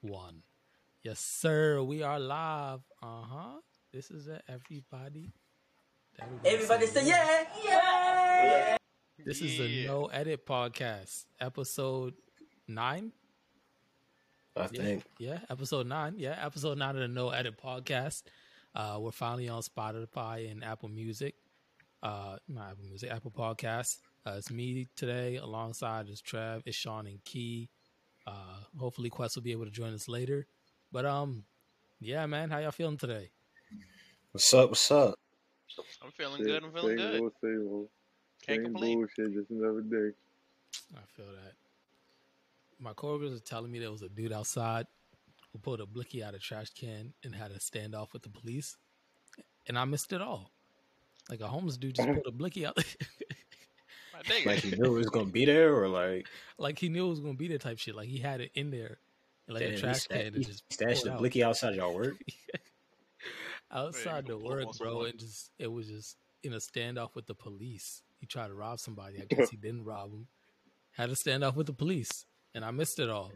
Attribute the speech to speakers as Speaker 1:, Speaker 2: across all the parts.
Speaker 1: one. Yes, sir. We are live. Uh huh. This is a everybody. Everybody,
Speaker 2: Everybody say yeah, yeah.
Speaker 1: This is a no edit podcast, episode nine.
Speaker 3: I
Speaker 1: Yeah,
Speaker 3: think.
Speaker 1: yeah, episode nine. Yeah, episode nine of the No Edit podcast. Uh, we're finally on Spotify and Apple Music. Uh, not Apple Music, Apple Podcasts. Uh, it's me today alongside is Trev, is Sean, and Key. Uh, hopefully, Quest will be able to join us later. But um, yeah, man, how y'all feeling today?
Speaker 3: What's up? What's up?
Speaker 4: I'm feeling good. I'm feeling
Speaker 5: same
Speaker 4: good.
Speaker 5: Old, same old.
Speaker 4: Can't
Speaker 5: same
Speaker 4: complain.
Speaker 5: bullshit, just another day.
Speaker 1: I feel that. My coworkers are telling me there was a dude outside who pulled a blicky out of trash can and had a standoff with the police, and I missed it all. Like a homeless dude just pulled a blicky out,
Speaker 4: My nigga.
Speaker 3: Like you knew it was gonna be there, or like
Speaker 1: like he knew it was gonna be there type shit. Like he had it in there, in like
Speaker 3: damn,
Speaker 1: a
Speaker 3: you
Speaker 1: trash
Speaker 3: sta-
Speaker 1: can,
Speaker 3: you
Speaker 1: and just
Speaker 3: stashed
Speaker 1: pulled
Speaker 3: the
Speaker 1: out.
Speaker 3: blicky outside y'all work.
Speaker 1: outside
Speaker 4: go
Speaker 1: the
Speaker 4: pull up
Speaker 1: work,
Speaker 4: on
Speaker 1: bro,
Speaker 4: someone.
Speaker 1: and just it was just in a standoff with the police. He tried to rob somebody. I guess he didn't rob him. Had a standoff with the police, and I missed it all.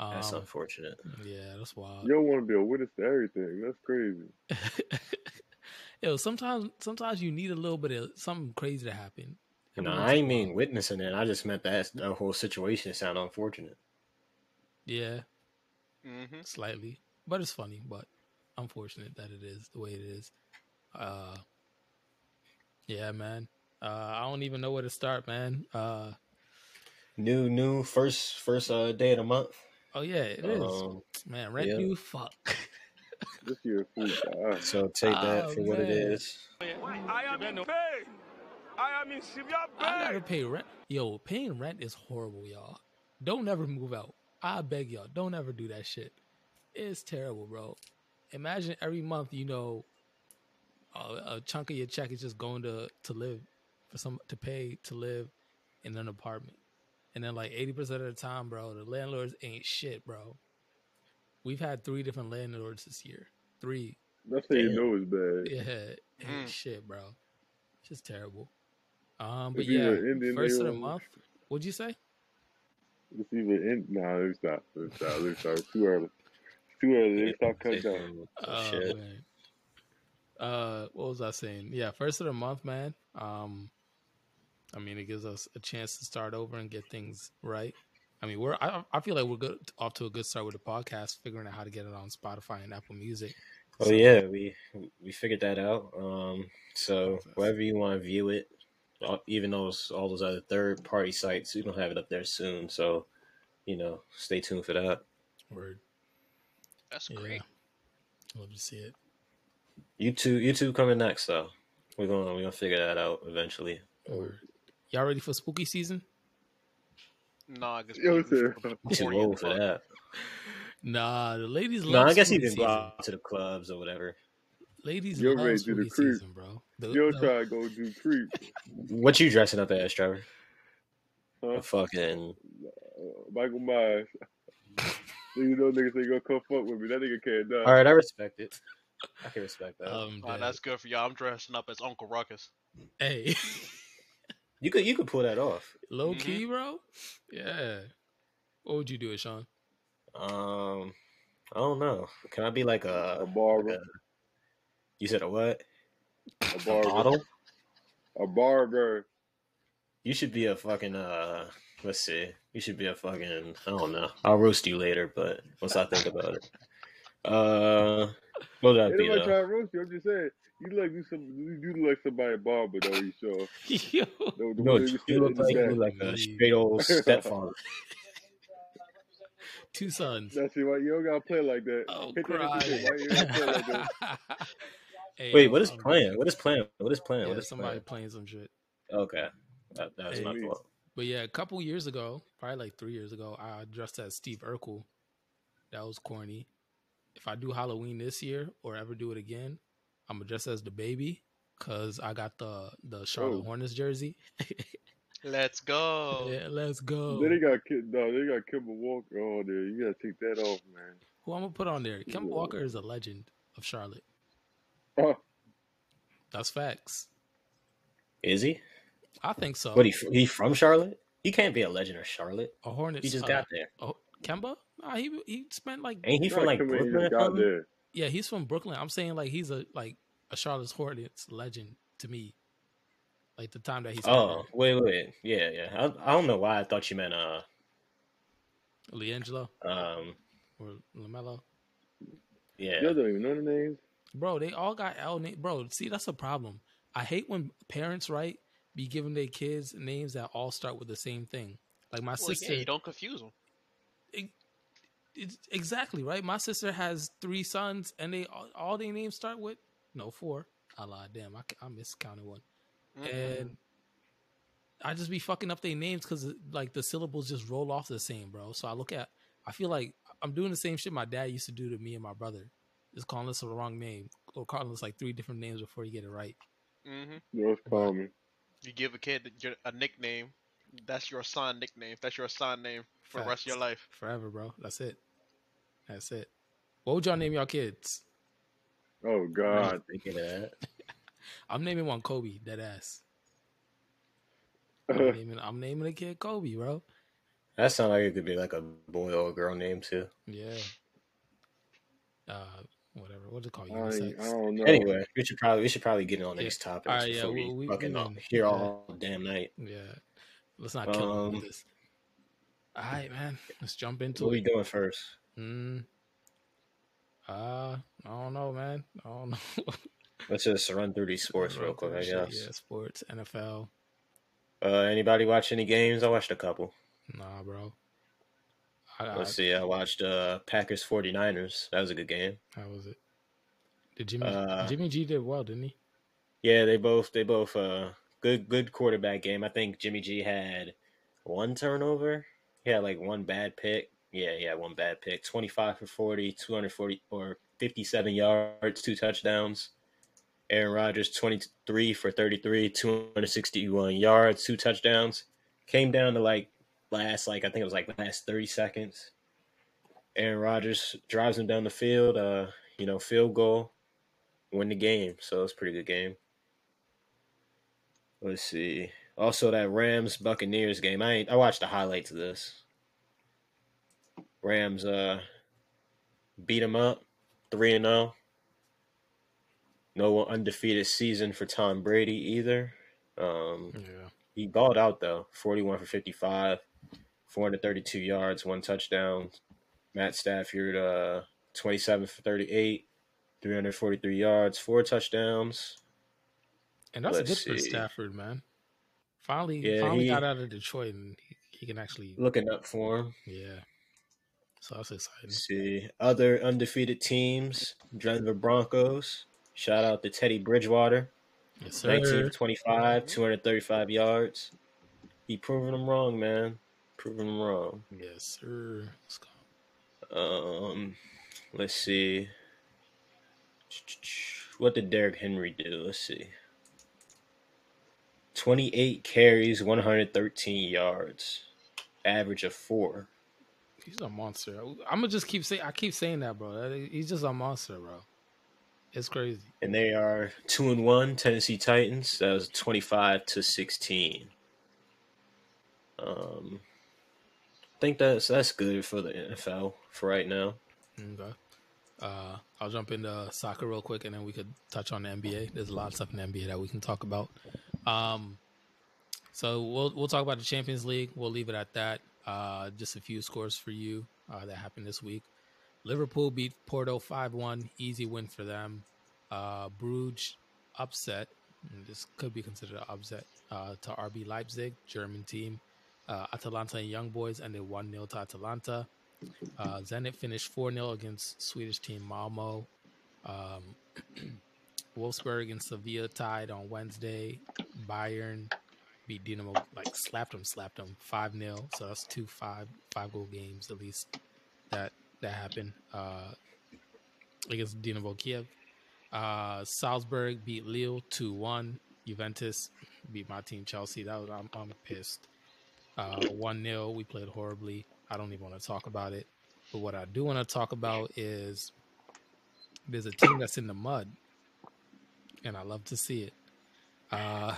Speaker 1: Um,
Speaker 3: That's unfortunate.
Speaker 1: yeah, that's wild.
Speaker 5: You don't want to be a witness to everything. That's crazy.
Speaker 1: Yo, sometimes sometimes you need a little bit of something crazy to happen.
Speaker 3: No,
Speaker 1: Every
Speaker 3: I
Speaker 1: once in a
Speaker 3: ain't
Speaker 1: while.
Speaker 3: mean witnessing it. I just meant that the whole situation sound unfortunate.
Speaker 1: Yeah,
Speaker 4: hmm
Speaker 1: slightly, but it's funny. But unfortunate that it is the way it is. Uh, yeah, man. Uh, I don't even know where to start, man. Uh,
Speaker 3: New, new first first uh, day of the month.
Speaker 1: oh yeah, it is,
Speaker 3: Um,
Speaker 1: man. Rent
Speaker 3: yeah.
Speaker 1: new fuck.
Speaker 5: This year is food for us.
Speaker 3: so take that
Speaker 1: Oh,
Speaker 3: for what it
Speaker 1: man.
Speaker 3: is.
Speaker 6: I am in pain. I am in severe
Speaker 1: I gotta
Speaker 6: pain.
Speaker 1: pay rent. Yo, paying rent is horrible, y'all. Don't ever move out. I beg y'all, don't ever do that shit. It's terrible, bro. Imagine every month, you know, a, a chunk of your check is just going to to live for some to pay to live in an apartment, and then like eighty percent of the time, bro, the landlords ain't shit, bro. We've had three different landlords this year. Three
Speaker 5: That's how you
Speaker 3: Damn.
Speaker 5: know it's bad.
Speaker 1: yeah, ain't
Speaker 4: Mm.
Speaker 1: shit, bro. It's just terrible. Um, but
Speaker 5: If you
Speaker 1: yeah,
Speaker 5: were Indian,
Speaker 1: first of the
Speaker 5: they were-
Speaker 1: month. What'd you say?
Speaker 5: It's even in. Nah, let me stop. Let me stop. Let me stop. It's too early. It's too early. Let me stop cutting down.
Speaker 3: Um,
Speaker 1: Oh,
Speaker 3: shit.
Speaker 1: man. Uh, what was I saying? Yeah, first of the month, man. Um, I mean, it gives us a chance to start over and get things right. I mean, we're I, I feel like we're good off to a good start with the podcast, figuring out how to get it on Spotify and Apple Music.
Speaker 3: Oh yeah, we we figured that out. Um, so wherever you want to view it, all- even those all those other third party sites, we gonna have it up there soon. So, you know, stay tuned for that.
Speaker 1: Word,
Speaker 4: That's
Speaker 1: yeah.
Speaker 4: great.
Speaker 1: Love to see it.
Speaker 3: YouTube, YouTube coming next though. We're gonna we're gonna figure that out eventually.
Speaker 1: Word. Y'all ready for spooky season?
Speaker 4: Nah, cause
Speaker 5: Yo,
Speaker 4: people
Speaker 5: sir.
Speaker 4: fucking
Speaker 3: I'm too
Speaker 4: corny as
Speaker 3: old for
Speaker 4: fuck.
Speaker 3: that.
Speaker 1: Nah, the ladies
Speaker 3: No,
Speaker 1: love.
Speaker 3: I guess
Speaker 1: spooky
Speaker 3: you can go
Speaker 1: season.
Speaker 3: out to the clubs or whatever.
Speaker 1: Ladies
Speaker 5: You're
Speaker 1: love
Speaker 5: ready to
Speaker 1: spooky
Speaker 5: the creep.
Speaker 1: season, bro. The,
Speaker 5: You
Speaker 1: the-
Speaker 5: don't try to go do creep.
Speaker 3: What you dressing up as, Trevor?
Speaker 5: Huh?
Speaker 3: A fucking
Speaker 5: Uh, Michael Myers. you know niggas ain't gonna come fuck with me. That nigga can't die.
Speaker 3: all right. I respect it. I can respect that.
Speaker 1: um,
Speaker 4: Nah,
Speaker 1: the-
Speaker 4: Oh, that's good for y'all. I'm dressing up as Uncle Ruckus.
Speaker 1: hey,
Speaker 3: you could you could pull that off.
Speaker 1: low key, bro. Yeah. What would you do, it, Sean?
Speaker 3: Um, I don't know. Can I be like a?
Speaker 5: A barber.
Speaker 3: You said a what?
Speaker 5: A barber.
Speaker 3: Bottle?
Speaker 5: A barber.
Speaker 3: You should be a fucking uh. Let's see. You should be a fucking. I don't know. I'll roast you later, but once I think about it. Uh, what would I
Speaker 5: Ain't
Speaker 3: be?
Speaker 5: nobody
Speaker 3: Though?
Speaker 5: trying to roast you. I'm just saying. You look like you some. You do look like somebody barber though. You sure?
Speaker 1: Yo,
Speaker 5: No, the
Speaker 3: No,
Speaker 5: way you
Speaker 3: you look
Speaker 5: sit in the
Speaker 3: like you
Speaker 5: back.
Speaker 3: look like a straight old stepfather.
Speaker 1: two sons.
Speaker 5: That's it, right? You don't gotta play like that.
Speaker 1: Oh,
Speaker 5: Hit that
Speaker 1: cry.
Speaker 5: shit, right? You don't play like that.
Speaker 1: Hey,
Speaker 3: Wait,
Speaker 1: yo,
Speaker 3: what is
Speaker 1: um,
Speaker 3: playing? What is playing? What is playing?
Speaker 1: Yeah,
Speaker 3: What is
Speaker 1: somebody playing
Speaker 3: playing?
Speaker 1: some shit.
Speaker 3: Okay, that, that was my
Speaker 1: Hey.
Speaker 3: fault.
Speaker 1: But yeah, a couple years ago, probably like three years ago, I dressed as Steve Urkel. That was corny. If I do Halloween this year or ever do it again, I'm gonna dress as the baby because I got the the Charlotte
Speaker 5: Oh.
Speaker 1: Hornets jersey.
Speaker 4: Let's go.
Speaker 1: Yeah, let's
Speaker 3: Oh.
Speaker 1: go.
Speaker 5: Then they got kid. No, they got Kimber Walker on there. You gotta take that off, man.
Speaker 1: Who I'm gonna put on there? Kemba
Speaker 5: Yeah.
Speaker 1: Walker is a legend of Charlotte.
Speaker 5: Oh,
Speaker 1: That's facts.
Speaker 3: Is he?
Speaker 1: I think so. Oh.
Speaker 3: What he he from Charlotte? He can't be a legend of Charlotte.
Speaker 1: a Hornets.
Speaker 3: He just
Speaker 1: uh,
Speaker 3: got there.
Speaker 1: a- Kemba? Nah, he he spent like
Speaker 3: Ain't he from like
Speaker 5: Come in,
Speaker 3: Brooklyn?
Speaker 5: you
Speaker 3: or
Speaker 5: got
Speaker 3: something?
Speaker 5: there.
Speaker 1: yeah, he's from Brooklyn. I'm saying like he's a like a Charlotte Hornets legend to me. Like the time that he's
Speaker 3: Oh, wait, wait, wait. yeah, yeah. I, I don't know why I thought you meant uh
Speaker 1: Leangelo
Speaker 3: um
Speaker 1: or Lamelo.
Speaker 3: yeah
Speaker 5: Y'all don't even know the names.
Speaker 1: Bro, they all got L name. Bro, see that's a problem. I hate when parents right be giving their kids names that all start with the same thing. Like my
Speaker 4: Well,
Speaker 1: sister,
Speaker 4: yeah, you don't confuse them.
Speaker 1: it's exactly right. My sister has three sons, and they all, all their names start with no four. I lied. Damn, I, I miscounted one.
Speaker 4: Mm-hmm.
Speaker 1: and I just be fucking up their names because like the syllables just roll off the same, bro. So I look at, I feel like I'm doing the same shit my dad used to do to me and my brother, just calling us the wrong name or calling us like three different names before you get it right.
Speaker 4: hmm
Speaker 5: You know, it's common.
Speaker 4: You give a kid your- a nickname. That's your sign nickname. That's your sign name for the rest of your
Speaker 1: Facts.
Speaker 4: life.
Speaker 1: Forever, bro. That's it. That's it. What would y'all name y'all kids?
Speaker 5: Oh
Speaker 3: I
Speaker 5: God.
Speaker 3: was thinking of that.
Speaker 1: I'm naming one Kobe. Dead ass. I'm
Speaker 5: That's
Speaker 1: naming, I'm naming a kid Kobe, bro.
Speaker 3: That sounds like it could be like a boy or a girl name too.
Speaker 1: Yeah. Uh, whatever. What's it called?
Speaker 5: I, ain't- I
Speaker 1: Unisex.
Speaker 5: don't know.
Speaker 3: Anyway, we should probably we should probably get on
Speaker 1: Yeah.
Speaker 3: these topics
Speaker 1: All right, yeah,
Speaker 3: before we,
Speaker 1: we- we-
Speaker 3: fucking
Speaker 1: we
Speaker 3: all-
Speaker 1: done.
Speaker 3: here all damn night.
Speaker 1: Yeah. Let's not kill him
Speaker 3: Um,
Speaker 1: with this. All right, man. Let's jump into
Speaker 3: What we
Speaker 1: it.
Speaker 3: doing first?
Speaker 1: Mm. Uh, I don't know, man. I don't know.
Speaker 3: Let's just run through these sports real
Speaker 1: Real
Speaker 3: quick, I
Speaker 1: shit,
Speaker 3: guess.
Speaker 1: Yeah, sports, NFL.
Speaker 3: Uh, anybody watch any games? I watched a couple.
Speaker 1: Nah, bro. I, I,
Speaker 3: Let's see. I watched uh, Packers 49ers. That was a good game.
Speaker 1: how was it? Did Jimmy
Speaker 3: Uh,
Speaker 1: Jimmy G did well, didn't he?
Speaker 3: Yeah, they both they both uh good good quarterback game. I think Jimmy G had one turnover. He had like one bad pick. Yeah, he had one bad pick. 25 for 40, 240 or 57 yards, two touchdowns. Aaron Rodgers 23 for 33, 261 yards, two touchdowns. Came down to like last like I think it was like last 30 seconds. Aaron Rodgers drives him down the field, uh, you know, field goal, win the game. So it's a pretty good game. Let's see. Also, that Rams Buccaneers game. I ain't, I watched the highlights of this. Rams uh beat them up, three and zero. No undefeated season for Tom Brady either. Um,
Speaker 1: Yeah.
Speaker 3: he balled out though, forty-one for fifty-five, four hundred thirty-two yards, one touchdown. Matt Stafford, uh, twenty-seven for thirty-eight, three hundred forty-three yards, four touchdowns.
Speaker 1: And that's
Speaker 3: Let's
Speaker 1: good for
Speaker 3: see.
Speaker 1: Stafford, man. Finally,
Speaker 3: Yeah,
Speaker 1: finally
Speaker 3: he- Mm.
Speaker 1: got out of Detroit, and he, he can actually,
Speaker 3: Looking up for him.
Speaker 1: yeah. So that's exciting.
Speaker 3: Let's see other undefeated teams: Denver Broncos. Shout out to Teddy Bridgewater,
Speaker 1: Yes,
Speaker 3: nineteen
Speaker 1: sir.
Speaker 3: for twenty-five, two hundred thirty-five yards. He proving them wrong, man. Proving them wrong.
Speaker 1: Yes, sir. Let's go.
Speaker 3: Um, let's see. What did Derrick Henry do? Let's see. 28 carries, 113 yards, average of four.
Speaker 1: He's a monster. I'm gonna just keep saying. I keep saying that, bro. He's just a monster, bro. It's crazy.
Speaker 3: And they are two and one Tennessee Titans. That was 25 to 16. Um, I think that's that's good for the NFL for right now.
Speaker 1: Okay. Uh, I'll jump into soccer real quick, and then we could touch on the NBA. There's a lot of stuff in the NBA that we can talk about. Um, so we'll we'll talk about the Champions League. We'll leave it at that. Uh, just a few scores for you uh, that happened this week. Liverpool beat Porto five one, easy win for them. Uh, Bruges upset. and This could be considered an upset uh, to RB Leipzig, German team. Uh, Atalanta and Young Boys ended one 0 to Atalanta. Uh, Zenit finished 4 0 against Swedish team Malmo. Um, Wolfsburg and Sevilla tied on Wednesday. Bayern beat Dinamo, like slapped them, slapped them 5 0. So that's two five five goal games at least that that happened uh, against Dinamo Kiev. Uh, Salzburg beat Lille 2 1. Juventus beat my team Chelsea. That was, I'm, I'm pissed. Uh, 1 0. We played horribly. I don't even want to talk about it. But what I do want to talk about is there's a team that's in the mud, and I love to see it. Uh,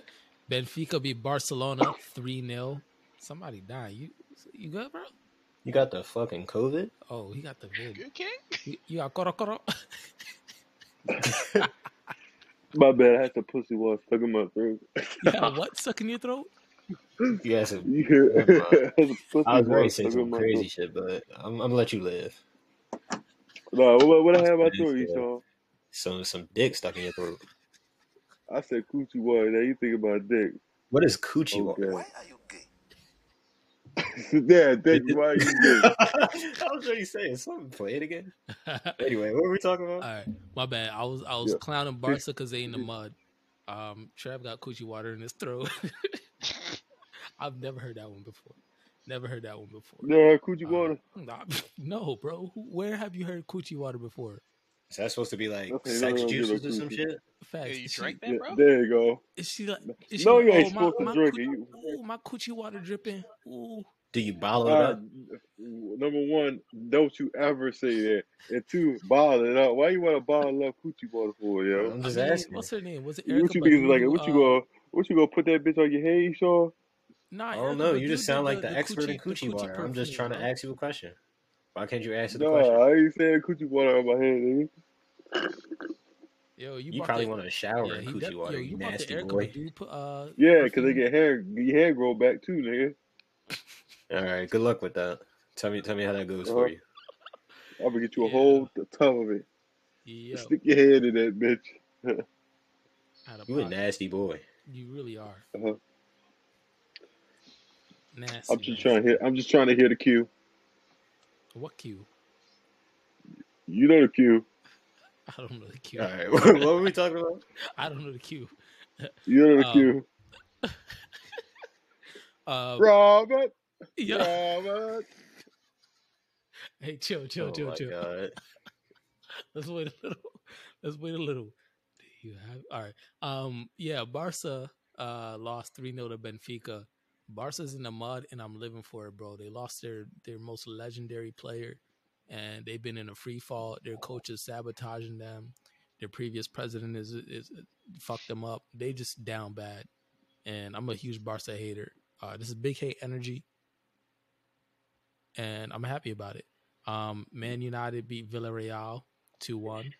Speaker 1: Benfica beat Barcelona 3 0. Somebody dying. You you good, bro?
Speaker 3: You got the fucking COVID?
Speaker 1: Oh, he got the vid.
Speaker 4: You king?
Speaker 1: You- You got koro koro.
Speaker 5: My bad, I had the pussy while stuck in my throat.
Speaker 1: You got what stuck in your throat?
Speaker 3: You got some,
Speaker 5: You hear?
Speaker 3: Never mind.
Speaker 5: I had the pussy
Speaker 3: I was
Speaker 5: while
Speaker 3: going to say
Speaker 5: stuck in
Speaker 3: some
Speaker 5: my
Speaker 3: crazy shit, but I'm, I'm gonna let you live.
Speaker 5: throat. Nah, what, what I had in my
Speaker 3: That's
Speaker 5: throat, you
Speaker 3: good.
Speaker 5: saw?
Speaker 3: Some some dick stuck in your throat.
Speaker 5: I said coochie water. Now you think about dick.
Speaker 3: What is coochie
Speaker 5: Okay.
Speaker 3: water?
Speaker 2: are you gay?
Speaker 5: yeah, dick. Why you dick?
Speaker 3: I was already saying something. Play it again.
Speaker 1: All
Speaker 3: Anyway, what were we talking about?
Speaker 1: right, my bad. I was I was
Speaker 5: Yeah.
Speaker 1: clowning Barca because they in the mud. Um, Trav got coochie water in his throat. I've never heard that one before. Never heard that one before.
Speaker 5: No, coochie
Speaker 1: Uh,
Speaker 5: water.
Speaker 1: nah, no, bro. Who- Where have you heard coochie water before?
Speaker 3: Is that supposed to be like
Speaker 5: Okay,
Speaker 3: sex
Speaker 5: no, no, give
Speaker 3: juices
Speaker 5: a
Speaker 3: or some
Speaker 5: coochie.
Speaker 3: shit?
Speaker 1: Facts.
Speaker 4: Yeah, you
Speaker 1: Is she-
Speaker 4: drank
Speaker 5: Yeah,
Speaker 4: that, bro?
Speaker 5: there you go.
Speaker 1: Is she like? Is
Speaker 5: No,
Speaker 1: she,
Speaker 5: you
Speaker 1: like,
Speaker 5: ain't
Speaker 1: "Oh, my-
Speaker 5: supposed to
Speaker 1: my
Speaker 5: drink it.
Speaker 1: coochie-
Speaker 5: You-
Speaker 1: ooh, my coochie water dripping. Ooh,
Speaker 3: Do you bottle it
Speaker 5: Uh,
Speaker 3: up?
Speaker 5: number one, don't you ever say that. And two, bottle it up. Why you want to bottle up coochie water for, yo?
Speaker 3: I'm
Speaker 1: I
Speaker 3: just
Speaker 1: mean,
Speaker 3: asking.
Speaker 1: what's her name? Was it Erica?
Speaker 5: What you think is like?
Speaker 1: Badu,
Speaker 5: What you
Speaker 1: uh,
Speaker 5: gonna? What you gonna put that bitch on your head, you sure?
Speaker 1: Nah,
Speaker 3: I
Speaker 1: Erica
Speaker 3: don't know.
Speaker 1: Badu
Speaker 3: You
Speaker 1: did
Speaker 3: just sound like the, expert in
Speaker 1: the
Speaker 3: coochie, water. I'm just
Speaker 1: perfume,
Speaker 3: trying to
Speaker 1: bro.
Speaker 3: ask you a question. Why can't you answer the
Speaker 5: No, uh,
Speaker 3: question?
Speaker 5: I ain't saying coochie water on my head, nigga.
Speaker 1: Yo, you,
Speaker 3: You
Speaker 1: brought
Speaker 3: probably
Speaker 1: the-
Speaker 3: want to shower
Speaker 1: yeah,
Speaker 3: in
Speaker 1: he
Speaker 3: coochie
Speaker 1: def-
Speaker 3: water,
Speaker 1: Yo,
Speaker 3: you,
Speaker 1: you brought the
Speaker 3: nasty
Speaker 1: Erica
Speaker 3: boy.
Speaker 1: Badu. pu- Uh,
Speaker 5: Yeah, cause they
Speaker 1: perfume?
Speaker 5: get hair, your hair grow back too, nigga.
Speaker 3: All right, good luck with that. Tell me, tell me how that goes
Speaker 5: Uh-huh.
Speaker 3: for you.
Speaker 5: I'm gonna get you a
Speaker 1: Yeah.
Speaker 5: whole t- tub of it.
Speaker 1: Yo,
Speaker 5: Stick your head in that bitch.
Speaker 1: out of
Speaker 3: You a
Speaker 1: pocket.
Speaker 3: nasty boy.
Speaker 1: You really are
Speaker 5: Uh-huh.
Speaker 1: nasty.
Speaker 5: I'm just
Speaker 1: man.
Speaker 5: trying to hear. I'm just trying to hear the cue.
Speaker 1: What cue?
Speaker 5: You know the cue.
Speaker 1: I don't know the cue.
Speaker 3: All right, what were we talking about?
Speaker 1: I don't know the cue.
Speaker 5: You know the
Speaker 1: Oh.
Speaker 5: cue.
Speaker 3: oh.
Speaker 1: Uh,
Speaker 5: Robert,
Speaker 1: yo,
Speaker 5: Robert.
Speaker 1: hey, chill, chill,
Speaker 3: oh
Speaker 1: chill,
Speaker 3: my
Speaker 1: chill.
Speaker 3: god.
Speaker 1: Let's wait a little. Let's wait a little. Do you have all right? Um, yeah, Barca uh lost three 0 to Benfica. Barca's in the mud, and I'm living for it, bro. They lost their their most legendary player, and they've been in a free fall. Their coach is sabotaging them. Their previous president is is fucked them up. They just down bad, and I'm a huge Barca hater. Uh, this is Big Hate Energy, and I'm happy about it. Um, Man United beat Villarreal two one.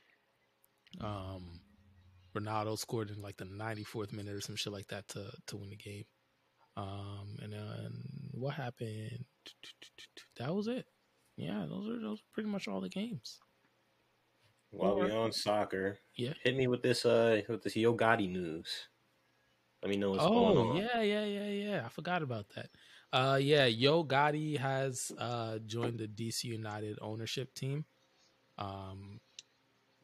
Speaker 1: Um, Ronaldo scored in like the 94th minute or some shit like that to to win the game. Um, and then what happened? That was it. Yeah, those are those are pretty much all the games.
Speaker 3: While we on soccer,
Speaker 1: Yeah.
Speaker 3: hit me with this uh with this Yo Gotti news. Let me know what's going
Speaker 1: oh
Speaker 3: on.
Speaker 1: yeah, yeah, yeah, yeah. I forgot about that. Uh, yeah, Yo Gotti has uh joined the DC United ownership team. Um,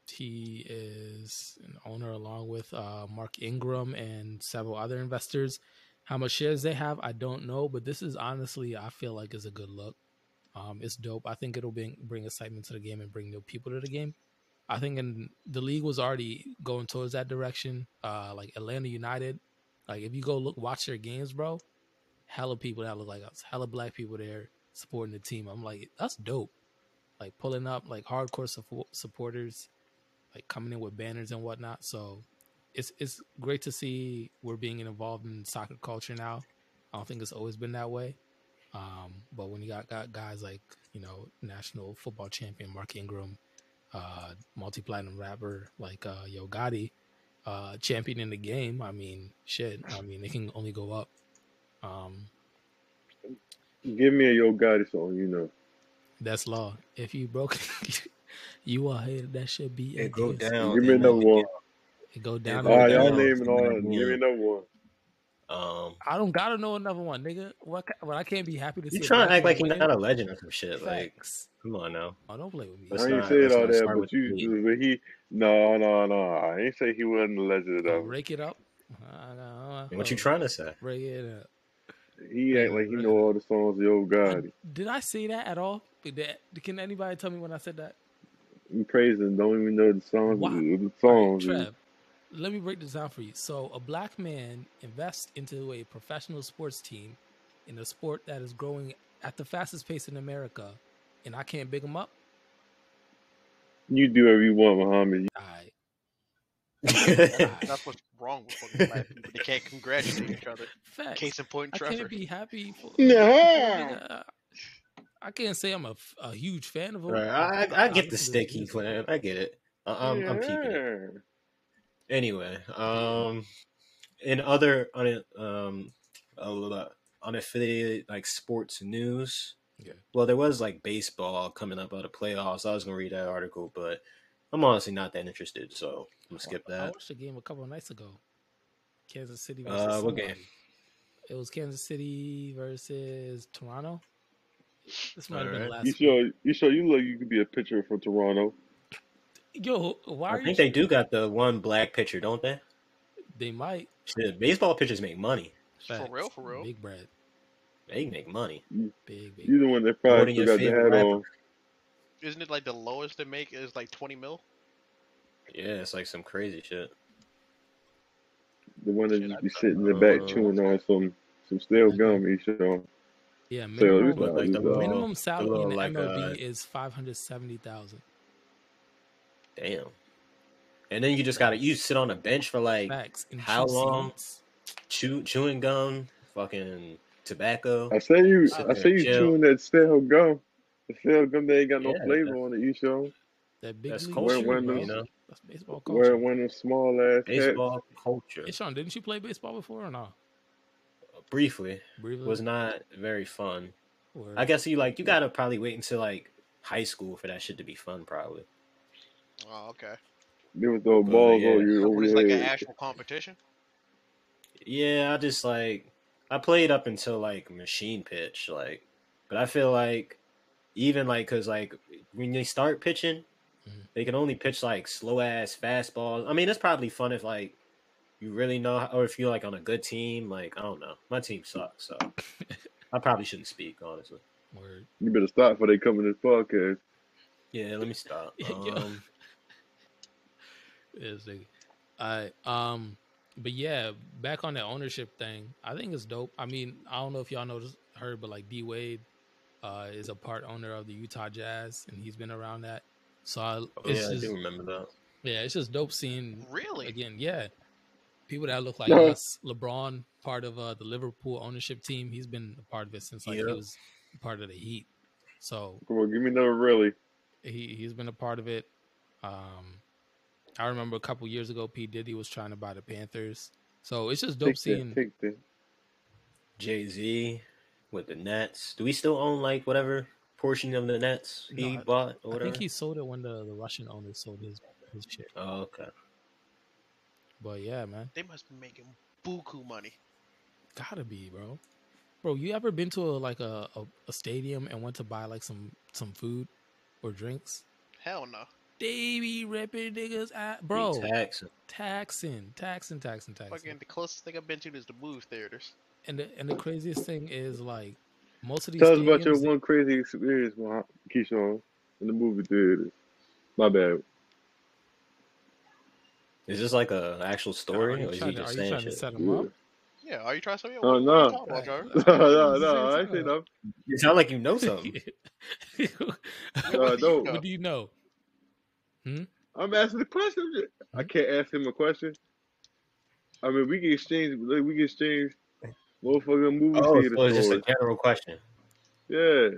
Speaker 1: he is an owner along with uh, Mark Ingram and several other investors. How much shares they have, I don't know, but this is honestly, I feel like is a good look. Um, it's dope. I think it'll bring bring excitement to the game and bring new people to the game. I think in the league was already going towards that direction. Uh, like Atlanta United, like if you go look watch their games, bro, hella people that look like us, hella black people there supporting the team. I'm like, that's dope. Like pulling up like hardcore support supporters like coming in with banners and whatnot. So it's it's great to see we're being involved in soccer culture now. I don't think it's always been that way. Um, but when you got, got guys like, you know, national football champion Mark Ingram, uh, multi platinum rapper like uh, Yo Gotti, uh, champion in the game, I mean, shit. I mean, they can only go up. Um,
Speaker 5: Give me a Yo Gotti song, you know.
Speaker 1: that's law. If you broke, you are here. That should be
Speaker 3: It go
Speaker 1: against-
Speaker 3: down.
Speaker 5: Give me
Speaker 3: in
Speaker 5: another
Speaker 3: the-
Speaker 5: one.
Speaker 1: It go
Speaker 3: It
Speaker 1: down.
Speaker 3: go
Speaker 5: All right,
Speaker 1: in the
Speaker 5: y'all
Speaker 3: down.
Speaker 1: mouth.
Speaker 5: naming all
Speaker 3: Another
Speaker 5: that.
Speaker 3: one.
Speaker 5: Give me another one.
Speaker 3: Um,
Speaker 1: I don't gotta know another one, nigga. What? ki- When I can't be happy to see.
Speaker 3: you
Speaker 1: a
Speaker 3: trying to
Speaker 1: black man
Speaker 3: act like he's
Speaker 1: win?
Speaker 3: not a legend or some shit? Like,
Speaker 1: Facts.
Speaker 3: come on now.
Speaker 1: Oh, don't play with me.
Speaker 3: Let's
Speaker 5: I ain't
Speaker 3: not-
Speaker 5: say
Speaker 3: let's
Speaker 5: all
Speaker 3: not
Speaker 5: that,
Speaker 3: start
Speaker 5: but
Speaker 3: with
Speaker 5: you,
Speaker 3: me.
Speaker 5: but he, no, no, no. I ain't say he wasn't a legend
Speaker 1: Oh,
Speaker 5: of it.
Speaker 1: rake it up. I know,
Speaker 3: What you
Speaker 1: oh,
Speaker 3: trying to say?
Speaker 1: Rake it up.
Speaker 5: He act like he know all the songs of Yo Gotti.
Speaker 1: I- did I say that at all? Did that- Can anybody tell me when I said that?
Speaker 5: You praise him, don't even know the songs.
Speaker 1: Why?
Speaker 5: The
Speaker 1: All right,
Speaker 5: songs.
Speaker 1: Trev, let me break this down for you. So, a black man invests into a professional sports team in a sport that is growing at the fastest pace in America, and I can't big him up.
Speaker 5: You do whatever you want, Muhammad.
Speaker 1: All right.
Speaker 4: That's what's wrong with fucking black people. They can't congratulate each other.
Speaker 1: Facts.
Speaker 4: Case in point,
Speaker 1: I
Speaker 4: Trevor.
Speaker 1: can't be happy for.
Speaker 5: Nah.
Speaker 1: for a nigga. I can't say I'm a, f- a huge fan of him.
Speaker 3: Right, I, I- I get the
Speaker 1: listen to
Speaker 3: stick he
Speaker 1: music.
Speaker 3: playing. I get it. I, I'm, I'm keeping it. Anyway, um, in other un, um, a lot unaffiliated like sports news.
Speaker 1: Yeah.
Speaker 3: Well, there was like baseball coming up out of playoffs. I was gonna read that article, but I'm honestly not that interested, so I'm gonna skip
Speaker 1: I
Speaker 3: that.
Speaker 1: watched a game a couple of nights ago. Kansas City versus
Speaker 3: Uh, what
Speaker 1: somebody.
Speaker 3: game?
Speaker 1: It was Kansas City versus Toronto. This might have been
Speaker 3: Alright.
Speaker 1: last.
Speaker 5: You
Speaker 1: week.
Speaker 5: sure? You sure? You look. You could be a pitcher for Toronto.
Speaker 1: Yo, why are
Speaker 3: I
Speaker 1: you?
Speaker 3: think they do got the one black pitcher, don't they?
Speaker 1: They might.
Speaker 3: Shit, baseball pitchers make money.
Speaker 1: Facts.
Speaker 4: For real, for real.
Speaker 1: Big bread.
Speaker 3: They make money.
Speaker 1: Big big.
Speaker 5: You the one that probably
Speaker 3: Voting your
Speaker 5: forgot the
Speaker 3: favorite
Speaker 5: hat
Speaker 3: rapper.
Speaker 5: on.
Speaker 4: Isn't it like the lowest they make is like twenty mil?
Speaker 3: Yeah, it's like some crazy shit.
Speaker 5: The one that
Speaker 4: Shit, I
Speaker 5: just be
Speaker 4: thought-
Speaker 5: sitting in the back
Speaker 3: Uh,
Speaker 5: chewing on some some stale gum. You sure?
Speaker 1: Yeah, minimum,
Speaker 5: Taylor,
Speaker 3: But Mm-hmm. like the
Speaker 5: Uh,
Speaker 1: minimum
Speaker 3: little,
Speaker 1: salary
Speaker 3: little,
Speaker 1: in the
Speaker 3: like,
Speaker 1: MLB
Speaker 3: uh,
Speaker 1: is five hundred seventy thousand.
Speaker 3: damn. And then you just gotta you sit on a bench for like
Speaker 1: Facts. And
Speaker 3: how
Speaker 1: two
Speaker 3: long?
Speaker 1: seats.
Speaker 3: chew, chewing gum, fucking tobacco.
Speaker 5: I say you.
Speaker 3: Sit
Speaker 5: I
Speaker 3: there,
Speaker 5: say you
Speaker 3: chill.
Speaker 5: chewing that stale gum. The stale gum that ain't got no
Speaker 3: Yeah,
Speaker 5: flavor on it. You sure?
Speaker 1: That big
Speaker 3: That's
Speaker 1: league
Speaker 3: culture,
Speaker 1: shit,
Speaker 5: Where-
Speaker 1: bro.
Speaker 5: where
Speaker 3: you know.
Speaker 1: That's baseball culture.
Speaker 5: Wearing one of them small ass hats.
Speaker 3: Baseball culture.
Speaker 1: Hey, Sean, didn't you play baseball before or no?
Speaker 3: Briefly,
Speaker 1: Briefly.
Speaker 3: was not very fun.
Speaker 1: Or-
Speaker 3: I guess you like you gotta probably wait until like high school for that shit to be fun. Probably.
Speaker 4: Oh, okay.
Speaker 5: There was those balls
Speaker 3: yeah.
Speaker 5: on you
Speaker 4: What
Speaker 5: over
Speaker 4: is like
Speaker 5: your
Speaker 4: an
Speaker 5: head.
Speaker 4: actual competition?
Speaker 3: Yeah, I just like I played up until like machine pitch, like, but I feel like even like because like when they start pitching,
Speaker 1: Mhm.
Speaker 3: they can only pitch like slow ass fastballs. I mean, it's probably fun if like you really know, how- or if you're like on a good team. Like, I don't know, my team sucks, so I probably shouldn't speak honestly.
Speaker 1: Word.
Speaker 5: You better stop before they come in this podcast.
Speaker 3: Yeah, let me stop.
Speaker 1: Yo.
Speaker 3: Um,
Speaker 1: Yes, nigga. I um, but yeah, back on that ownership thing, I think it's dope. I mean, I don't know if y'all noticed, heard, but like D Wade, uh, is a part owner of the Utah Jazz, and he's been around that. So I, it's
Speaker 3: Oh, yeah, I
Speaker 1: just
Speaker 3: do remember that.
Speaker 1: yeah, it's just dope seeing
Speaker 4: Really?
Speaker 1: again. Yeah, people that look like
Speaker 5: Yeah.
Speaker 1: us, LeBron, part of uh, the Liverpool ownership team. He's been a part of it since like
Speaker 3: Yeah.
Speaker 1: he was part of the Heat. So
Speaker 5: Come on, give me another really.
Speaker 1: he he's been a part of it. Um, I remember a couple years ago, P Diddy was trying to buy the Panthers, so it's just dope
Speaker 5: Take
Speaker 1: seeing.
Speaker 5: that. Take that.
Speaker 3: Jay Z with the Nets. Do we still own like whatever portion of the Nets he
Speaker 1: No, I-
Speaker 3: bought or
Speaker 1: I
Speaker 3: whatever?
Speaker 1: think he sold it when the, the Russian owner sold his his shit.
Speaker 3: Oh, okay.
Speaker 1: But yeah, man,
Speaker 4: They must be making buku money.
Speaker 1: gotta be, bro. Bro, you ever been to a, like a, a, a stadium and went to buy like some some food or drinks?
Speaker 4: Hell no.
Speaker 1: They be ripping niggas at
Speaker 3: Be
Speaker 1: bro,
Speaker 3: taxing.
Speaker 1: taxing, taxing, taxing, taxing.
Speaker 4: Fucking the closest thing I've been to is the movie theaters.
Speaker 1: And the and the craziest thing is like most of these
Speaker 5: Tell us about your
Speaker 1: stadiums-
Speaker 5: one crazy experience, Mah- Keyshawn, in the movie theater. My bad.
Speaker 3: Is this like a actual
Speaker 1: Are
Speaker 3: story,
Speaker 1: you
Speaker 3: or is he
Speaker 1: trying to-
Speaker 3: just
Speaker 1: are you
Speaker 3: saying
Speaker 1: trying to
Speaker 3: shit?
Speaker 1: set them up?
Speaker 4: Yeah, are you trying something?
Speaker 5: Oh,
Speaker 4: What- what you
Speaker 5: no.
Speaker 4: talking about, Jarvis?
Speaker 3: Uh,
Speaker 5: no, no, no. I ain't say nothing.
Speaker 3: You sound like you know something.
Speaker 5: No,
Speaker 4: do you
Speaker 5: uh, no.
Speaker 1: What do you know?
Speaker 5: I'm asking the question. I can't ask him a question. I mean, we can exchange. like, We can exchange. Motherfucking movie
Speaker 3: oh,
Speaker 5: theater
Speaker 3: so it's just a
Speaker 5: stories.
Speaker 3: general question.
Speaker 5: Yeah.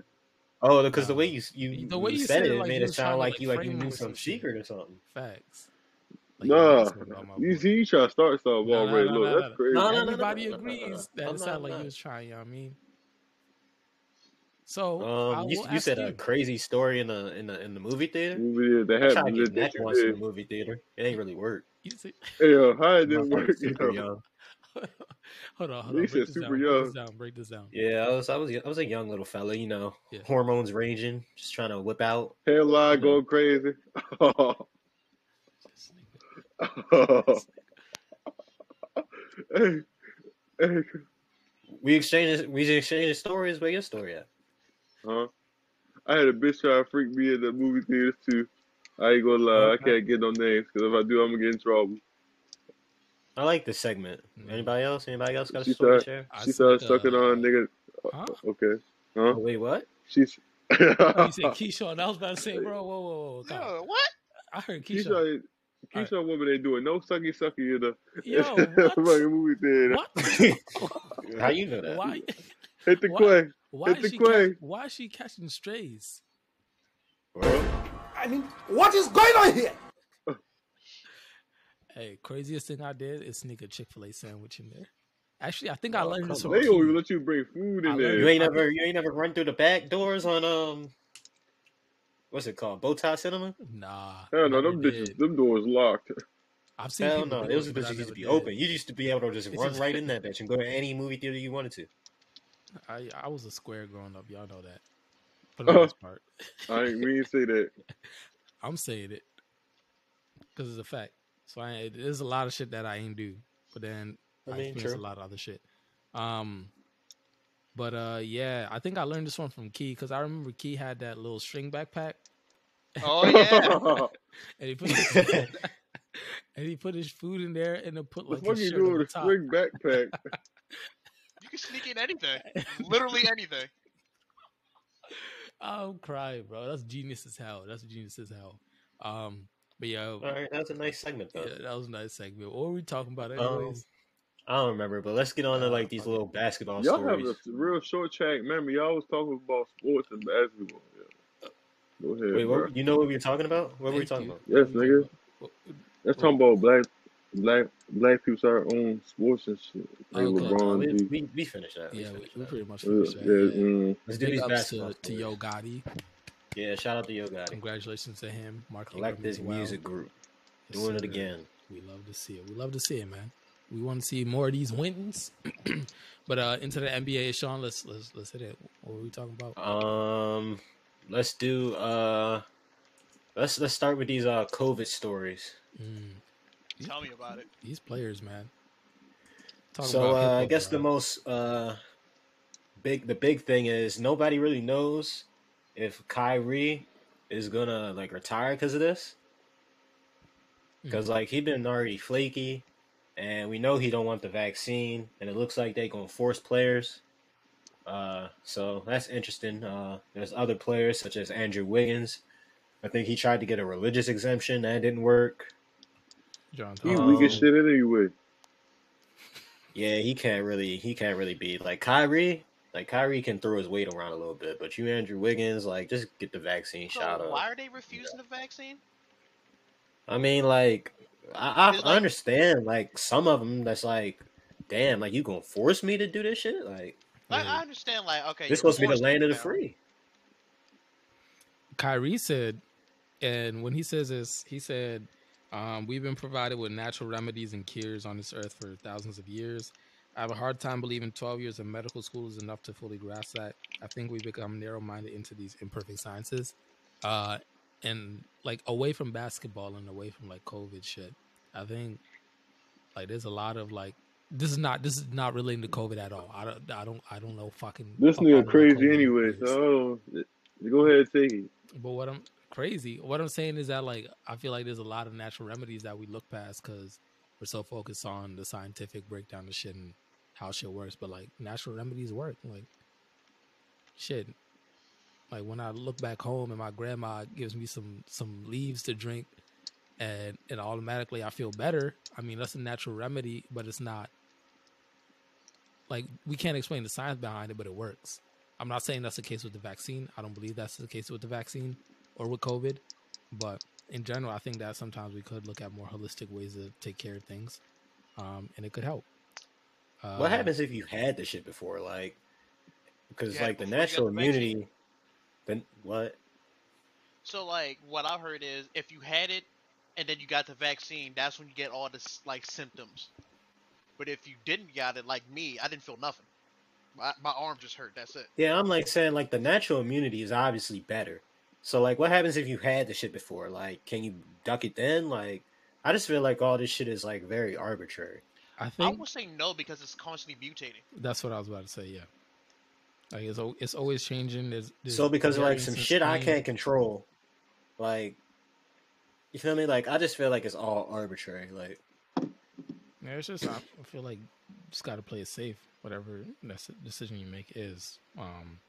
Speaker 3: Oh, because the way
Speaker 1: Nah.
Speaker 3: you you,
Speaker 1: Um, The way
Speaker 3: you
Speaker 1: you
Speaker 3: said it,
Speaker 1: like,
Speaker 3: made
Speaker 1: you
Speaker 3: it
Speaker 1: was trying
Speaker 3: sound
Speaker 1: to,
Speaker 3: like
Speaker 1: like,
Speaker 3: you like you
Speaker 1: frame it
Speaker 3: knew
Speaker 1: or
Speaker 3: some
Speaker 1: some
Speaker 3: secret
Speaker 1: shit.
Speaker 3: or something.
Speaker 1: Facts.
Speaker 5: nah.
Speaker 1: that's about my
Speaker 5: You
Speaker 1: boy.
Speaker 5: see, you try to start stuff
Speaker 1: No, no,
Speaker 5: already.
Speaker 1: no,
Speaker 5: Look,
Speaker 1: no,
Speaker 5: that's
Speaker 1: no.
Speaker 5: crazy.
Speaker 3: No, no,
Speaker 1: Everybody
Speaker 3: no, no, no,
Speaker 1: agrees
Speaker 3: no.
Speaker 1: that
Speaker 3: I'm
Speaker 1: it
Speaker 3: not-
Speaker 1: sounded like
Speaker 3: no.
Speaker 1: you was trying. You know what I mean? So I
Speaker 3: Um, you,
Speaker 1: will
Speaker 3: you
Speaker 1: ask
Speaker 3: said
Speaker 1: you.
Speaker 3: a crazy story in the in the in the movie theater.
Speaker 5: Movie theater that
Speaker 3: I tried
Speaker 5: happened.
Speaker 3: to
Speaker 5: That
Speaker 3: get neck
Speaker 5: that you
Speaker 3: once in the
Speaker 5: did.
Speaker 3: movie theater. It ain't really work.
Speaker 1: You said-
Speaker 5: Hey, yo, how it didn't
Speaker 3: Motherfucker
Speaker 5: work?
Speaker 3: super
Speaker 5: yo?
Speaker 3: young.
Speaker 1: hold on, hold on.
Speaker 5: You
Speaker 1: Break
Speaker 5: said
Speaker 1: this,
Speaker 5: super
Speaker 1: down, break
Speaker 5: young.
Speaker 1: this down. Break this down.
Speaker 3: Yeah, I was I was I was a young little fella, you know,
Speaker 1: Yeah.
Speaker 3: hormones ranging, just trying to whip out.
Speaker 5: Hairline going crazy. hey, hey,
Speaker 3: We exchanged we exchanged stories. Where your story at?
Speaker 5: huh? I had a bitch try to freak me in the movie theaters too. I ain't gonna lie, I
Speaker 3: Okay.
Speaker 5: can't get no names because if I do, I'm gonna get in trouble.
Speaker 3: I like this segment.
Speaker 1: Mhm.
Speaker 3: Anybody else? Anybody else got a
Speaker 5: She
Speaker 3: story
Speaker 5: said-
Speaker 3: to share?
Speaker 1: I
Speaker 5: she
Speaker 1: said,
Speaker 5: started sucking
Speaker 1: uh,
Speaker 5: on niggas.
Speaker 1: Huh?
Speaker 5: Okay,
Speaker 3: Oh,
Speaker 5: huh?
Speaker 3: wait, what?
Speaker 5: She's.
Speaker 1: Oh, you said Keyshawn. I was about to say, bro. Whoa, whoa, whoa. Calm.
Speaker 4: Yo, what?
Speaker 1: I heard Keyshawn.
Speaker 5: Keisha, Keisha, woman ain't doing no sucky sucky in the,
Speaker 1: Yo,
Speaker 5: in the
Speaker 1: what?
Speaker 5: fucking movie theater.
Speaker 1: What?
Speaker 3: How you know that?
Speaker 1: Why?
Speaker 5: Hit the
Speaker 1: What?
Speaker 5: clay.
Speaker 1: Why
Speaker 5: Hit
Speaker 1: is
Speaker 5: the
Speaker 1: she
Speaker 5: quay.
Speaker 1: ca- why is she catching strays?
Speaker 2: I mean, what is going on here?
Speaker 1: Hey, craziest thing I did is sneak a Chick Fil A sandwich in there. Actually, I think I
Speaker 3: Oh,
Speaker 1: learned this
Speaker 3: come
Speaker 1: from
Speaker 5: They don't even
Speaker 1: Q.
Speaker 5: let you bring food
Speaker 1: I learned-
Speaker 5: in there.
Speaker 3: You ain't never you ain't never run through the back doors on um what's it called? Bowtie Cinema?
Speaker 1: Nah,
Speaker 5: Hell no,
Speaker 1: never
Speaker 5: them
Speaker 1: did.
Speaker 5: bitches, them doors locked.
Speaker 1: I've seen
Speaker 3: Hell
Speaker 1: people
Speaker 3: no.
Speaker 1: do
Speaker 3: Those
Speaker 1: but I
Speaker 3: bitches used
Speaker 1: never
Speaker 3: to be
Speaker 1: did.
Speaker 3: open. You used to be able to just
Speaker 1: It's
Speaker 3: run
Speaker 1: just-
Speaker 3: right in that bitch and go to any movie theater you wanted to.
Speaker 1: I I was a square growing up. Y'all know that. For the
Speaker 5: Uh-huh.
Speaker 1: most part,
Speaker 5: I ain't mean to say that.
Speaker 1: I'm saying it because it's a fact. So I, there's a lot of shit that I ain't do, but then I,
Speaker 3: I mean,
Speaker 1: experienced
Speaker 3: true.
Speaker 1: a lot of other shit. Um, but uh, yeah, I think I learned this one from Key because I remember Key had that little string backpack,
Speaker 4: Oh yeah.
Speaker 1: and he put his, and he put his food in there and then put
Speaker 5: the
Speaker 1: like
Speaker 5: fuck
Speaker 1: his
Speaker 5: you
Speaker 1: shirt on
Speaker 5: doing
Speaker 1: the
Speaker 5: with a
Speaker 1: top.
Speaker 5: swing backpack?
Speaker 4: You can sneak in anything. Literally anything.
Speaker 1: Oh, I'm crying, bro. That's genius as hell. That's genius as hell. Um, but yeah,
Speaker 3: Alright, that was a nice segment though.
Speaker 1: yeah, that was a nice segment. What were we talking about,
Speaker 3: Um,
Speaker 1: anyways?
Speaker 3: I don't remember, but let's get on to
Speaker 1: Uh,
Speaker 3: like these
Speaker 1: okay.
Speaker 3: little basketball
Speaker 5: Y'all have
Speaker 3: stories.
Speaker 5: a real short track memory. Y'all was talking about sports and basketball. Yeah. Go ahead,
Speaker 3: Wait,
Speaker 5: bro.
Speaker 3: what, you know what we were talking about? What were we
Speaker 1: Thank
Speaker 3: talking
Speaker 1: you.
Speaker 3: about?
Speaker 5: Yes,
Speaker 1: What we
Speaker 5: nigga.
Speaker 1: talking about? What-
Speaker 5: That's talking about black, black, black people's our own sports and shit. Like
Speaker 1: Okay.
Speaker 5: LeBron.
Speaker 3: We,
Speaker 5: G.
Speaker 3: we, we finished that.
Speaker 1: Yeah, we,
Speaker 3: we finished
Speaker 1: we
Speaker 3: that.
Speaker 1: pretty much
Speaker 5: Yeah,
Speaker 1: finished
Speaker 5: yeah,
Speaker 1: that. Yeah.
Speaker 5: mm.
Speaker 3: Let's do
Speaker 1: Big
Speaker 3: these
Speaker 1: ups
Speaker 3: basketball
Speaker 1: to, to Yo
Speaker 3: stories.
Speaker 1: Gotti.
Speaker 3: Yeah, shout out to Yo Gotti.
Speaker 1: Congratulations to him. Mark Ingram as
Speaker 3: Collective
Speaker 1: well.
Speaker 3: Music Group.
Speaker 1: Yes,
Speaker 3: Doing it
Speaker 1: sir.
Speaker 3: again.
Speaker 1: We love to see it. We love to see it, man. We want to see more of these wins. but uh into the NBA, Sean, let's let's let's hit it. What were we talking about?
Speaker 3: Um, let's do uh, let's let's start with these uh COVID stories.
Speaker 1: Mm,
Speaker 4: Tell me about it.
Speaker 1: these players, man. Talking
Speaker 3: so
Speaker 1: about
Speaker 3: uh, I
Speaker 1: hip-hop,
Speaker 3: guess the
Speaker 1: bro.
Speaker 3: most uh big the big thing is nobody really knows if Kyrie is gonna like retire because of this
Speaker 1: Mm-hmm.
Speaker 3: because like he been already flaky, and we know he don't want the vaccine, and it looks like they gonna force players. Uh, so that's interesting. Uh, there's other players such as Andrew Wiggins. I think he tried to get a religious exemption that didn't work.
Speaker 1: John
Speaker 5: He
Speaker 1: Collins.
Speaker 5: weak as
Speaker 3: Um,
Speaker 5: shit anyway.
Speaker 3: Yeah, he can't really he can't really be like Kyrie. Like Kyrie can throw his weight around a little bit, but you Andrew Wiggins, like just get the vaccine shot
Speaker 4: So
Speaker 3: up.
Speaker 4: why are they refusing the vaccine?
Speaker 3: I mean, like I, I
Speaker 4: It's like-
Speaker 3: understand like some of them that's like, damn, like you gonna force me to do this shit? Like
Speaker 4: Like,
Speaker 1: Yeah.
Speaker 4: I understand, like, okay,
Speaker 3: this
Speaker 4: you're
Speaker 3: supposed to be the
Speaker 4: forced
Speaker 3: land of the
Speaker 4: now.
Speaker 3: free.
Speaker 1: Kyrie said, and when he says this, he said, um, "We've been provided with natural remedies and cures on this earth for thousands of years. I have a hard time believing 12 years of medical school is enough to fully grasp that. I think we become narrow-minded into these imperfect sciences, uh, and like away from basketball and away from like COVID shit. I think like there's a lot of like." This is not. This is not relating to COVID at all. I don't. I don't. I don't know. Fucking.
Speaker 5: This
Speaker 1: fuck all
Speaker 5: nigga
Speaker 1: about
Speaker 5: crazy
Speaker 1: COVID
Speaker 5: anyway.
Speaker 1: is.
Speaker 5: So I don't- go ahead, take it.
Speaker 1: But what I'm crazy, what I'm saying is that like I feel like there's a lot of natural remedies that we look past because we're so focused on the scientific breakdown of shit and how shit works. But like natural remedies work, like shit. Like when I look back home and my grandma gives me some some leaves to drink, and and automatically I feel better. I mean that's a natural remedy, but it's not like we can't explain the science behind it, but it works. I'm not saying that's the case with the vaccine. I don't believe that's the case with the vaccine or with COVID. But in general, I think that sometimes we could look at more holistic ways to take care of things, um, and it could help. Uh,
Speaker 3: what happens if you had this shit before? Like because
Speaker 4: Yeah,
Speaker 3: like the
Speaker 4: before you got
Speaker 3: natural
Speaker 4: the vaccine.
Speaker 3: immunity. Then what?
Speaker 4: So, like, what I heard is if you had it and then you got the vaccine, that's when you get all this, like, symptoms. But if you didn't got it, like me, I didn't feel nothing. My, my arm just hurt. That's it.
Speaker 3: Yeah, I'm like saying like the natural immunity is obviously better. So like what happens if you had the shit before? Like can you duck it then? Like I just feel like all this shit is like very arbitrary.
Speaker 1: I
Speaker 4: I
Speaker 1: think
Speaker 4: would say no because it's constantly mutating.
Speaker 1: that's what I was about to say. Yeah, like it's al- it's always changing. There's, there's
Speaker 3: so because of like some
Speaker 1: variances
Speaker 3: shit I
Speaker 1: coming.
Speaker 3: can't control, like you feel me? Like I just feel like it's all arbitrary. Like
Speaker 1: Yeah, it's just I I feel like just got to play it safe. Whatever that's the decision you make is. Um,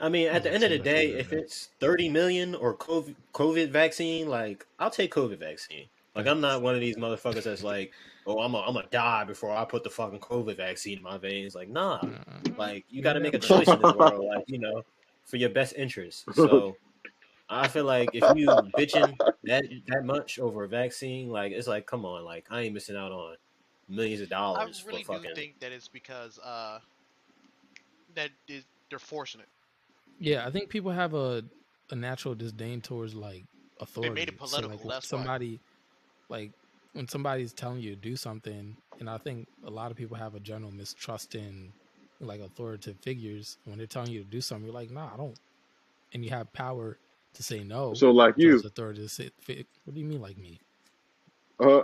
Speaker 3: I mean, at the
Speaker 1: Yeah,
Speaker 3: end of
Speaker 1: so
Speaker 3: the
Speaker 1: that's
Speaker 3: day,
Speaker 1: what it
Speaker 3: if
Speaker 1: is.
Speaker 3: it's 30 million or COVID, COVID vaccine, like I'll take COVID vaccine. Like I'm not one of these motherfuckers that's like, oh, I'm a, I'm gonna die before I put the fucking COVID vaccine in my veins. Like, nah.
Speaker 1: uh,
Speaker 3: Like you got to make a choice in this world, like you know, for your best interest. So I feel like if you bitching that that much over a vaccine, like it's like, come on, like I ain't missing out on millions of
Speaker 4: I
Speaker 3: dollars
Speaker 4: really
Speaker 3: for
Speaker 4: do
Speaker 3: Oh, fucking.
Speaker 4: think that it's because uh, that is, they're forcing it.
Speaker 1: Yeah, I think people have a a natural disdain towards like authority.
Speaker 4: made it
Speaker 1: So, like, when
Speaker 4: political, that's why.
Speaker 1: somebody like when somebody's telling you to do something, and I think a lot of people have a general mistrust in like authoritative figures. When they're telling you to do something, you're like, nah, I don't. And you have power to say no.
Speaker 5: So like you,
Speaker 1: towards authoritative si- fi- What do you mean, like me?
Speaker 5: uh,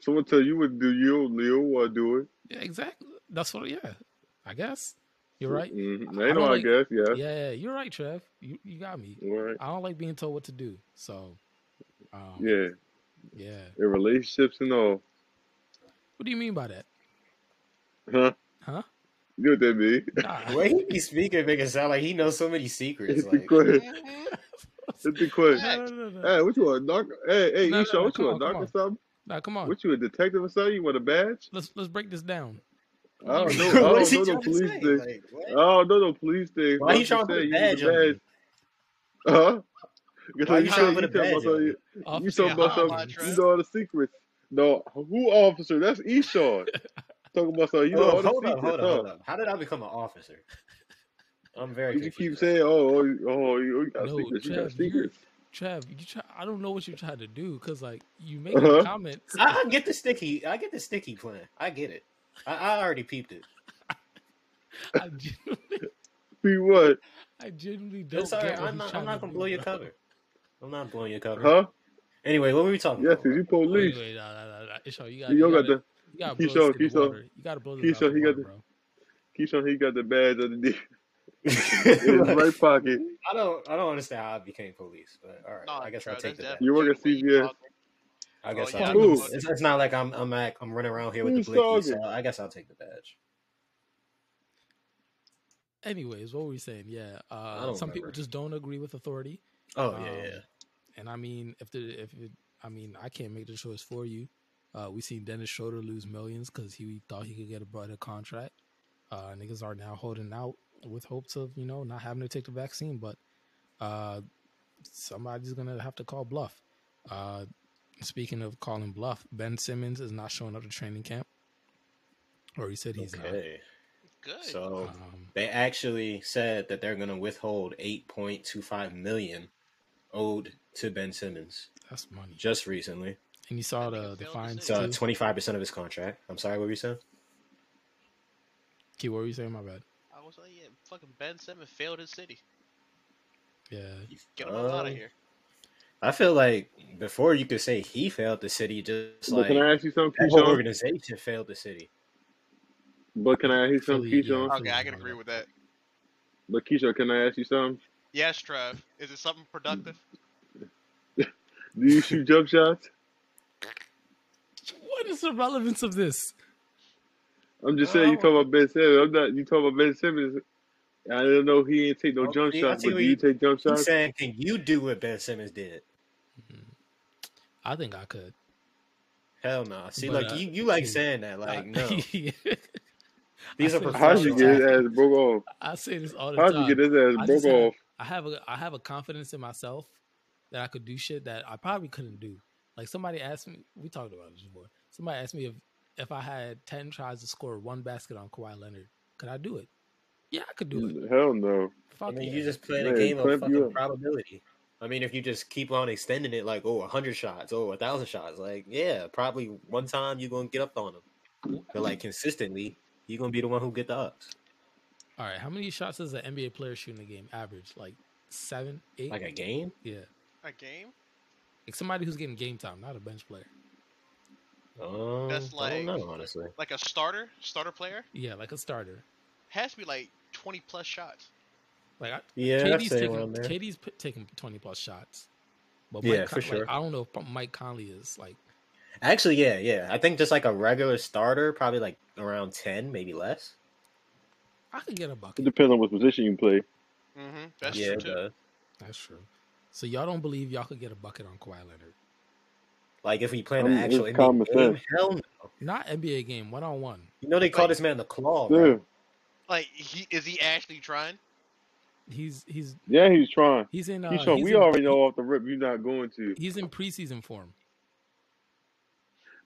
Speaker 5: someone tell you what to do you don't, you don't want to do it.
Speaker 1: Yeah, exactly. That's what. Yeah, I guess you're right.
Speaker 5: Mm-hmm.
Speaker 1: I
Speaker 5: I know.
Speaker 1: don't
Speaker 5: I
Speaker 1: like-
Speaker 5: guess. Yeah.
Speaker 1: Yeah, yeah, you're right, Trev. You you got me.
Speaker 5: Right.
Speaker 1: I don't like being told what to do. So, um,
Speaker 5: Yeah.
Speaker 1: yeah.
Speaker 5: In relationships and all.
Speaker 1: What do you mean by that?
Speaker 5: Huh?
Speaker 1: Huh?
Speaker 5: You know what that mean?
Speaker 1: Nah.
Speaker 3: Way he be speaking make it sound like he knows so many secrets. Like,
Speaker 5: Go ahead.
Speaker 4: Mhm.
Speaker 5: That's the question.
Speaker 1: No, no, no, no.
Speaker 5: Hey, what you want? Knock? Hey, hey,
Speaker 1: No,
Speaker 5: you
Speaker 1: no, no,
Speaker 5: sure? What
Speaker 1: come
Speaker 5: you
Speaker 1: on, come
Speaker 5: want? Knock or
Speaker 1: on.
Speaker 5: something?
Speaker 1: Nah, come on.
Speaker 5: What you a detective or something? You want a badge?
Speaker 1: Let's let's break this down.
Speaker 5: I don't know. I
Speaker 3: what is
Speaker 5: don't
Speaker 3: he
Speaker 5: know
Speaker 3: trying
Speaker 5: no
Speaker 3: to
Speaker 5: police Uh,
Speaker 3: say?
Speaker 5: thing.
Speaker 3: Like, what?
Speaker 5: I don't know Oh, no police thing.
Speaker 3: Why
Speaker 5: Like
Speaker 3: you trying to put
Speaker 5: said,
Speaker 3: a
Speaker 5: you need
Speaker 3: badge on me?
Speaker 5: Huh? Because
Speaker 3: Why
Speaker 5: like
Speaker 3: you
Speaker 5: you
Speaker 3: trying
Speaker 5: said,
Speaker 3: to
Speaker 5: you
Speaker 3: put a
Speaker 5: talking
Speaker 3: badge
Speaker 5: about
Speaker 3: on
Speaker 5: some,
Speaker 3: me?
Speaker 5: you
Speaker 1: Officer
Speaker 5: talking about
Speaker 4: Hotline,
Speaker 5: some,
Speaker 4: Trey.
Speaker 5: you know all the secrets. No, who officer? That's Eshawn. talking about some, you know all
Speaker 3: Oh,
Speaker 5: the
Speaker 3: hold up, hold up,
Speaker 5: secrets. huh?
Speaker 3: hold up. How did I become an officer? I'm very
Speaker 5: You just
Speaker 3: confused.
Speaker 5: keep saying, oh, oh, you- oh, you you got
Speaker 1: No,
Speaker 5: secrets. You got
Speaker 1: Trev, you're-
Speaker 5: secrets.
Speaker 1: Trev, you try, I don't know what you're trying to do because like you make the
Speaker 5: Uh-huh.
Speaker 1: comments.
Speaker 3: I, I get the sticky. I get the sticky plan. I get it. I, I already peeped it.
Speaker 1: I genuinely,
Speaker 5: Be what?
Speaker 1: I genuinely don't.
Speaker 3: It's all right.
Speaker 1: get what
Speaker 3: I'm
Speaker 1: he's
Speaker 3: not.
Speaker 1: trying
Speaker 3: I'm not
Speaker 1: to
Speaker 3: gonna
Speaker 1: do,
Speaker 3: blow your
Speaker 1: bro.
Speaker 3: cover. I'm not blowing your cover.
Speaker 5: Huh?
Speaker 3: Anyway, what were we talking
Speaker 5: Yes,
Speaker 3: about?
Speaker 5: cause you
Speaker 1: Wait,
Speaker 5: police.
Speaker 1: wait, nah, nah, nah, nah. Ishaw, you got,
Speaker 5: You
Speaker 1: you
Speaker 5: don't
Speaker 1: got,
Speaker 5: got
Speaker 1: to,
Speaker 5: the
Speaker 1: you got to blow this
Speaker 5: Keyshawn,
Speaker 1: in the
Speaker 5: Keyshawn.
Speaker 1: water. You got to blow this out
Speaker 5: Keyshawn,
Speaker 1: the
Speaker 5: he
Speaker 1: water,
Speaker 5: got
Speaker 1: bro.
Speaker 5: Keyshawn. He got the badge underneath in his right
Speaker 3: Like,
Speaker 5: pocket.
Speaker 3: I don't. I don't understand how I became police. But all right,
Speaker 4: Nah,
Speaker 3: I guess
Speaker 4: Trey,
Speaker 3: I'll take
Speaker 4: that's
Speaker 3: the bet.
Speaker 5: You work at
Speaker 4: definitely way
Speaker 5: CVS.
Speaker 4: out there.
Speaker 3: I guess
Speaker 4: Oh,
Speaker 3: I'll
Speaker 4: yeah,
Speaker 3: take the
Speaker 5: Who?
Speaker 3: bet. It's, it's not like I'm. I'm. At, I'm running around here with the
Speaker 5: Who's
Speaker 3: blicky, so
Speaker 5: talking?
Speaker 3: I guess I'll take the badge.
Speaker 1: Anyways, what were we saying? Yeah,
Speaker 3: I
Speaker 1: uh,
Speaker 3: don't
Speaker 1: some people
Speaker 3: remember.
Speaker 1: just don't agree with authority.
Speaker 3: Oh
Speaker 1: Um,
Speaker 3: yeah, yeah.
Speaker 1: And I mean, if the if it, I mean, I can't make the choice for you. Uh, we seen Dennis Schroeder lose millions because he thought he could get a better contract. Uh, niggas are now holding out with hopes of you know not having to take the vaccine, but uh, somebody's gonna have to call bluff. Uh, speaking of calling bluff, Ben Simmons is not showing up to training camp, or he said he's
Speaker 3: Okay,
Speaker 4: Good.
Speaker 3: so.
Speaker 1: not. Um,
Speaker 3: they actually said that they're going to withhold 8.25 million owed to Ben Simmons
Speaker 1: that's money.
Speaker 3: just recently.
Speaker 1: And you saw
Speaker 4: That nigga
Speaker 1: the the
Speaker 4: failed to
Speaker 1: fines
Speaker 3: So
Speaker 1: too.
Speaker 4: save.
Speaker 3: 25% of his contract. I'm sorry, what were you saying?
Speaker 1: Key, what were you saying? My bad.
Speaker 4: I was like, yeah, fucking Ben Simmons failed his city.
Speaker 1: Yeah,
Speaker 4: Get him out
Speaker 3: Um,
Speaker 4: of here.
Speaker 3: I feel like before you could say he failed the city, just
Speaker 5: But
Speaker 3: like
Speaker 5: can I ask you something,
Speaker 3: that whole
Speaker 5: Keyshawn?
Speaker 3: organization failed the city.
Speaker 5: But can I ask you something,
Speaker 1: Philly. Yeah,
Speaker 5: Keyshawn?
Speaker 4: Okay,
Speaker 1: Philly's
Speaker 4: I can
Speaker 1: not
Speaker 4: agree
Speaker 1: up.
Speaker 4: with that.
Speaker 5: But Keyshawn, can I ask you something?
Speaker 4: Yes, Trev. Is it something productive?
Speaker 5: Do you shoot jump shots?
Speaker 1: What is the relevance of this?
Speaker 5: I'm just
Speaker 3: Well,
Speaker 5: saying
Speaker 3: I
Speaker 5: you talking about Ben Simmons. I'm not. You talking about Ben Simmons? I don't know. He ain't take no
Speaker 3: Oh,
Speaker 5: jump
Speaker 3: see, I
Speaker 5: shots.
Speaker 3: see
Speaker 5: But do
Speaker 3: what
Speaker 5: you
Speaker 3: you-
Speaker 5: take jump
Speaker 3: He's
Speaker 5: shots?
Speaker 3: saying, can you do what Ben Simmons did?
Speaker 1: Mm-hmm. I think I could.
Speaker 3: Hell no. See,
Speaker 1: But,
Speaker 3: like
Speaker 1: uh,
Speaker 3: you, you like
Speaker 1: hmm.
Speaker 3: saying that. Like, no. These
Speaker 1: I
Speaker 3: are
Speaker 1: said-
Speaker 5: How'd you
Speaker 3: professional
Speaker 5: get his
Speaker 3: athletes.
Speaker 5: ass broke off?
Speaker 1: I say this all the
Speaker 5: How'd you
Speaker 1: time.
Speaker 5: get his ass
Speaker 1: I
Speaker 5: broke
Speaker 1: just have
Speaker 5: off?
Speaker 1: I have a I have a confidence in myself that I could do shit that I probably couldn't do. Like somebody asked me, we talked about this before. Somebody asked me if if I had ten tries to score one basket on Kawhi Leonard, could I do it? Yeah, I could do it.
Speaker 5: Hell no.
Speaker 3: I
Speaker 1: Fuck
Speaker 3: mean,
Speaker 1: yeah.
Speaker 3: you just playing a
Speaker 5: Man,
Speaker 3: game of
Speaker 5: clamp you
Speaker 3: fucking
Speaker 5: up.
Speaker 3: probability. I mean, if you just keep on extending it, like oh, a hundred shots, oh, a thousand shots, like yeah, probably one time you're gonna get up on them. But like consistently, you're gonna be the one who get the ups,
Speaker 1: all right, how many shots does an NBA player shoot in a game? Average, like seven, eight.
Speaker 3: like a game.
Speaker 1: yeah,
Speaker 4: A game?
Speaker 1: like somebody who's getting game time, not a bench player.
Speaker 3: Um,
Speaker 4: That's
Speaker 3: I don't
Speaker 4: like-
Speaker 3: know, honestly.
Speaker 4: Like a starter? Starter player?
Speaker 1: Yeah, like a starter.
Speaker 4: Has to be like 20 plus shots.
Speaker 1: Like I,
Speaker 3: Yeah, I'd
Speaker 1: KD's
Speaker 3: say
Speaker 1: taking
Speaker 3: around there.
Speaker 1: KD's p- taking twenty plus shots, but
Speaker 3: Yeah,
Speaker 1: Mike
Speaker 3: for
Speaker 1: Con- like,
Speaker 3: sure.
Speaker 1: I don't know if Mike Conley is like
Speaker 3: Actually, yeah, yeah. I think just like a regular starter, probably like around ten, maybe less.
Speaker 1: I could get a
Speaker 5: It
Speaker 1: bucket.
Speaker 5: depends on what position you play.
Speaker 4: Mm-hmm. That's
Speaker 3: yeah,
Speaker 4: true, too.
Speaker 3: duh.
Speaker 1: That's true. So y'all don't believe y'all could get a bucket on Kawhi Leonard?
Speaker 3: Like if we playing
Speaker 5: I
Speaker 3: an
Speaker 5: mean,
Speaker 3: actual
Speaker 5: it's
Speaker 3: NBA
Speaker 5: common
Speaker 3: game,
Speaker 5: sense.
Speaker 3: hell no.
Speaker 1: Not NBA game one on one.
Speaker 3: You know they call this man the Claw.
Speaker 5: Yeah,
Speaker 3: Oh, Bro.
Speaker 4: Like, he is he actually trying?
Speaker 1: He's he's
Speaker 5: yeah, he's trying.
Speaker 1: he's in. Uh,
Speaker 5: He's trying.
Speaker 1: he's
Speaker 5: We
Speaker 1: in-
Speaker 5: already know off the rip you're not going to.
Speaker 1: He's in preseason form.
Speaker 5: No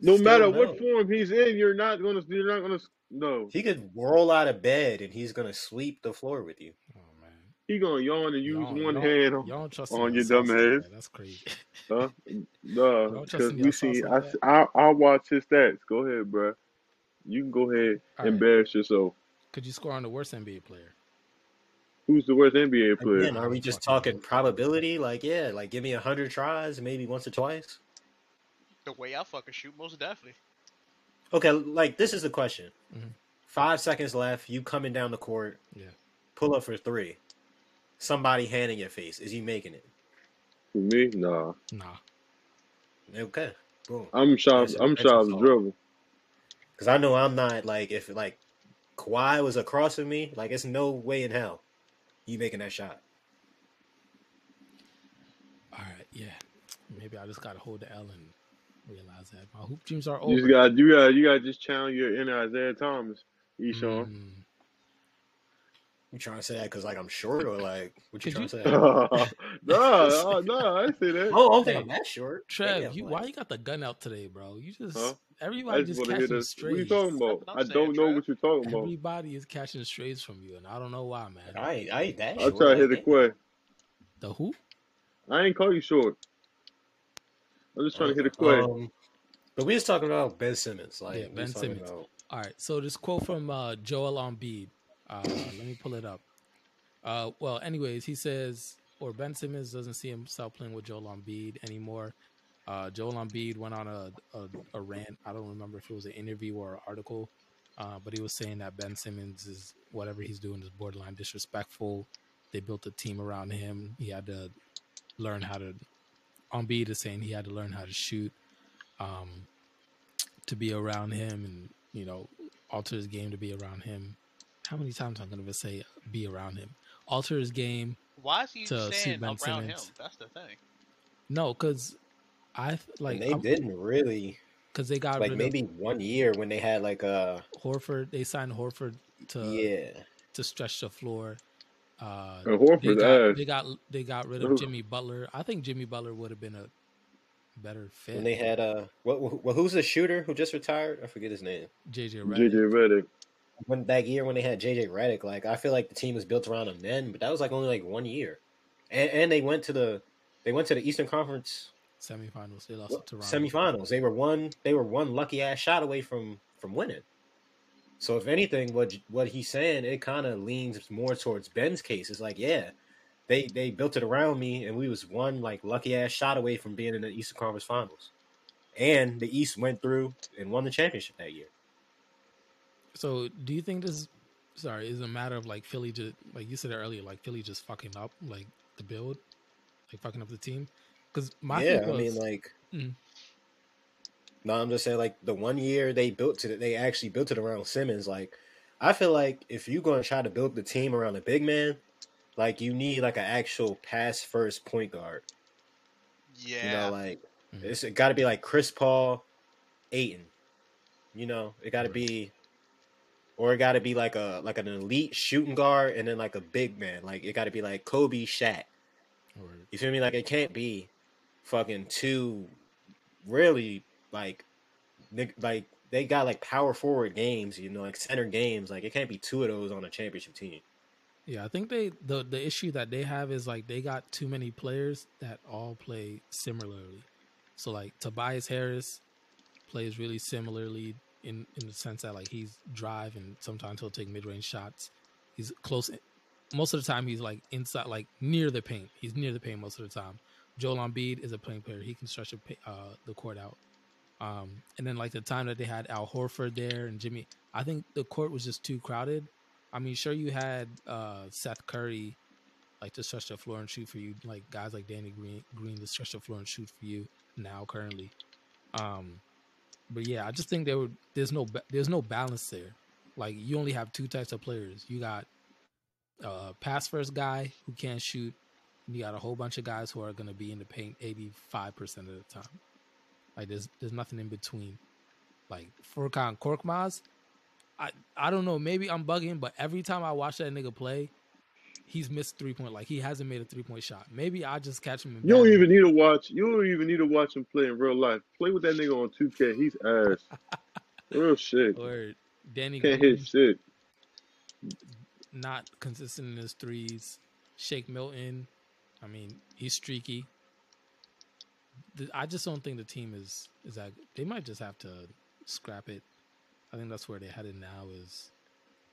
Speaker 3: Still
Speaker 5: matter
Speaker 3: no.
Speaker 5: what form he's in, you're not gonna. You're not gonna. No,
Speaker 3: He could roll out of bed and he's gonna sweep the floor with you.
Speaker 1: Oh man,
Speaker 5: he gonna yawn and use
Speaker 1: Y'all-
Speaker 5: one
Speaker 1: y'all-
Speaker 5: hand. on-
Speaker 1: y'all don't trust
Speaker 5: on
Speaker 1: him in
Speaker 5: your
Speaker 1: the
Speaker 5: dumb
Speaker 1: Celtics,
Speaker 5: ass.
Speaker 1: man. That's crazy.
Speaker 5: Huh?
Speaker 1: Y'all
Speaker 5: No,
Speaker 1: trusting
Speaker 5: because we
Speaker 1: yourselves
Speaker 5: see.
Speaker 1: like
Speaker 5: I,
Speaker 1: that?
Speaker 5: I I watch his stats. Go ahead, bruh. You can go ahead.
Speaker 1: All right.
Speaker 5: embarrass yourself.
Speaker 1: Could you score on the worst NBA player?
Speaker 5: Who's the worst NBA player?
Speaker 3: Again, are we just talking probability? Like, yeah, like give me a hundred tries, maybe once or twice.
Speaker 4: The way I fucking shoot, most definitely.
Speaker 3: Okay, like this is the question.
Speaker 4: Mm-hmm.
Speaker 1: Mhm.
Speaker 3: Five seconds left. You coming down the court.
Speaker 1: Yeah.
Speaker 3: Pull up for three. Somebody hand in your face. Is you making it?
Speaker 5: For me, nah.
Speaker 1: Nah.
Speaker 3: Okay. Boom.
Speaker 5: I'm shot.
Speaker 3: That's-
Speaker 5: I'm
Speaker 3: that's
Speaker 5: shot
Speaker 3: a foul.
Speaker 5: dribble.
Speaker 3: Because I know I'm not like if like Kawhi was across from me, like it's no way in hell you making that shot.
Speaker 1: All right. Yeah. Maybe I just gotta hold the L and realize that my hoop dreams are over.
Speaker 5: You just got. You got. You got. to Just channel your inner Isaiah Thomas, Eshawn.
Speaker 1: Mm.
Speaker 3: You trying to say that because like I'm short or like what you
Speaker 1: Could
Speaker 3: trying to say?
Speaker 5: nah, nah, nah, I see that.
Speaker 3: oh, okay,
Speaker 1: Hey,
Speaker 3: I'm that short.
Speaker 1: Trev,
Speaker 3: Damn,
Speaker 1: you
Speaker 3: like,
Speaker 1: why you got the gun out today, bro? You just
Speaker 5: Huh? I
Speaker 1: everybody
Speaker 5: just
Speaker 1: just
Speaker 5: want to hear
Speaker 1: catching
Speaker 5: this. What are you
Speaker 1: strays.
Speaker 5: talking
Speaker 4: That's
Speaker 5: about?
Speaker 4: what
Speaker 5: I
Speaker 4: I'm
Speaker 5: don't
Speaker 4: saying,
Speaker 5: know
Speaker 4: Trev.
Speaker 5: what you're talking about.
Speaker 1: Everybody is catching strays from you, and I don't know why, man.
Speaker 3: I ain't, I ain't that
Speaker 5: I'll
Speaker 3: short.
Speaker 5: try to hit the
Speaker 3: like,
Speaker 5: quad.
Speaker 1: The who?
Speaker 5: I ain't call you short. I'm just trying to hit a quad.
Speaker 3: Um, but we was talking about Ben Simmons, like
Speaker 1: Yeah,
Speaker 3: we
Speaker 1: Ben
Speaker 3: was talking
Speaker 1: Simmons.
Speaker 3: about-
Speaker 1: All right. So this quote from uh, Joel Embiid. Uh, let me pull it up. Uh, well, anyways, he says, or Ben Simmons doesn't see himself playing with Joel Embiid anymore. Uh, Joel Embiid went on a, a a rant. I don't remember if it was an interview or an article, uh, but he was saying that Ben Simmons is whatever he's doing is borderline disrespectful. They built a team around him. He had to learn how to. Embiid is saying he had to learn how to shoot. Um, to be around him and you know alter his game to be around him. How many times am I going to say be around him? Alter his game.
Speaker 4: Why is he
Speaker 1: To shoot
Speaker 4: saying
Speaker 1: Ben
Speaker 4: around
Speaker 1: Simmons.
Speaker 4: him? That's the thing.
Speaker 1: No, because I like
Speaker 3: and they didn't really
Speaker 1: because they got
Speaker 3: like
Speaker 1: rid
Speaker 3: maybe one year when they had like a
Speaker 1: of Horford. They signed Horford to
Speaker 3: yeah.
Speaker 1: to stretch the floor. Uh,
Speaker 5: And
Speaker 1: they,
Speaker 5: Horford
Speaker 1: got,
Speaker 5: ass.
Speaker 1: they got they got rid of
Speaker 5: Oof.
Speaker 1: Jimmy Butler. I think Jimmy Butler would have been a better fit.
Speaker 3: When they had uh, what, what who's the shooter who just retired? I forget his name.
Speaker 1: JJ Redick.
Speaker 5: JJ Reddick.
Speaker 3: when that year when they had JJ Redick, like I feel like the team was built around him then, but that was like only like one year, and, and they went to the they went to the Eastern Conference
Speaker 1: semifinals. They lost to Toronto.
Speaker 3: semifinals. They were one they were one lucky ass shot away from from winning. So if anything, what what he's saying, it kind of leans more towards Ben's case. It's like yeah, they they built it around me, and we was one like lucky ass shot away from being in the Eastern Conference Finals, and the East went through and won the championship that year.
Speaker 1: So, do you think this? Sorry, is a matter of like Philly just like you said earlier, like Philly just fucking up like the build, like fucking up the team. Because my
Speaker 3: yeah,
Speaker 1: thing was,
Speaker 3: I mean, like,
Speaker 1: Mm.
Speaker 3: no, I'm just saying, like, the one year they built to, they actually built it around Simmons. Like, I feel like if you're going to try to build the team around a big man, like, you need like an actual pass first point guard.
Speaker 4: Yeah.
Speaker 3: You know, like,
Speaker 1: Mm.
Speaker 3: it's got to be like Chris Paul, Aiton. You know, it got to
Speaker 1: Right.
Speaker 3: be. Or it got to be like a like an elite shooting guard, and then like a big man. Like it got to be like Kobe, Shaq,
Speaker 1: or,
Speaker 3: you feel me? Like it can't be fucking two really like nig- like they got like power forward games, you know, like center games. Like it can't be two of those on a championship team.
Speaker 1: yeah, I think they the the issue that they have is like they got too many players that all play similarly. So like Tobias Harris plays really similarly in in the sense that like he's drive and sometimes he'll take mid range shots. He's close. Most of the time, he's like inside, like near the paint. He's near the paint most of the time. Joel Embiid is a playing player. He can stretch the pa- uh, the court out. Um, and then like the time that they had Al Horford there and Jimmy, I think the court was just too crowded. I mean, sure you had uh, Seth Curry like to stretch the floor and shoot for you, like guys like Danny Green Green to stretch the floor and shoot for you now currently. Um, but yeah, I just think there were there's no ba- there's no balance there. Like you only have two types of players. You got uh pass first guy who can't shoot. And you got a whole bunch of guys who are going to be in the paint 85% of the time. Like there's there's nothing in between. Like Furkan Korkmaz, I I don't know. Maybe I'm bugging, but every time I watch that nigga play, he's missed three point. Like he hasn't made a three point shot. Maybe I just catch him. in
Speaker 5: You don't
Speaker 1: bad.
Speaker 5: even need to watch. You don't even need to watch him play in real life. Play with that nigga on 2K. He's ass. real shit.
Speaker 1: Or Danny
Speaker 5: Can't
Speaker 1: Green
Speaker 5: hit shit.
Speaker 1: not consistent in his threes. Shake Milton, I mean he's streaky. The- I just don't think the team is is that they might just have to scrap it. I think that's where they're headed now is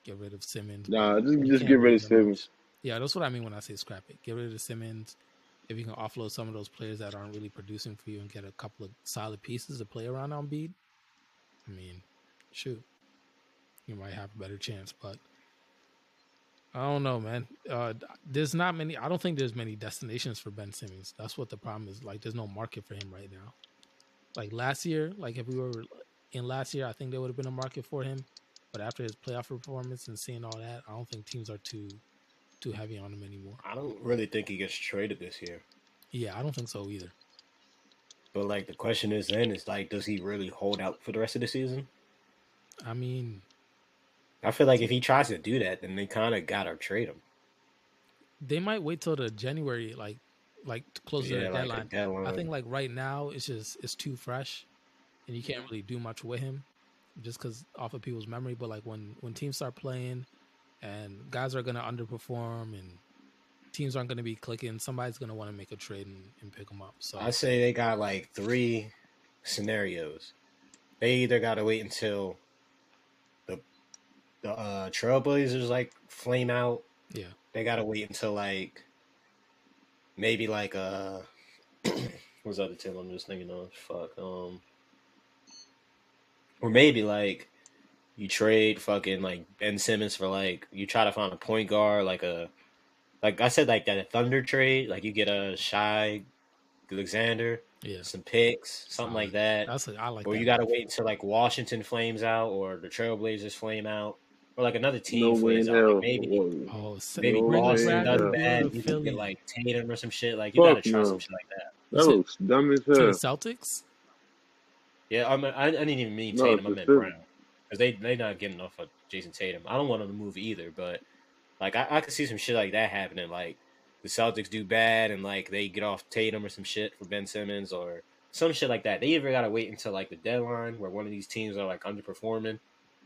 Speaker 1: get rid of Simmons.
Speaker 5: Nah, just
Speaker 1: You
Speaker 5: just
Speaker 1: can't
Speaker 5: get rid of
Speaker 1: really do much.
Speaker 5: Simmons.
Speaker 1: Yeah, that's what I mean when I say scrap it. Get rid of Simmons. If you can offload some of those players that aren't really producing for you and get a couple of solid pieces to play around on beat, I mean, shoot, you might have a better chance. But I don't know, man. Uh, there's not many. I don't think there's many destinations for Ben Simmons. That's what the problem is. Like, there's no market for him right now. Like last year, like if we were in last year, I think there would have been a market for him. But after his playoff performance and seeing all that, I don't think teams are too too heavy on him anymore.
Speaker 3: I don't really think he gets traded this year.
Speaker 1: Yeah, I don't think so either.
Speaker 3: But like the question is then is like, does he really hold out for the rest of the season?
Speaker 1: I mean,
Speaker 3: I feel like if he tries to do that, then they kind of gotta trade him.
Speaker 1: they might wait till the January, like, like closer to the
Speaker 3: like a
Speaker 1: deadline.
Speaker 3: deadline.
Speaker 1: I think like right now it's just it's too fresh, and you
Speaker 3: Mm-hmm.
Speaker 1: can't really do much with him, just because off of people's memory. But like when when teams start playing, and guys are gonna underperform, and teams aren't gonna be clicking, somebody's gonna want to make a trade and, and pick him up. So
Speaker 3: I say they got like three scenarios. They either gotta wait until the the uh, Trailblazers like flame out.
Speaker 1: Yeah.
Speaker 3: They gotta wait until like maybe like uh what's the other team I'm just thinking of? Fuck. Um or maybe like you trade fucking like Ben Simmons for like you try to find a point guard like a like I said like that Thunder trade like you get a shy Alexander
Speaker 1: yeah,
Speaker 3: some picks something like that
Speaker 1: that's a, I like.
Speaker 3: or
Speaker 1: that.
Speaker 3: you got to wait until like Washington flames out or the Trailblazers flame out or like another team
Speaker 5: No way in
Speaker 3: flames out
Speaker 5: hell.
Speaker 3: like, maybe
Speaker 5: Whoa.
Speaker 1: Oh, so
Speaker 3: maybe
Speaker 5: No
Speaker 1: bring
Speaker 5: way
Speaker 3: Boston
Speaker 5: in
Speaker 1: Brad
Speaker 3: does
Speaker 5: hell.
Speaker 1: Beal to
Speaker 3: bad you can
Speaker 1: uh, Philly.
Speaker 3: get like Tatum or some shit like you gotta
Speaker 5: Fuck
Speaker 3: try
Speaker 5: no.
Speaker 3: some shit like that
Speaker 5: That
Speaker 1: said-
Speaker 5: looks dumb as
Speaker 1: to the
Speaker 5: hell.
Speaker 1: Celtics.
Speaker 3: Yeah, I'm, I, I didn't even mean
Speaker 5: No,
Speaker 3: Tatum. I
Speaker 5: for
Speaker 3: meant
Speaker 5: sure.
Speaker 3: Brown because they they not getting off of Jason Tatum. I don't want him to move either, but like I, I could see some shit like that happening. Like the Celtics do bad and like they get off Tatum or some shit for Ben Simmons or some shit like that. They either gotta wait until like the deadline where one of these teams are like underperforming,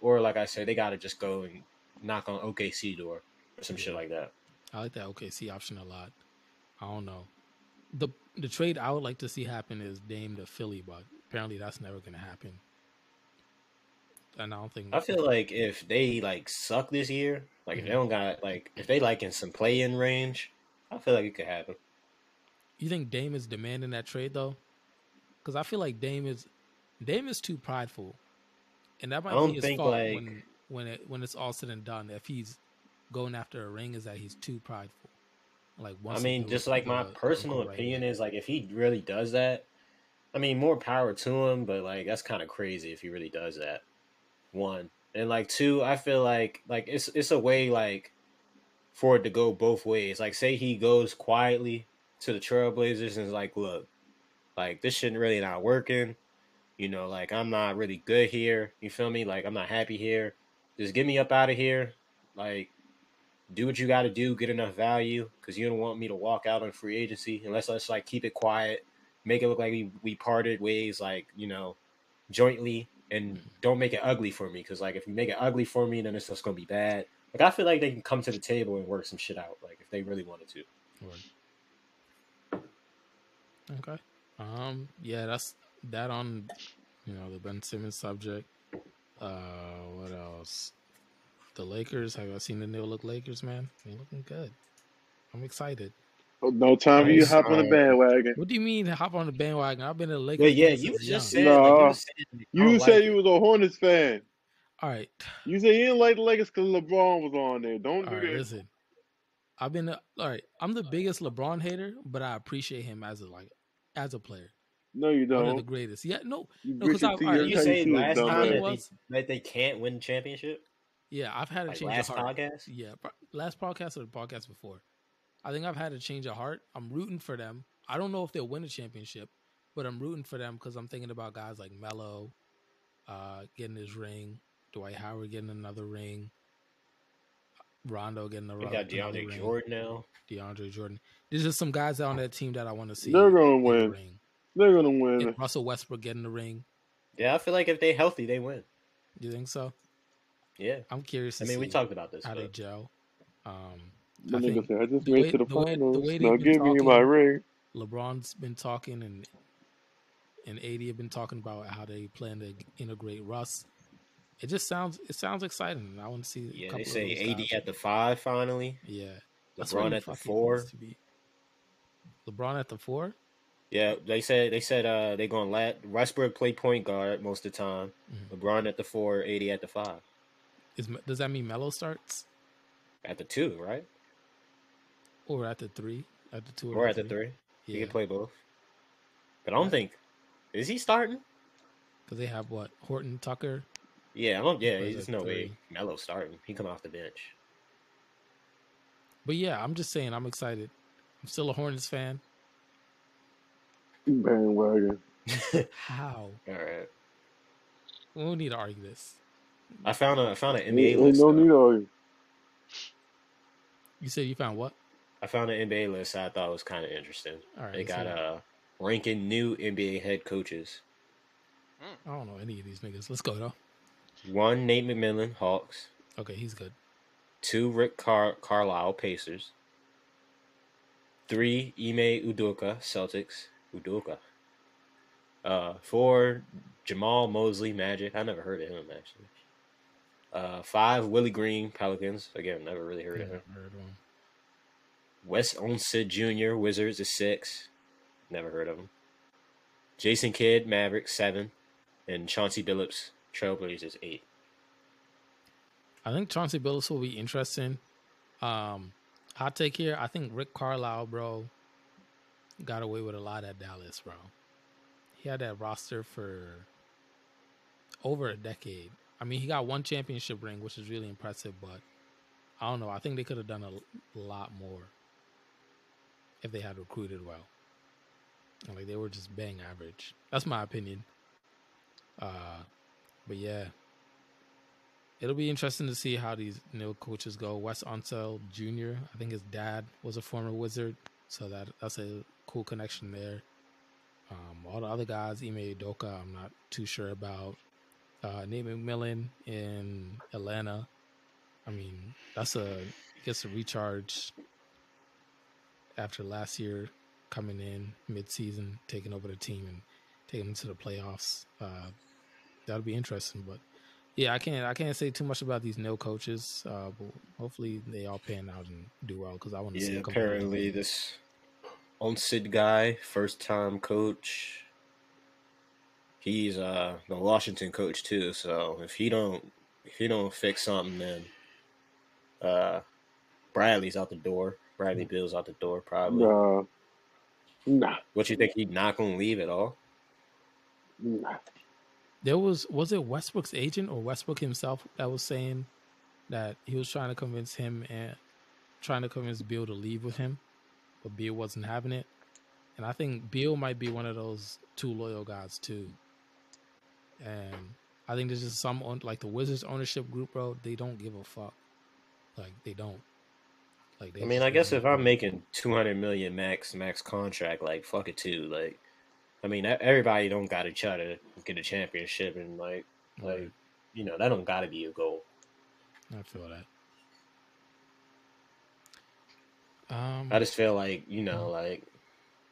Speaker 3: or like I said, they gotta just go and knock on OKC door or some shit like that.
Speaker 1: I like that OKC option a lot. I don't know. The the trade I would like to see happen is Dame to Philly, but apparently that's never gonna happen. And I don't think
Speaker 3: I feel like if they like suck this year, like if they don't got like if they like in some play in range, I feel like it could happen.
Speaker 1: you think Dame is demanding that trade though? Because I feel like Dame is Dame is too prideful, and that might
Speaker 3: I don't
Speaker 1: be his
Speaker 3: think,
Speaker 1: fault
Speaker 3: like-
Speaker 1: when when it, when it's all said and done. If he's going after a ring, is that he's too prideful? Like
Speaker 3: I
Speaker 1: once he
Speaker 3: mean,
Speaker 1: do
Speaker 3: just
Speaker 1: it,
Speaker 3: like
Speaker 1: he'll
Speaker 3: my
Speaker 1: do it- he'll
Speaker 3: personal
Speaker 1: go right
Speaker 3: opinion
Speaker 1: away.
Speaker 3: is like if he really does that, I mean, more power to him, but like that's kind of crazy if he really does that. One. And like two, I feel like like it's it's a way like for it to go both ways. Like say he goes quietly to the Trailblazers and is like, "Look, like this shouldn't really not working. You know, like I'm not really good here. You feel me? Like I'm not happy here. Just get me up out of here. Like do what you got to do, get enough value, because you don't want me to walk out on free agency unless let's like keep it quiet, make it look like we, we parted ways, like you know, jointly,
Speaker 1: Mm.
Speaker 3: and don't make it ugly for me, because like if you make it ugly for me, then it's just gonna be bad. Like I feel like they can come to the table and work some shit out, like if they really wanted to.
Speaker 1: Right. Okay. Um. Yeah. That's that on. You know the Ben Simmons subject. Uh. What else? The Lakers. Have y'all seen the new look Lakers? Man, they're looking good. I'm excited.
Speaker 5: Oh, No time for you
Speaker 3: Nice.
Speaker 5: to hop on the
Speaker 3: Uh,
Speaker 5: bandwagon.
Speaker 1: What do you mean hop on the bandwagon? I've been in the Lakers.
Speaker 3: Yeah, yeah,
Speaker 1: fan
Speaker 3: you
Speaker 1: since
Speaker 3: was
Speaker 1: young.
Speaker 3: just saying, like, you
Speaker 5: Nah.
Speaker 3: was saying, I
Speaker 5: You
Speaker 3: don't
Speaker 5: say
Speaker 3: like
Speaker 5: you
Speaker 3: it.
Speaker 5: was a Hornets fan.
Speaker 1: All right.
Speaker 5: You say you didn't like the Lakers because LeBron was on there. Don't
Speaker 1: All
Speaker 5: do
Speaker 1: right.
Speaker 5: that.
Speaker 1: Listen. I've been a- all right. I'm the biggest LeBron hater, but I appreciate him as a like as a player,
Speaker 5: No, you
Speaker 1: one of the
Speaker 5: don't.
Speaker 1: greatest. Yeah. No.
Speaker 5: You
Speaker 1: No, 'cause
Speaker 5: grit your
Speaker 1: I-
Speaker 5: teeth
Speaker 1: all right,
Speaker 5: every
Speaker 3: you
Speaker 5: time you
Speaker 3: say
Speaker 5: see this
Speaker 3: last
Speaker 5: dumb
Speaker 3: time
Speaker 1: It
Speaker 3: that
Speaker 5: ass.
Speaker 1: was-
Speaker 3: they, that they can't win championship,
Speaker 1: Yeah. I've had a
Speaker 3: like
Speaker 1: change of
Speaker 3: last
Speaker 1: heart.
Speaker 3: podcast.
Speaker 1: Yeah, pro- last podcast or the podcast before. I think I've had a change of heart. I'm rooting for them. I don't know if they'll win a championship, but I'm rooting for them because I'm thinking about guys like Mello uh, getting his ring, Dwight Howard getting another ring, Rondo getting a
Speaker 3: We got
Speaker 1: another
Speaker 3: DeAndre
Speaker 1: ring,
Speaker 3: Jordan now.
Speaker 1: DeAndre Jordan. There's just some guys on that team that I want to see.
Speaker 5: They're gonna
Speaker 1: get a
Speaker 5: win.
Speaker 1: ring.
Speaker 5: They're gonna win.
Speaker 1: Get Russell Westbrook getting the ring.
Speaker 3: Yeah, I feel like if they healthy, they win.
Speaker 1: Do you think so?
Speaker 3: Yeah,
Speaker 1: I'm curious. To
Speaker 3: I mean, we
Speaker 1: see
Speaker 3: talked about this.
Speaker 1: how they
Speaker 3: But
Speaker 1: gel. Um,
Speaker 5: The
Speaker 1: I
Speaker 5: nigga
Speaker 1: think
Speaker 5: said, I just
Speaker 1: the
Speaker 5: made
Speaker 1: way-
Speaker 5: it to the,
Speaker 1: the way- the
Speaker 5: finals.
Speaker 1: way they've
Speaker 5: now
Speaker 1: been
Speaker 5: give me
Speaker 1: talking-
Speaker 5: my ring.
Speaker 1: LeBron's been talking and and AD have been talking about how they plan to integrate Russ. It just sounds it sounds exciting. and I want to see. a
Speaker 3: yeah,
Speaker 1: couple
Speaker 3: they
Speaker 1: of
Speaker 3: say
Speaker 1: those
Speaker 3: AD
Speaker 1: guys.
Speaker 3: at the five finally.
Speaker 1: Yeah, where
Speaker 3: LeBron
Speaker 1: he
Speaker 3: at the
Speaker 1: fucking
Speaker 3: four.
Speaker 1: needs to be. LeBron at the four.
Speaker 3: Yeah, they said they said uh they going to let Westbrook play point guard most of the time.
Speaker 1: Mhm.
Speaker 3: LeBron at the four, AD at the five,
Speaker 1: Is Me- does that mean Melo starts
Speaker 3: at the two, right?
Speaker 1: or at the three? At the two or,
Speaker 3: Or at the three.
Speaker 1: Yeah,
Speaker 3: He can play both. But I don't think is he starting.
Speaker 1: because they have what Horton Tucker.
Speaker 3: Yeah, I don't. Yeah,
Speaker 1: plays
Speaker 3: there's
Speaker 1: at
Speaker 3: no way
Speaker 1: three.
Speaker 3: Melo starting. He come off the bench.
Speaker 1: But yeah, I'm just saying I'm excited. I'm still a Hornets fan.
Speaker 5: You Bandwagon.
Speaker 1: How?
Speaker 3: All right,
Speaker 1: We don't need to argue this.
Speaker 3: I found a I found an NBA
Speaker 5: Ain't ain't
Speaker 3: list.
Speaker 5: no
Speaker 3: though.
Speaker 5: need all you.
Speaker 1: You said you found what?
Speaker 3: I found an NBA list that I thought was kind of interesting.
Speaker 1: All right,
Speaker 3: They
Speaker 1: let's
Speaker 3: got
Speaker 1: hear it.
Speaker 3: uh ranking new NBA head coaches.
Speaker 1: I don't know any of these niggas. Let's go though.
Speaker 3: One Nate McMillan Hawks.
Speaker 1: Okay, he's good.
Speaker 3: Two Rick Car- Carlisle Pacers. Three Ime Udoka Celtics. Udoka. Uh, four Jamal Mosley Magic. I never heard of him actually. Uh, five Willie Green Pelicans. Again, never really heard of
Speaker 1: Yeah,
Speaker 3: him.
Speaker 1: I heard one.
Speaker 3: Wes Onsid Jr. Wizards is six. Never heard of him. Jason Kidd Mavericks seven, and Chauncey Billups Trailblazers is eight.
Speaker 1: I think Chauncey Billups will be interesting. Um, hot take here. I think Rick Carlisle, bro, got away with a lot at Dallas, bro. He had that roster for over a decade. I mean, he got one championship ring, which is really impressive, but I don't know. I think they could have done a l- lot more if they had recruited well. And, Like they were just bang average. That's my opinion. Uh, but yeah, It'll be interesting to see how these new coaches go. Wes Unsell Jr. I think his dad was a former Wizard, so that that's a cool connection there. Um, all the other guys, Ime Doka, I'm not too sure about. Uh, Nate McMillan in Atlanta. I mean, that's a gets a recharge after last year coming in mid-season, taking over the team and taking them to the playoffs. Uh, that'll be interesting, but. Yeah, I can't. I can't say too much about these no coaches. Uh, but hopefully they all pan out and do well because I want to see.
Speaker 3: Yeah,
Speaker 1: a couple of
Speaker 3: apparently
Speaker 1: them.
Speaker 3: this Onsid guy, first time coach. He's uh the Washington coach too, so if he don't if he don't fix something then uh Bradley's out the door.
Speaker 1: Mm.
Speaker 3: Bradley Bill's out the door probably.
Speaker 5: Nah. Nah.
Speaker 3: What you think he not gonna leave at all?
Speaker 5: Nah.
Speaker 1: there was was it Westbrook's agent or Westbrook himself that was saying that he was trying to convince him and trying to convince Bill to leave with him, but Bill wasn't having it. And I think Bill might be one of those two loyal guys too. And I think there's just some on like the Wizards ownership group, bro. They don't give a fuck. Like they don't. Like they
Speaker 3: I mean,
Speaker 1: just
Speaker 3: I guess
Speaker 1: don't.
Speaker 3: if I'm making two hundred million max max contract, like fuck it too. Like, I mean, e- everybody don't got to try to get a championship, and like, like you know, that don't got to be a goal.
Speaker 1: I feel that. Um,
Speaker 3: I just feel like you know, like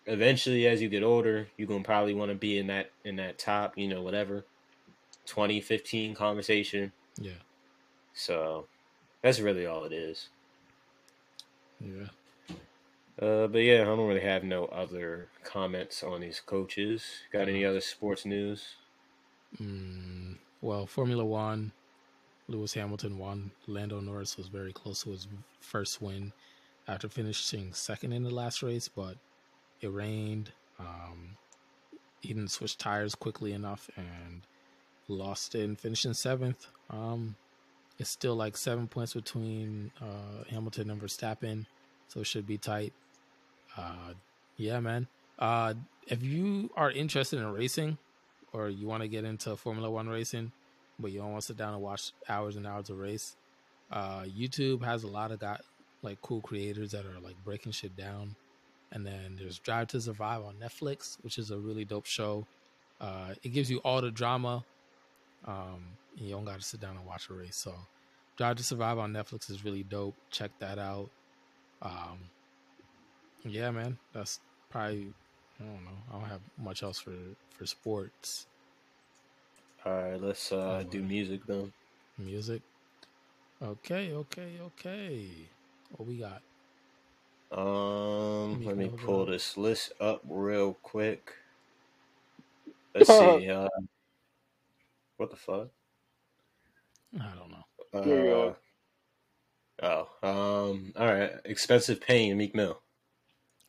Speaker 3: eventually as you get older, you're gonna probably want to be in that in that top, you know, whatever 20, 15 conversation.
Speaker 1: yeah,
Speaker 3: So that's really all it is.
Speaker 1: yeah.
Speaker 3: Uh, but yeah, I don't really have no other comments on these coaches. Got any other sports news?
Speaker 1: Mm, well, Formula One, Lewis Hamilton won. Lando Norris was very close to his first win after finishing second in the last race, but it rained. Um, he didn't switch tires quickly enough and lost in finishing seventh. Um, it's still like seven points between uh, Hamilton and Verstappen, so it should be tight. Uh, yeah, man. Uh, if you are interested in racing, or you want to get into Formula One racing, but you don't want to sit down and watch hours and hours of race, uh, YouTube has a lot of got like cool creators that are like breaking shit down. And then there's Drive to Survive on Netflix, which is a really dope show. Uh, it gives you all the drama. Um, and you don't got to sit down and watch a race. So, Drive to Survive on Netflix is really dope. Check that out. Um, yeah, man, that's probably. I don't know. I don't have much else for for sports
Speaker 3: All right, let's uh, do music then.
Speaker 1: music. Okay, okay, okay. What we got?
Speaker 3: Um,
Speaker 1: Me
Speaker 3: let me
Speaker 1: over.
Speaker 3: pull this list up real quick. Let's see. Uh, what the fuck?
Speaker 1: I don't know.
Speaker 5: Carry
Speaker 3: Uh, oh, um, all right. Expensive pain, Meek Mill.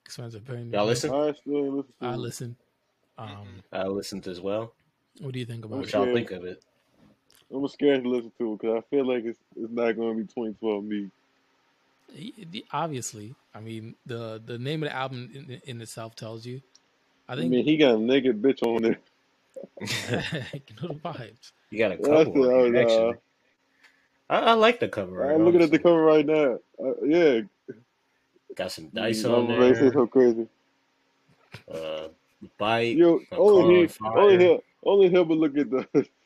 Speaker 1: Expensive pain.
Speaker 3: Y'all listen?
Speaker 5: I still listen to
Speaker 1: I
Speaker 5: it.
Speaker 1: listen. Um,
Speaker 3: I listened as well.
Speaker 1: what do you think about
Speaker 3: What
Speaker 1: it?
Speaker 3: y'all
Speaker 5: Okay.
Speaker 3: think of it?
Speaker 5: I'm scared to listen to it because I feel like it's it's not going to be 2012 me.
Speaker 1: Y- y- Obviously, I mean the the name of the album in, in itself tells you. I
Speaker 5: I,
Speaker 1: think
Speaker 5: mean, he got a naked bitch on there.
Speaker 1: you know the vibes.
Speaker 3: You got a
Speaker 5: Yeah, I
Speaker 3: cover on
Speaker 5: said,
Speaker 3: here,
Speaker 5: oh, no.
Speaker 3: actually. I, I like the cover.
Speaker 5: I'm looking at the
Speaker 3: honestly.
Speaker 5: cover right now. Uh, yeah,
Speaker 3: Got some dice
Speaker 5: Mm, I'm
Speaker 3: on there.
Speaker 5: so crazy.
Speaker 3: Uh, bite.
Speaker 5: Yo,
Speaker 3: a car
Speaker 5: only
Speaker 3: on
Speaker 5: Oh, he, only
Speaker 3: fire.
Speaker 5: him, only him would look at the.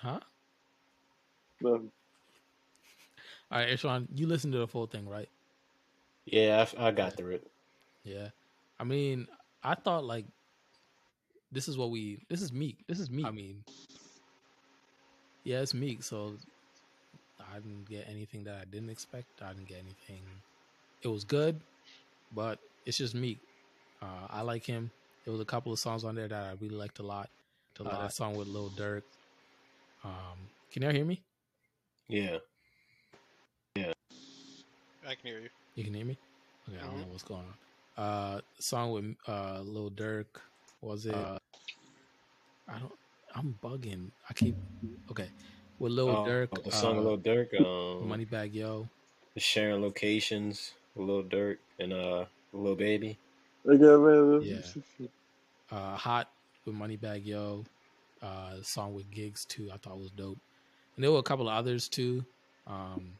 Speaker 1: Huh?
Speaker 5: no.
Speaker 1: All right, Ishwan, you listened to the full thing, right?
Speaker 3: Yeah, I, I got through it.
Speaker 1: Yeah. I mean, I thought like this is what we this is Meek. This is Meek. I mean, yeah, it's Meek. So I didn't get anything that I didn't expect. I didn't get anything. It was good, but it's just Meek. Uh, I like him. There was a couple of songs on there that I really liked a lot. The
Speaker 3: Lot.
Speaker 1: that song with Lil Durk. Um, can y'all hear me?
Speaker 3: Yeah.
Speaker 4: I can hear you.
Speaker 1: You can hear me? Okay, I don't
Speaker 3: Mm-hmm.
Speaker 4: Mhm.
Speaker 1: know what's going on. Uh song with uh Lil Durk. Was it
Speaker 3: Uh.
Speaker 1: I don't I'm bugging. I keep okay. With Lil
Speaker 3: Oh,
Speaker 1: Durk,
Speaker 3: the song
Speaker 1: uh,
Speaker 3: Lil Durk. Um,
Speaker 1: Money Bag Yo.
Speaker 3: sharing locations, Lil Durk, and uh, Lil Baby.
Speaker 5: They got rid of
Speaker 1: Yeah. Uh Hot with Money Bag Yo. Uh song with Gigs too, I thought was dope. And there were a couple of others too. Um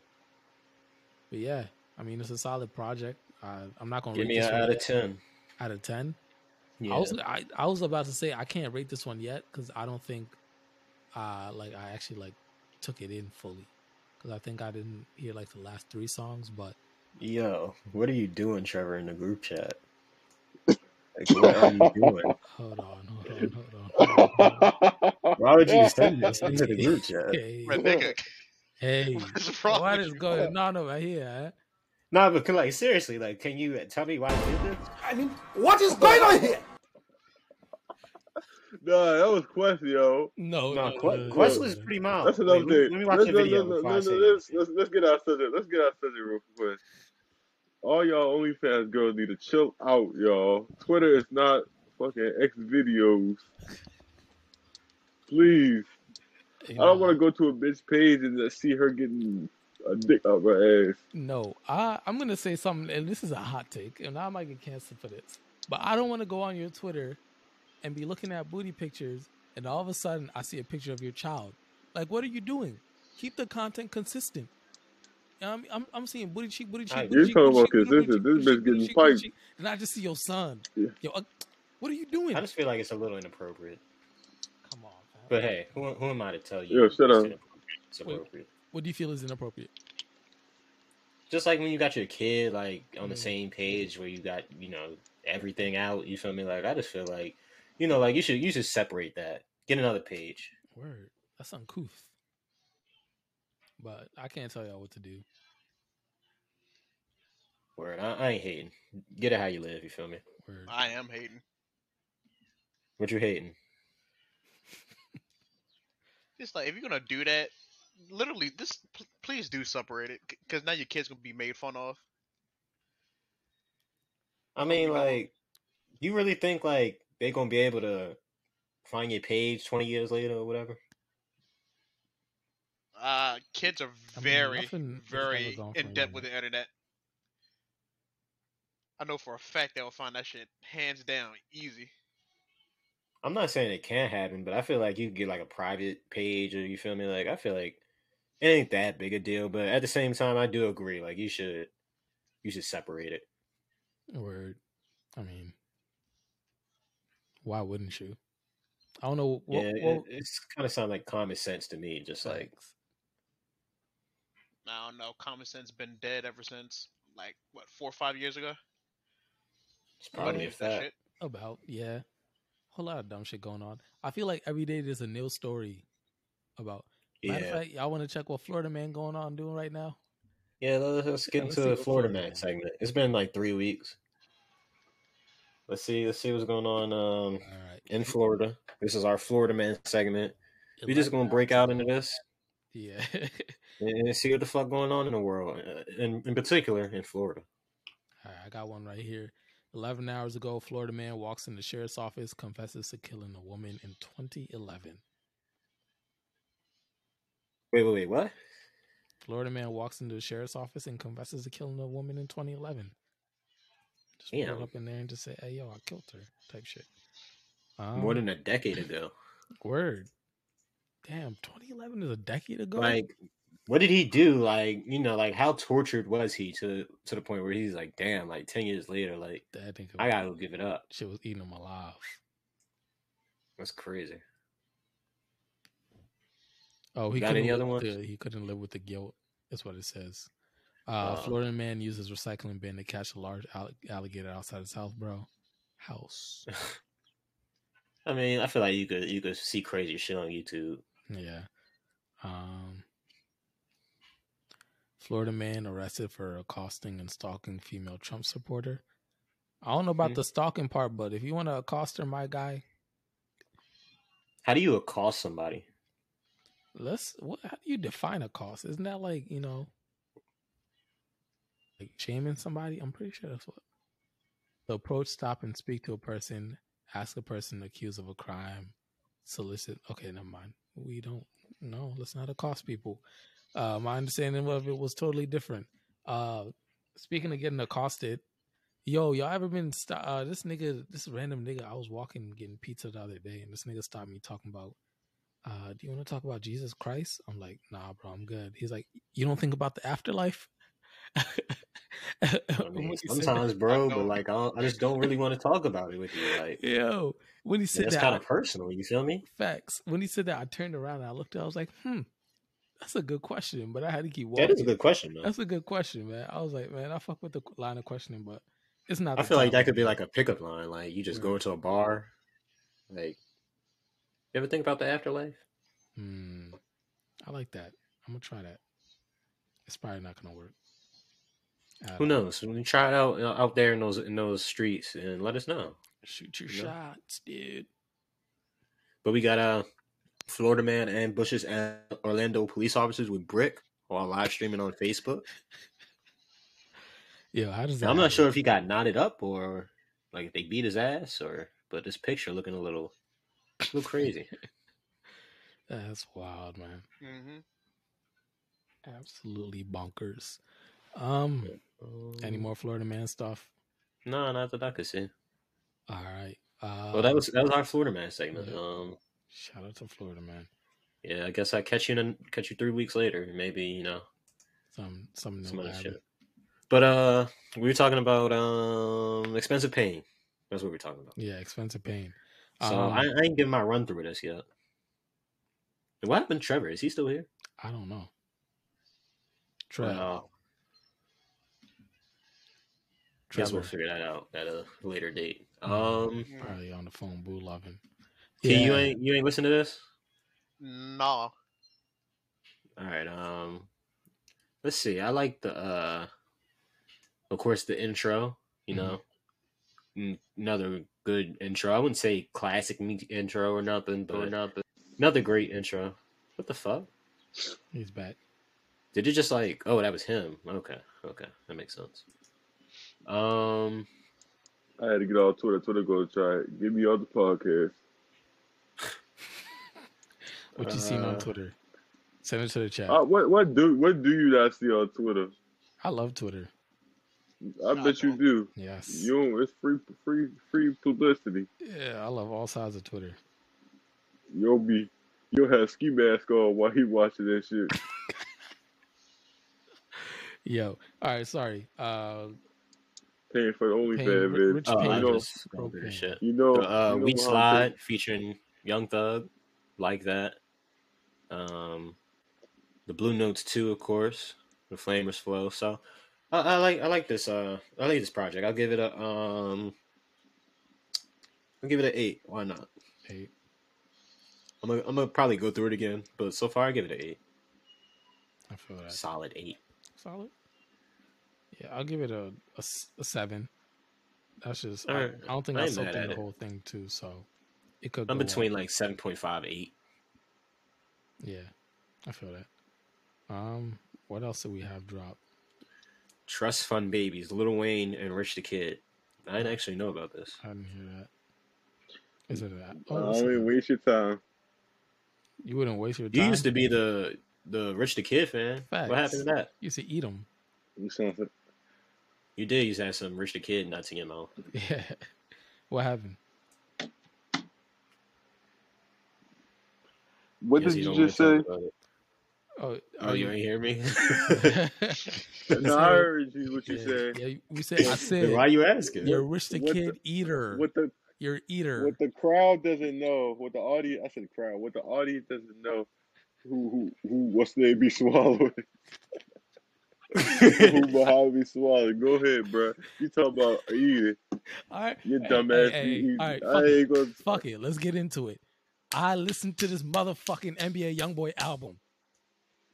Speaker 1: but yeah, I mean it's a solid project. I, I'm not gonna
Speaker 3: Give
Speaker 1: rate
Speaker 3: me
Speaker 1: Oh, this
Speaker 3: an
Speaker 1: one
Speaker 3: out of ten.
Speaker 1: out of ten.
Speaker 3: Yeah,
Speaker 1: I was I, I was about to say I can't rate this one yet because I don't think uh like I actually like took it in fully because I think I didn't hear like the last three songs, but
Speaker 3: yo, what are you doing, Trevor, in the group chat? Like, what are you doing?
Speaker 1: hold on, hold on, hold on. Hold on.
Speaker 3: Why would you send this into the group chat?
Speaker 1: hey,
Speaker 4: Red nigga,
Speaker 1: hey,
Speaker 4: what is wrong
Speaker 1: what
Speaker 4: with
Speaker 1: is
Speaker 4: you?
Speaker 1: going on over here?
Speaker 3: Nah, but can- like seriously, like, can you tell me why you did this?
Speaker 2: I mean, what is going on here?
Speaker 5: Nah, that was Quest, yo.
Speaker 1: No,
Speaker 3: No,
Speaker 1: Oh, no,
Speaker 3: Quest,
Speaker 1: no,
Speaker 3: Quest
Speaker 1: no,
Speaker 3: was
Speaker 1: no.
Speaker 3: pretty mild.
Speaker 5: That's another
Speaker 3: Oh, Wait,
Speaker 5: thing.
Speaker 3: let, let me watch
Speaker 5: let's,
Speaker 3: the video
Speaker 5: let's,
Speaker 3: before I
Speaker 5: let's,
Speaker 3: say
Speaker 5: let's,
Speaker 3: anything.
Speaker 5: let's, let's get our subject. Let's get our subject real quick. All y'all OnlyFans girls need to chill out, y'all. Twitter is not fucking X videos. Please.
Speaker 1: You
Speaker 5: I don't
Speaker 1: know,
Speaker 5: want to go to a bitch page and just see her getting a dick up her ass.
Speaker 1: No, I, I'm gonna say something, and this is a hot take, and I might get canceled for this. But I don't want to go on your Twitter and be looking at booty pictures, and all of a sudden I see a picture of your child. Like, what are you doing? Keep the content consistent. I'm, I'm, I'm seeing booty cheek, booty
Speaker 3: I-
Speaker 1: cheek,
Speaker 5: You
Speaker 1: booty cheek,
Speaker 5: talking
Speaker 1: booty
Speaker 5: about
Speaker 1: cheek, booty cheek,
Speaker 5: consistent.
Speaker 1: booty
Speaker 5: This
Speaker 1: cheek,
Speaker 5: bitch
Speaker 1: booty
Speaker 5: getting
Speaker 1: cheek, booty
Speaker 5: piped.
Speaker 1: cheek, and I just see your son.
Speaker 5: Yeah.
Speaker 1: Yo, uh, what are you doing?
Speaker 3: I just feel like it's a little inappropriate.
Speaker 1: Come on, man.
Speaker 3: But hey, who, who am I to tell you?
Speaker 5: Yo, shut
Speaker 3: it's
Speaker 5: up.
Speaker 3: inappropriate? It's appropriate.
Speaker 1: What do you feel is inappropriate?
Speaker 3: just like when you got your kid like on the
Speaker 1: Mm.
Speaker 3: same page where you got you know everything out you feel me like i just feel like you know like you should you should separate that get another page
Speaker 1: Word, that's uncouth. But I can't tell y'all what to do.
Speaker 3: word i, I ain't hating get it how you live you feel me
Speaker 1: Word.
Speaker 4: I am hating.
Speaker 3: what you hating
Speaker 4: It's like if you're gonna do that, literally, this pl- please do separate it because now your kids gonna be made fun of.
Speaker 3: i mean
Speaker 4: we going?
Speaker 3: like you really think like they gonna be able to find your page 20 years later or whatever
Speaker 4: Uh, kids are
Speaker 1: I mean,
Speaker 4: very,
Speaker 1: nothing is ever
Speaker 4: very
Speaker 1: gone for
Speaker 4: in depth with
Speaker 1: anyone.
Speaker 4: the internet. I know for a fact they'll find that shit hands down easy.
Speaker 3: I'm not saying it can't happen, but I feel like you can get like a private page or you feel me? Like I feel like it ain't that big a deal, but at the same time I do agree. Like you should you should separate it.
Speaker 1: Word. I mean, why wouldn't you? I don't know. What,
Speaker 3: yeah,
Speaker 1: what-
Speaker 3: it, it's kind of sound like common sense to me. Just like
Speaker 4: I don't know. Common sense been dead ever since like what four or five years ago.
Speaker 3: it's
Speaker 4: Nobody
Speaker 3: probably a
Speaker 4: used that
Speaker 3: fact.
Speaker 4: shit.
Speaker 1: about yeah, whole lot of dumb shit going on. I feel like every day there's a new story about. Matter of
Speaker 3: Yeah,
Speaker 1: fact, y'all want to check what Florida man going on doing right now?
Speaker 3: yeah. Let's, let's get
Speaker 1: Yeah, let's see
Speaker 3: into the
Speaker 1: what Florida
Speaker 3: Florida man
Speaker 1: man.
Speaker 3: segment. It's been like three weeks. Let's see. Let's see what's going on um,
Speaker 1: All right,
Speaker 3: in Florida. This is our Florida man segment. We just gonna break out into this
Speaker 1: Yeah,
Speaker 3: and and see what the fuck going on in the world, uh, in in particular in Florida.
Speaker 1: all right, I got one right here. Eleven hours ago, Florida man walks in the sheriff's office, confesses to killing a woman in 2011.
Speaker 3: Wait, wait, wait. What?
Speaker 1: Florida man walks into the sheriff's office and confesses to killing a woman in 2011. Just pulled
Speaker 3: Damn.
Speaker 1: up in there and just say, "Hey, yo, I killed her," type shit.
Speaker 3: More
Speaker 1: Um,
Speaker 3: than a decade ago.
Speaker 1: Word. Damn, 2011 is a decade ago.
Speaker 3: Like, what did he do? Like, you know, like how tortured was he to to the point where he's like, damn, like ten years later, like
Speaker 1: that nigga,
Speaker 3: I gotta give it up.
Speaker 1: shit was eating him alive.
Speaker 3: That's crazy.
Speaker 1: Oh, he
Speaker 3: Got
Speaker 1: couldn't
Speaker 3: any
Speaker 1: live
Speaker 3: other
Speaker 1: with
Speaker 3: ones?
Speaker 1: the- he couldn't live with the guilt. That's what it says. Uh,
Speaker 3: Uh.
Speaker 1: Florida man uses recycling bin to catch a large all- alligator outside his house, bro. House.
Speaker 3: I mean, I feel like you could you could see crazy shit on YouTube.
Speaker 1: Yeah. Um. Florida man arrested for accosting and stalking female Trump supporter. I don't know about
Speaker 3: Hmm.
Speaker 1: the stalking part, but if you want to accost her, my guy,
Speaker 3: How do you accost somebody?
Speaker 1: let's what how do you define a cost isn't that like you know like shaming somebody i'm pretty sure that's what the approach stop and speak to a person ask a person accused of a crime solicit okay never mind we don't no let's not accost people uh my understanding of it was totally different uh speaking of getting accosted Yo, y'all ever been sto- uh, this nigga, this random nigga? I was walking getting pizza the other day, and this nigga stopped me talking about uh, do you want to talk about Jesus Christ? I'm like, nah, bro, I'm good. He's like, you don't think about the afterlife?
Speaker 3: I
Speaker 1: When
Speaker 3: mean,
Speaker 1: he said
Speaker 3: sometimes,
Speaker 1: that-
Speaker 3: bro,
Speaker 4: know.
Speaker 3: but like I, don't, I just don't really want to talk about it with you. Like
Speaker 1: yo, when he said
Speaker 3: that's
Speaker 1: that,
Speaker 3: kind of personal. You feel me?
Speaker 1: facts. When he said that, I turned around and I looked at. I was like, hmm, that's a good question, but I had to keep walking.
Speaker 3: That is a good question, though.
Speaker 1: That's a good question, man. I was like, man, I fuck with the line of questioning, but it's not.
Speaker 3: I
Speaker 1: the
Speaker 3: feel like
Speaker 1: time.
Speaker 3: that could be like a pickup line. Like you just
Speaker 1: Yeah.
Speaker 3: go into a bar. Like, you ever think about the afterlife?
Speaker 1: Hmm, I like that. I'm gonna try that. It's probably not gonna work. Uh, I
Speaker 3: Who
Speaker 1: don't-
Speaker 3: knows? We try it out uh, out there in those in those streets and let us know.
Speaker 1: Shoot your
Speaker 3: No.
Speaker 1: shots, dude.
Speaker 3: But we got uh, Florida man and Bush's and Orlando police officers with brick while live streaming on Facebook.
Speaker 1: Yo, how does that?
Speaker 3: Now, I'm not
Speaker 1: happen?
Speaker 3: sure if he got knotted up or like if they beat his ass or. But this picture looking a little, a little crazy.
Speaker 1: That's wild, man.
Speaker 4: Mm-hmm.
Speaker 1: Absolutely bonkers. Um, any
Speaker 3: Mm-hmm.
Speaker 1: more Florida man stuff?
Speaker 3: No, not that I could see.
Speaker 1: All right. Uh,
Speaker 3: Well, that was that was our Florida man segment.
Speaker 1: yeah.
Speaker 3: Um,
Speaker 1: shout out to Florida man.
Speaker 3: Yeah, I guess I catch you in catch you three weeks later. Maybe you know
Speaker 1: Some some
Speaker 3: some
Speaker 1: new
Speaker 3: other
Speaker 1: happened.
Speaker 3: shit. But uh, we were talking about um expensive pain. That's what we are talking about.
Speaker 1: Yeah, expensive pain.
Speaker 3: So
Speaker 1: um,
Speaker 3: I, I ain't giving my run through of this yet. What happened, to Trevor? Is he still here?
Speaker 1: I don't know. Trev,
Speaker 3: Uh, guess
Speaker 1: Trevor,
Speaker 3: we'll figure that out at a later date.
Speaker 1: Mhm.
Speaker 3: Um,
Speaker 1: probably on the phone, boo loving.
Speaker 3: Key, you ain't you ain't listen to this.
Speaker 4: Mm-hmm. Nah.
Speaker 3: All right. Um, let's see. I like the uh, of course the intro. You
Speaker 1: Mhm.
Speaker 3: know, N- another good intro. I wouldn't say classic me- intro or nothing, but
Speaker 5: Right.
Speaker 3: nothing. Another great intro. What the fuck?
Speaker 1: He's back.
Speaker 3: Did it just like? Oh, that was him. Okay, okay, that makes sense. Um,
Speaker 5: I had to get all Twitter. Twitter go try. it. Give me all the podcast.
Speaker 1: What you seen on
Speaker 3: Uh, Oh.
Speaker 1: Twitter? Send it to the chat.
Speaker 5: Uh, what what do what do you not see on Twitter?
Speaker 1: I love Twitter.
Speaker 5: I
Speaker 4: Nah,
Speaker 5: bet you
Speaker 4: no.
Speaker 5: do.
Speaker 1: Yes.
Speaker 5: You don't, it's free, free, free publicity.
Speaker 1: yeah, I love all sides of Twitter.
Speaker 5: You'll be, you'll have ski mask on while he watching that shit.
Speaker 1: Yo. All right, sorry. Uh
Speaker 5: Paying for the
Speaker 1: Paying
Speaker 5: OnlyFans,
Speaker 1: Ri-
Speaker 5: man.
Speaker 1: Rich
Speaker 3: Oh,
Speaker 1: Payne.
Speaker 5: you
Speaker 3: I
Speaker 5: know,
Speaker 3: just don't give a shit.
Speaker 5: you know,
Speaker 3: uh, Weak
Speaker 5: you know how I'm feeling.
Speaker 3: Slide featuring Young Thug, like that. Um, the Blue Notes two, of course. The Flamers Flow. So I, I like I like this uh I like this project. I'll give it a um I'll give it an eight. Why not?
Speaker 1: hey,
Speaker 3: I'm gonna, I'm gonna probably go through it again, but so far I give it an eight.
Speaker 1: I feel that.
Speaker 3: Solid eight.
Speaker 1: Solid. Yeah, I'll give it a a s- a seven. That's just I,
Speaker 3: Alright,
Speaker 1: I don't think
Speaker 3: I
Speaker 1: I
Speaker 3: ain't
Speaker 1: soaked
Speaker 3: mad
Speaker 1: in
Speaker 3: at
Speaker 1: the
Speaker 3: it.
Speaker 1: whole thing too, so it could
Speaker 3: I'm
Speaker 1: go up.
Speaker 3: between like 7.5 8.
Speaker 1: Yeah, I feel that. Um, what else did we have drop?
Speaker 3: Trust Fund Babies, Little Wayne and Rich the Kid. I didn't actually know about this.
Speaker 1: I didn't hear that. Is it that?
Speaker 5: I
Speaker 1: it's
Speaker 5: don't even
Speaker 1: a-
Speaker 5: waste your time.
Speaker 1: you wouldn't waste your
Speaker 3: You
Speaker 1: time.
Speaker 3: used to be the the Rich the Kid fan. What
Speaker 1: Facts.
Speaker 3: happened to that?
Speaker 1: You used to eat them.
Speaker 5: You sound for
Speaker 3: You did used to have some Rich the Kid nuts in your mouth.
Speaker 1: Yeah. What happened?
Speaker 5: What
Speaker 3: Guess
Speaker 5: did you
Speaker 3: don't
Speaker 5: just
Speaker 3: wanna
Speaker 5: say?
Speaker 3: talk about it.
Speaker 1: Oh,
Speaker 3: Oh,
Speaker 1: are
Speaker 3: you ain't hear me?
Speaker 5: No, I heard you what you
Speaker 1: yeah,
Speaker 5: said.
Speaker 1: yeah, we said I
Speaker 3: Then
Speaker 1: said
Speaker 3: Why you asking?
Speaker 1: you're rich the
Speaker 5: What the-
Speaker 1: kid eater.
Speaker 5: What the
Speaker 1: you're an eater.
Speaker 5: what the crowd doesn't know, what the audience I said crowd, what the audience doesn't know, who who who what's they be swallowing, who behind be swallowing. Go ahead, bro. You talk about eating.
Speaker 1: All right.
Speaker 5: You
Speaker 1: Hey,
Speaker 5: dumbass.
Speaker 1: hey,
Speaker 5: you
Speaker 1: hey,
Speaker 5: eat.
Speaker 1: all right, fuck
Speaker 5: I ain't gonna.
Speaker 1: Fuck it. Let's get into it. I listened to this motherfucking NBA Youngboy album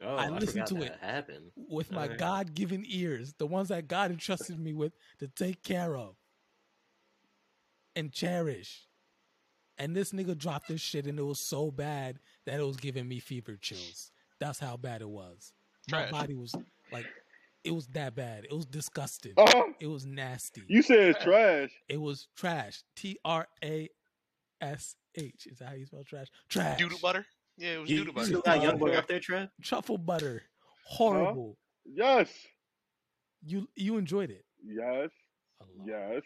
Speaker 3: Oh,
Speaker 1: I
Speaker 3: I,
Speaker 1: listened
Speaker 3: forgot
Speaker 1: to
Speaker 3: that
Speaker 1: it.
Speaker 3: happened.
Speaker 1: with my
Speaker 3: Alright.
Speaker 1: God given ears, the ones that God entrusted me with to take care of and cherish. And this nigga dropped this shit and it was so bad that it was giving me fever chills. That's how bad it was. My
Speaker 4: Trash.
Speaker 1: body was like, it was that bad. It was disgusting.
Speaker 5: Oh,
Speaker 1: It was nasty.
Speaker 5: you said it's trash.
Speaker 1: It was trash. T R A S H. Is that how you spell trash? Trash.
Speaker 4: Doodle butter. Yeah, it was
Speaker 3: You,
Speaker 4: doodle
Speaker 3: you
Speaker 4: butter.
Speaker 3: still got Young Boy up there, Trev?
Speaker 1: Truffle butter. Horrible.
Speaker 5: Yes,
Speaker 1: You you enjoyed it.
Speaker 5: yes,
Speaker 1: A lot.
Speaker 5: yes.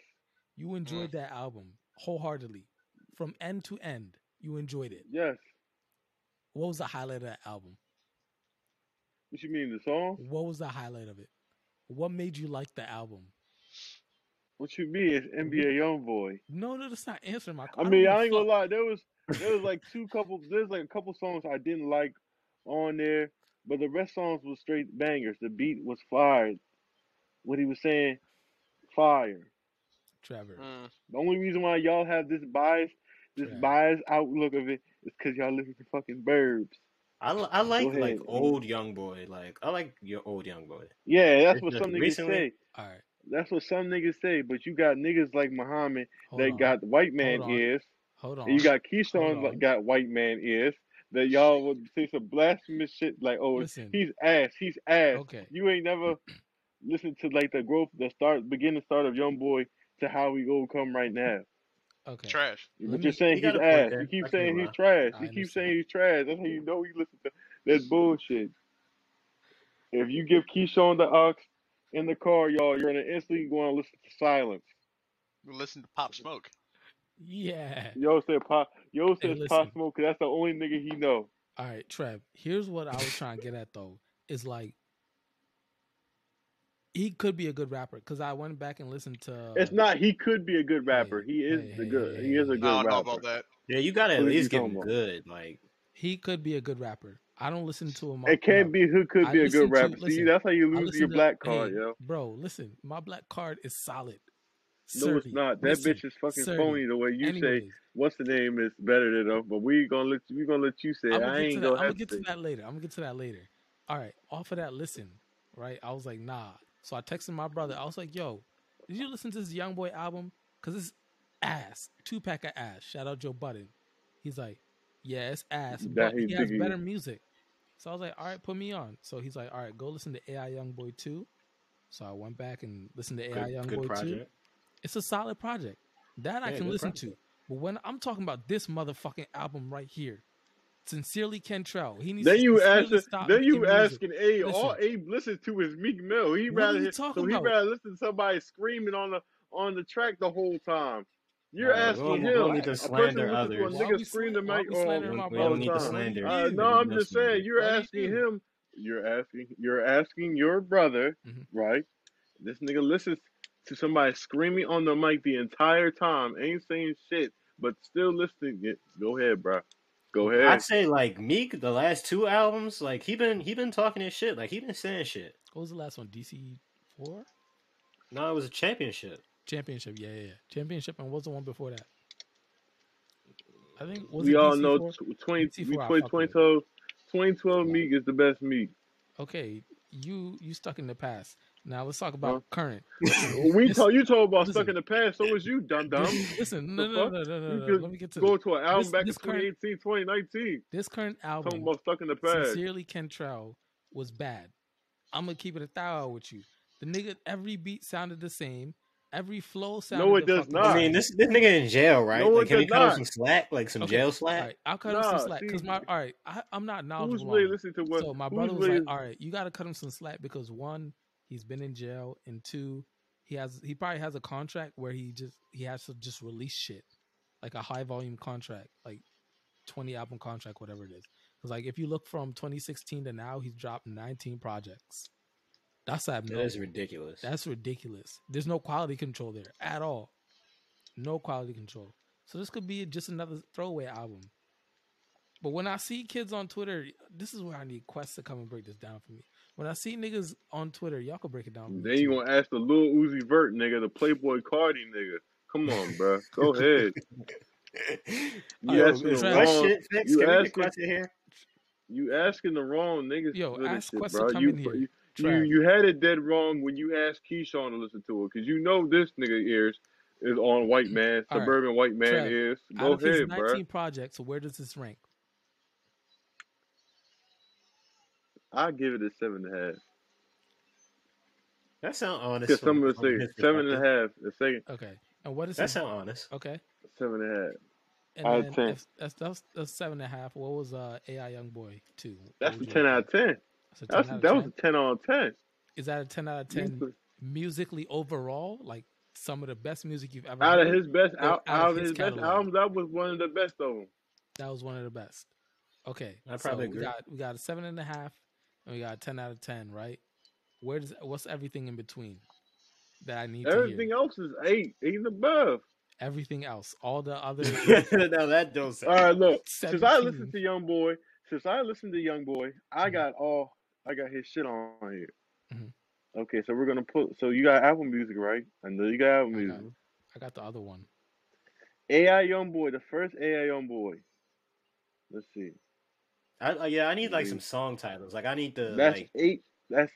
Speaker 1: You
Speaker 5: Mm.
Speaker 1: enjoyed that album wholeheartedly. From end to end, you enjoyed it.
Speaker 5: Yes.
Speaker 1: What was the highlight of that album?
Speaker 5: What you mean the song?
Speaker 1: What was the highlight of it? What made you like the album?
Speaker 5: What you mean? It's NBA YoungBoy.
Speaker 1: No, no, that's not answering my
Speaker 5: I
Speaker 1: don't
Speaker 5: mean,
Speaker 1: give a
Speaker 5: I ain't gonna
Speaker 1: fuck.
Speaker 5: lie. There was there was like two couple. There's like a couple songs I didn't like on there, but the rest songs was straight bangers. The beat was fire. What he was saying, fire.
Speaker 1: Trevor.
Speaker 4: Mm.
Speaker 5: The only reason why y'all have this bias, this
Speaker 1: Trash.
Speaker 5: biased outlook of it, is because y'all listen to fucking Burbs.
Speaker 3: I, li- I like like
Speaker 5: ahead.
Speaker 3: old Young Boy. Like I like your old Young Boy.
Speaker 5: Yeah, that's
Speaker 3: It's
Speaker 5: what
Speaker 3: just
Speaker 5: some niggas
Speaker 3: recently-
Speaker 5: say.
Speaker 1: All right.
Speaker 5: That's what some niggas say. But you got niggas like Muhammad
Speaker 1: Hold
Speaker 5: that
Speaker 1: on.
Speaker 5: got white man
Speaker 1: Hold on.
Speaker 5: ears.
Speaker 1: Hold on.
Speaker 5: And you got
Speaker 1: Hold
Speaker 5: Keyshawn
Speaker 1: on.
Speaker 5: like, got white man ears that y'all would say some blasphemous shit like, oh,
Speaker 1: Listen.
Speaker 5: he's ass, he's ass.
Speaker 1: Okay.
Speaker 5: You ain't never listened to like the growth, the start, beginning start of Young Boy to how we go come right now.
Speaker 1: Okay.
Speaker 4: Trash.
Speaker 1: Let
Speaker 5: But
Speaker 1: me-
Speaker 5: you're saying
Speaker 3: you
Speaker 5: he's
Speaker 3: got a point
Speaker 5: ass.
Speaker 3: there.
Speaker 5: You keep
Speaker 3: I can't
Speaker 5: saying he's
Speaker 3: lie.
Speaker 5: trash.
Speaker 1: I
Speaker 5: You keep
Speaker 1: understand.
Speaker 5: saying he's trash. That's how you know he listen to that bullshit. If you give Keyshawn the ox in the car, y'all, you're gonna instantly going to listen to Silence.
Speaker 4: Listen to Pop Smoke.
Speaker 1: Yeah.
Speaker 5: Yo said Pop. Yo
Speaker 1: Hey,
Speaker 5: says
Speaker 1: listen.
Speaker 5: Pop Smoke 'cause that's the only nigga he know.
Speaker 1: All right, Trev. Here's what I was trying to get at though. Is like he could be a good rapper because I went back and listened to.
Speaker 5: It's not. He could be a good rapper. he is
Speaker 1: hey,
Speaker 5: the
Speaker 1: hey,
Speaker 5: good.
Speaker 1: hey,
Speaker 5: he is a
Speaker 1: hey.
Speaker 5: good
Speaker 4: I don't
Speaker 5: rapper.
Speaker 4: know about that.
Speaker 3: Yeah, you gotta at
Speaker 5: What is you
Speaker 3: least give
Speaker 5: talking
Speaker 3: him
Speaker 5: about?
Speaker 3: good. Like
Speaker 1: He could be a good rapper. I don't listen to him.
Speaker 5: It can be who could
Speaker 1: I
Speaker 5: be a
Speaker 1: listen to-
Speaker 5: good rapper. See,
Speaker 1: listen,
Speaker 5: that's how you
Speaker 1: I
Speaker 5: lose
Speaker 1: listen
Speaker 5: your
Speaker 1: to-
Speaker 5: black card,
Speaker 1: hey,
Speaker 5: yo.
Speaker 1: bro. Listen, my black card is solid.
Speaker 5: No, it's
Speaker 1: Sturdy.
Speaker 5: not. That
Speaker 1: Listen,
Speaker 5: bitch is fucking
Speaker 1: sturdy.
Speaker 5: phony. The way you say
Speaker 1: Anyways,
Speaker 5: what's the name is better than them. But we gonna let you, we gonna let you say. it.
Speaker 1: I'm gonna get
Speaker 5: I
Speaker 1: to
Speaker 5: ain't
Speaker 1: that. I'm
Speaker 5: gonna
Speaker 1: gonna
Speaker 5: have
Speaker 1: get
Speaker 5: to
Speaker 1: to
Speaker 5: say.
Speaker 1: that later. I'm gonna get to that later. All right. Off of that, listen. Right. I was like, nah. So I texted my brother. I was like, yo, did you listen to this YoungBoy album? Cause it's ass. Two pack of ass. Shout out Joe Budden. He's like, yeah, it's ass,
Speaker 5: That
Speaker 1: but
Speaker 5: he
Speaker 1: he has
Speaker 5: think he-
Speaker 1: better music. So I was like, all right, put me on. So he's like, all right, go listen to AI YoungBoy two. So I went back and listened to AI
Speaker 3: good, good
Speaker 1: YoungBoy two
Speaker 3: project.
Speaker 1: it's a solid project that I
Speaker 3: Yeah,
Speaker 1: can
Speaker 3: good
Speaker 1: listen
Speaker 3: project.
Speaker 1: to. But when I'm talking about this motherfucking album right here, Sincerely, Kentrell. He needs.
Speaker 5: Then
Speaker 1: to
Speaker 5: you
Speaker 1: sincerely
Speaker 5: asking,
Speaker 1: stop
Speaker 5: then you
Speaker 1: making music.
Speaker 5: asking A. All Abe listens to is Meek Mill. He
Speaker 1: What are
Speaker 5: rather
Speaker 1: you
Speaker 5: hear-
Speaker 1: talking
Speaker 5: so he
Speaker 1: about?
Speaker 5: rather listen to somebody screaming on the on the track the whole time. You're
Speaker 3: All right, we
Speaker 5: asking
Speaker 3: don't- we
Speaker 5: him,
Speaker 3: don't need to
Speaker 5: a person
Speaker 3: slander
Speaker 5: who listens to a
Speaker 3: others.
Speaker 1: Why we
Speaker 5: nigga
Speaker 1: sla-
Speaker 5: scream the
Speaker 1: why
Speaker 5: mic
Speaker 1: we
Speaker 5: on
Speaker 1: slandering my
Speaker 3: We
Speaker 1: brother?
Speaker 3: don't need to
Speaker 1: What do you
Speaker 3: slander.
Speaker 1: do?
Speaker 5: Uh,
Speaker 3: Dude,
Speaker 5: no,
Speaker 3: we
Speaker 5: I'm
Speaker 3: do
Speaker 5: just
Speaker 3: this, man.
Speaker 5: saying.
Speaker 1: Why
Speaker 5: You're
Speaker 1: do you
Speaker 5: asking
Speaker 1: do
Speaker 5: him. You're asking. You're asking your brother,
Speaker 1: Mhm.
Speaker 5: right? This nigga listens to somebody screaming on the mic the entire time, ain't saying shit, but still listening. Yeah, Go ahead, bro. Go ahead.
Speaker 3: I'd say like Meek, the last two albums, like he been he been talking his shit, like he been saying shit.
Speaker 1: What was the last one? DC four
Speaker 3: No, it was a championship.
Speaker 1: championship. Yeah, yeah, yeah. championship. And what was the one before that? I think was
Speaker 5: we
Speaker 1: it
Speaker 5: all
Speaker 1: DC
Speaker 5: know
Speaker 1: four?
Speaker 5: tw- 20,
Speaker 1: DC4 I
Speaker 5: we 20,
Speaker 1: fuck with.
Speaker 5: 2012, 2012 Meek is the best Meek.
Speaker 1: Okay, you you stuck in the past. Now let's talk about
Speaker 5: Huh?
Speaker 1: current.
Speaker 5: We
Speaker 1: This-
Speaker 5: told you told about
Speaker 1: listen.
Speaker 5: stuck in the past. So was you, dumb dumb.
Speaker 1: Listen,
Speaker 5: The
Speaker 1: no, no,
Speaker 5: fuck?
Speaker 1: no, no, no,
Speaker 5: You
Speaker 1: no.
Speaker 5: could
Speaker 1: Let me get to
Speaker 5: Go to an album
Speaker 1: This-
Speaker 5: back in
Speaker 1: this current-
Speaker 5: 2018, 2019.
Speaker 1: this current
Speaker 5: Talking
Speaker 1: album.
Speaker 5: about stuck in the past.
Speaker 1: Sincerely, Kentrell was bad. I'm gonna keep it a thousand with you. The nigga, every beat sounded the same. Every flow sounded.
Speaker 5: it
Speaker 1: the
Speaker 5: does
Speaker 1: fucking
Speaker 5: not.
Speaker 3: I
Speaker 1: same.
Speaker 3: mean, this this nigga in jail, right?
Speaker 5: No,
Speaker 3: like,
Speaker 5: it
Speaker 3: can we
Speaker 5: does
Speaker 3: cut him
Speaker 5: not.
Speaker 3: some slack, like some
Speaker 1: Okay,
Speaker 3: jail
Speaker 1: All
Speaker 3: slack?
Speaker 1: right, I'll cut him some
Speaker 5: Nah,
Speaker 1: slack because
Speaker 5: see,
Speaker 1: my all right, I, I'm not
Speaker 5: who's
Speaker 1: knowledgeable. on
Speaker 5: really
Speaker 1: it.
Speaker 5: listening to what?
Speaker 1: So my
Speaker 5: Who's
Speaker 1: brother was
Speaker 5: really?
Speaker 1: like, "All right, you got to cut him some slack because one, he's been in jail, and two, he has he probably has a contract where he just he has to just release shit, like a high volume contract, like twenty album contract, whatever it is. Because like if you look from 2016 to now, he's dropped 19 projects. That's
Speaker 3: That
Speaker 1: abnormal.
Speaker 3: is ridiculous.
Speaker 1: That's ridiculous. There's no quality control there at all. No quality control. So this could be just another throwaway album. But when I see kids on Twitter, this is where I need Quest to come and break this down for me. When I see niggas on Twitter, y'all can break it down. For me
Speaker 5: Then you
Speaker 1: too.
Speaker 5: gonna ask the Lil Uzi Vert nigga, the Playboy Cardi nigga. Come on, bro. Go ahead. You
Speaker 1: Yo,
Speaker 5: asking the
Speaker 1: Trent-
Speaker 3: Rush
Speaker 5: wrong.
Speaker 3: shit fixed?
Speaker 5: you
Speaker 3: Can we get
Speaker 5: asking-
Speaker 3: Quest in here?
Speaker 5: You asking the wrong niggas
Speaker 1: Yo,
Speaker 5: for this
Speaker 1: ask
Speaker 5: shit,
Speaker 1: Quest to
Speaker 5: bro.
Speaker 1: come
Speaker 5: You
Speaker 1: in here.
Speaker 5: you you,
Speaker 1: Trav,
Speaker 5: you had it dead wrong when you asked Keyshawn to listen to it, cause you know this nigga ears is on white man,
Speaker 1: All right.
Speaker 5: suburban white man
Speaker 1: Trev,
Speaker 5: ears.
Speaker 1: out
Speaker 5: Go
Speaker 1: of his
Speaker 5: ahead, bro.
Speaker 1: 19 projects, where does this rank?
Speaker 5: I give it a seven and a half.
Speaker 3: That sound honest
Speaker 5: Cause
Speaker 3: from,
Speaker 5: some of the
Speaker 3: from
Speaker 5: say
Speaker 3: his
Speaker 5: seven and
Speaker 3: perspective.
Speaker 5: a half, the second
Speaker 1: Okay, and what is
Speaker 3: That
Speaker 1: his?
Speaker 3: sound honest.
Speaker 1: Okay,
Speaker 5: seven and a half.
Speaker 1: and
Speaker 5: Out of
Speaker 1: then
Speaker 5: 10.
Speaker 1: if that's that's, that's seven and a half. What was uh AI Young Boy two? What
Speaker 5: That's a
Speaker 1: would you
Speaker 5: ten
Speaker 1: rate
Speaker 5: out of ten.
Speaker 1: That's a ten
Speaker 5: That's
Speaker 1: out of
Speaker 5: that was
Speaker 1: ten.
Speaker 5: a ten out of ten.
Speaker 1: Is that a ten out of
Speaker 5: You
Speaker 1: ten musically overall? Like some of the best music you've ever
Speaker 5: out
Speaker 1: heard.
Speaker 5: of his best
Speaker 1: Or
Speaker 5: out,
Speaker 1: out of
Speaker 5: out of
Speaker 1: his
Speaker 5: his best
Speaker 1: catalog.
Speaker 5: albums, that was one of the best of them.
Speaker 1: That was one of the best. Okay,
Speaker 3: I
Speaker 1: so
Speaker 3: probably
Speaker 1: we
Speaker 3: agree.
Speaker 1: got we got a seven and a half, and we got a ten out of ten, right? Where does what's everything in between that I need to
Speaker 5: Everything
Speaker 1: hear?
Speaker 5: else is eight, eight and above.
Speaker 1: Everything else, all the other oh,
Speaker 3: no, that don't
Speaker 5: All
Speaker 3: sound.
Speaker 5: right, look. Since I
Speaker 1: seventeen.
Speaker 5: listened to Young Boy, since I listened to Young Boy, I
Speaker 1: Mhm.
Speaker 5: got all I got his shit on here.
Speaker 1: Mhm.
Speaker 5: Okay, so we're gonna put. So you got Apple Music, right? I know you got Apple
Speaker 1: I
Speaker 5: Music.
Speaker 1: got, I got the other one.
Speaker 5: AI Young Boy, the first AI Young Boy. Let's see.
Speaker 3: I, I- yeah, I need like some song titles. Like I need the
Speaker 5: That's
Speaker 3: like.
Speaker 5: eight. That's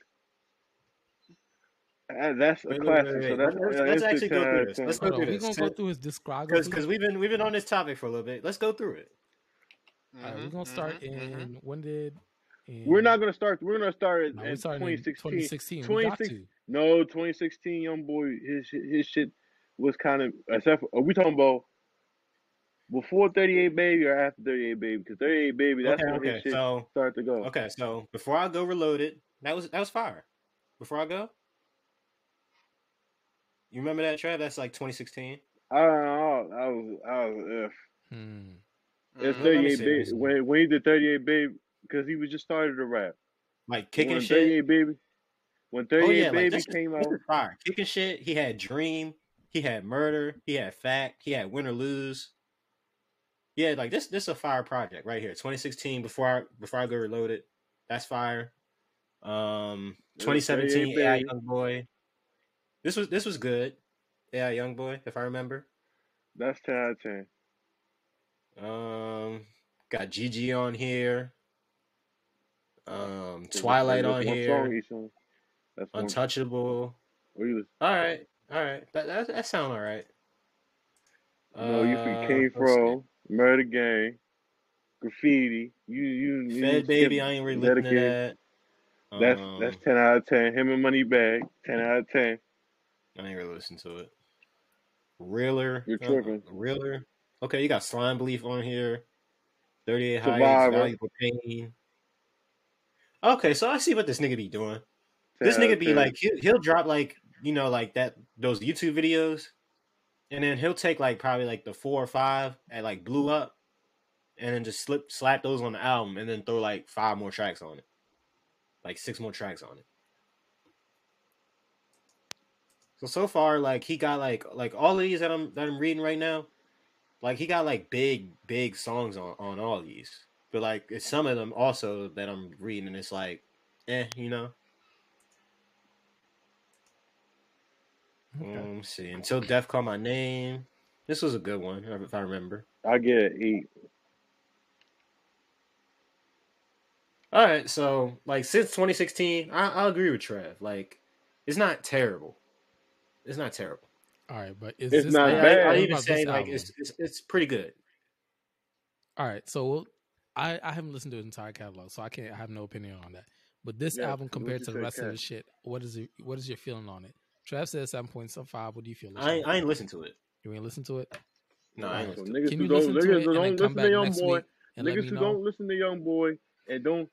Speaker 5: uh, that's a
Speaker 3: Wait, wait,
Speaker 5: classic.
Speaker 3: wait,
Speaker 5: So
Speaker 3: wait.
Speaker 5: that's
Speaker 3: Let's, let's,
Speaker 5: yeah,
Speaker 3: let's
Speaker 5: it's a
Speaker 3: actually
Speaker 5: 10
Speaker 3: go
Speaker 5: out
Speaker 3: through
Speaker 5: of
Speaker 3: this.
Speaker 5: 10.
Speaker 3: Let's go
Speaker 1: Hold on,
Speaker 3: through
Speaker 1: we're
Speaker 3: this
Speaker 1: gonna go through his discography.
Speaker 3: because because we've been we've been on this topic for a little bit. Let's go through it.
Speaker 1: All
Speaker 4: Mm-hmm,
Speaker 1: right, we're
Speaker 3: Mm-hmm,
Speaker 1: gonna start in when did? In,
Speaker 5: We're not gonna start. We're gonna start
Speaker 1: No,
Speaker 5: at,
Speaker 1: we're
Speaker 5: at
Speaker 1: starting in 2016.
Speaker 5: 2016.
Speaker 1: We got
Speaker 5: 26
Speaker 1: to.
Speaker 5: No, 2016, young boy, his shit- his shit was kind of except. For, are we talking about before 38 baby or after 38 baby? Because 38 baby, that's
Speaker 3: Okay,
Speaker 5: when his
Speaker 3: okay.
Speaker 5: shit
Speaker 3: So
Speaker 5: started to go.
Speaker 3: okay, so before I go reloaded, that was that was fire. Before I go, you remember that trap? That's like 2016.
Speaker 5: I don't know. I was I was
Speaker 1: Hmm.
Speaker 4: mm-hmm,
Speaker 5: uh, it's
Speaker 3: Mhm. Let me
Speaker 5: 38
Speaker 3: see, let me
Speaker 5: baby
Speaker 3: see.
Speaker 5: when when he did 38 baby because he was just started to rap.
Speaker 3: Like kicking
Speaker 5: When
Speaker 3: shit.
Speaker 5: 38 baby, when
Speaker 3: Oh
Speaker 5: 38
Speaker 3: yeah, like
Speaker 5: baby
Speaker 3: this,
Speaker 5: came
Speaker 3: this
Speaker 5: out,
Speaker 3: is fire. Kicking shit. He had dream. He had murder. He had fact. He had win or lose. Yeah, like this. This is a fire project right here. 2016. Before I before I go reloaded, that's fire. Um,
Speaker 5: Yeah,
Speaker 3: 2017.
Speaker 5: 38
Speaker 3: AI
Speaker 5: baby.
Speaker 3: Young Boy. This was this was good. AI Young Boy, if I remember.
Speaker 5: that's 10 out of 10.
Speaker 3: Um, got Gigi on here. Um,
Speaker 5: So
Speaker 3: Twilight
Speaker 5: that's
Speaker 3: on
Speaker 5: one song
Speaker 3: here.
Speaker 5: each song. That's one.
Speaker 3: Untouchable.
Speaker 5: Or you
Speaker 3: All right, all right. That that, that sound all right.
Speaker 5: No, you from
Speaker 3: Uh,
Speaker 5: K
Speaker 3: let's see.
Speaker 5: Fro, Murder Gang, Graffiti. You you you
Speaker 3: Fed
Speaker 5: skip
Speaker 3: Baby, I ain't really looking at
Speaker 5: Dedicated.
Speaker 3: that.
Speaker 5: That's
Speaker 3: Um,
Speaker 5: that's ten out of ten. Him and Money Bag, ten out of ten.
Speaker 3: I ain't really listening to it. Reeler,
Speaker 5: You're
Speaker 3: uh,
Speaker 5: tripping.
Speaker 3: Reeler. Okay, you got Slime Belief on here. 38 highest
Speaker 5: Survivor.
Speaker 3: valuable pain. Okay, so I see what this nigga be doing. This
Speaker 5: Tab,
Speaker 3: nigga be
Speaker 5: tab.
Speaker 3: like, he'll, he'll drop like, you know, like that, those YouTube videos. And then he'll take like probably like the four or five and like blew up and then just slip, slap those on the album and then throw like five more tracks on it. Like six more tracks on it. So, so far, like he got like, like all of these that I'm, that I'm reading right now, like he got like big, big songs on, on all these. But like it's some of them also that I'm reading and it's like, eh, you know?
Speaker 1: Okay.
Speaker 3: Um, let's see. Until Death Call My Name. This was a good one, if I remember.
Speaker 5: I get an eight.
Speaker 3: All right, so like since 2016, I, I agree with Trev. Like, it's not terrible. It's not terrible.
Speaker 1: All right, but is
Speaker 5: It's
Speaker 1: this
Speaker 5: not
Speaker 3: I,
Speaker 1: album-
Speaker 5: bad.
Speaker 3: I,
Speaker 1: what
Speaker 3: I even
Speaker 1: about
Speaker 3: say
Speaker 1: this
Speaker 3: like
Speaker 1: album?
Speaker 3: it's, it's it's pretty good.
Speaker 1: All right, so we'll, I I haven't listened to his entire catalog, so I can't I have no opinion on that. But this
Speaker 5: Yeah,
Speaker 1: album
Speaker 5: so what'd
Speaker 1: compared
Speaker 5: you
Speaker 1: to the
Speaker 5: say,
Speaker 1: rest of
Speaker 5: Cat?
Speaker 1: the shit, what is it? What is your feeling on it? Trav said seven point seven five. What do you feel?
Speaker 3: I
Speaker 1: Lachlan?
Speaker 3: I ain't listen to it.
Speaker 1: you ain't listen to it.
Speaker 3: No, I ain't
Speaker 5: So
Speaker 3: listen to it.
Speaker 5: niggas
Speaker 1: Can
Speaker 5: who
Speaker 1: you listen
Speaker 5: don't, niggas
Speaker 1: to it
Speaker 5: who
Speaker 1: and
Speaker 5: don't
Speaker 1: then
Speaker 5: listen
Speaker 1: come
Speaker 5: to
Speaker 1: back
Speaker 5: Young
Speaker 1: next
Speaker 5: Boy,
Speaker 1: week and let
Speaker 5: niggas
Speaker 1: me
Speaker 5: who
Speaker 1: know,
Speaker 5: don't listen to Young Boy and don't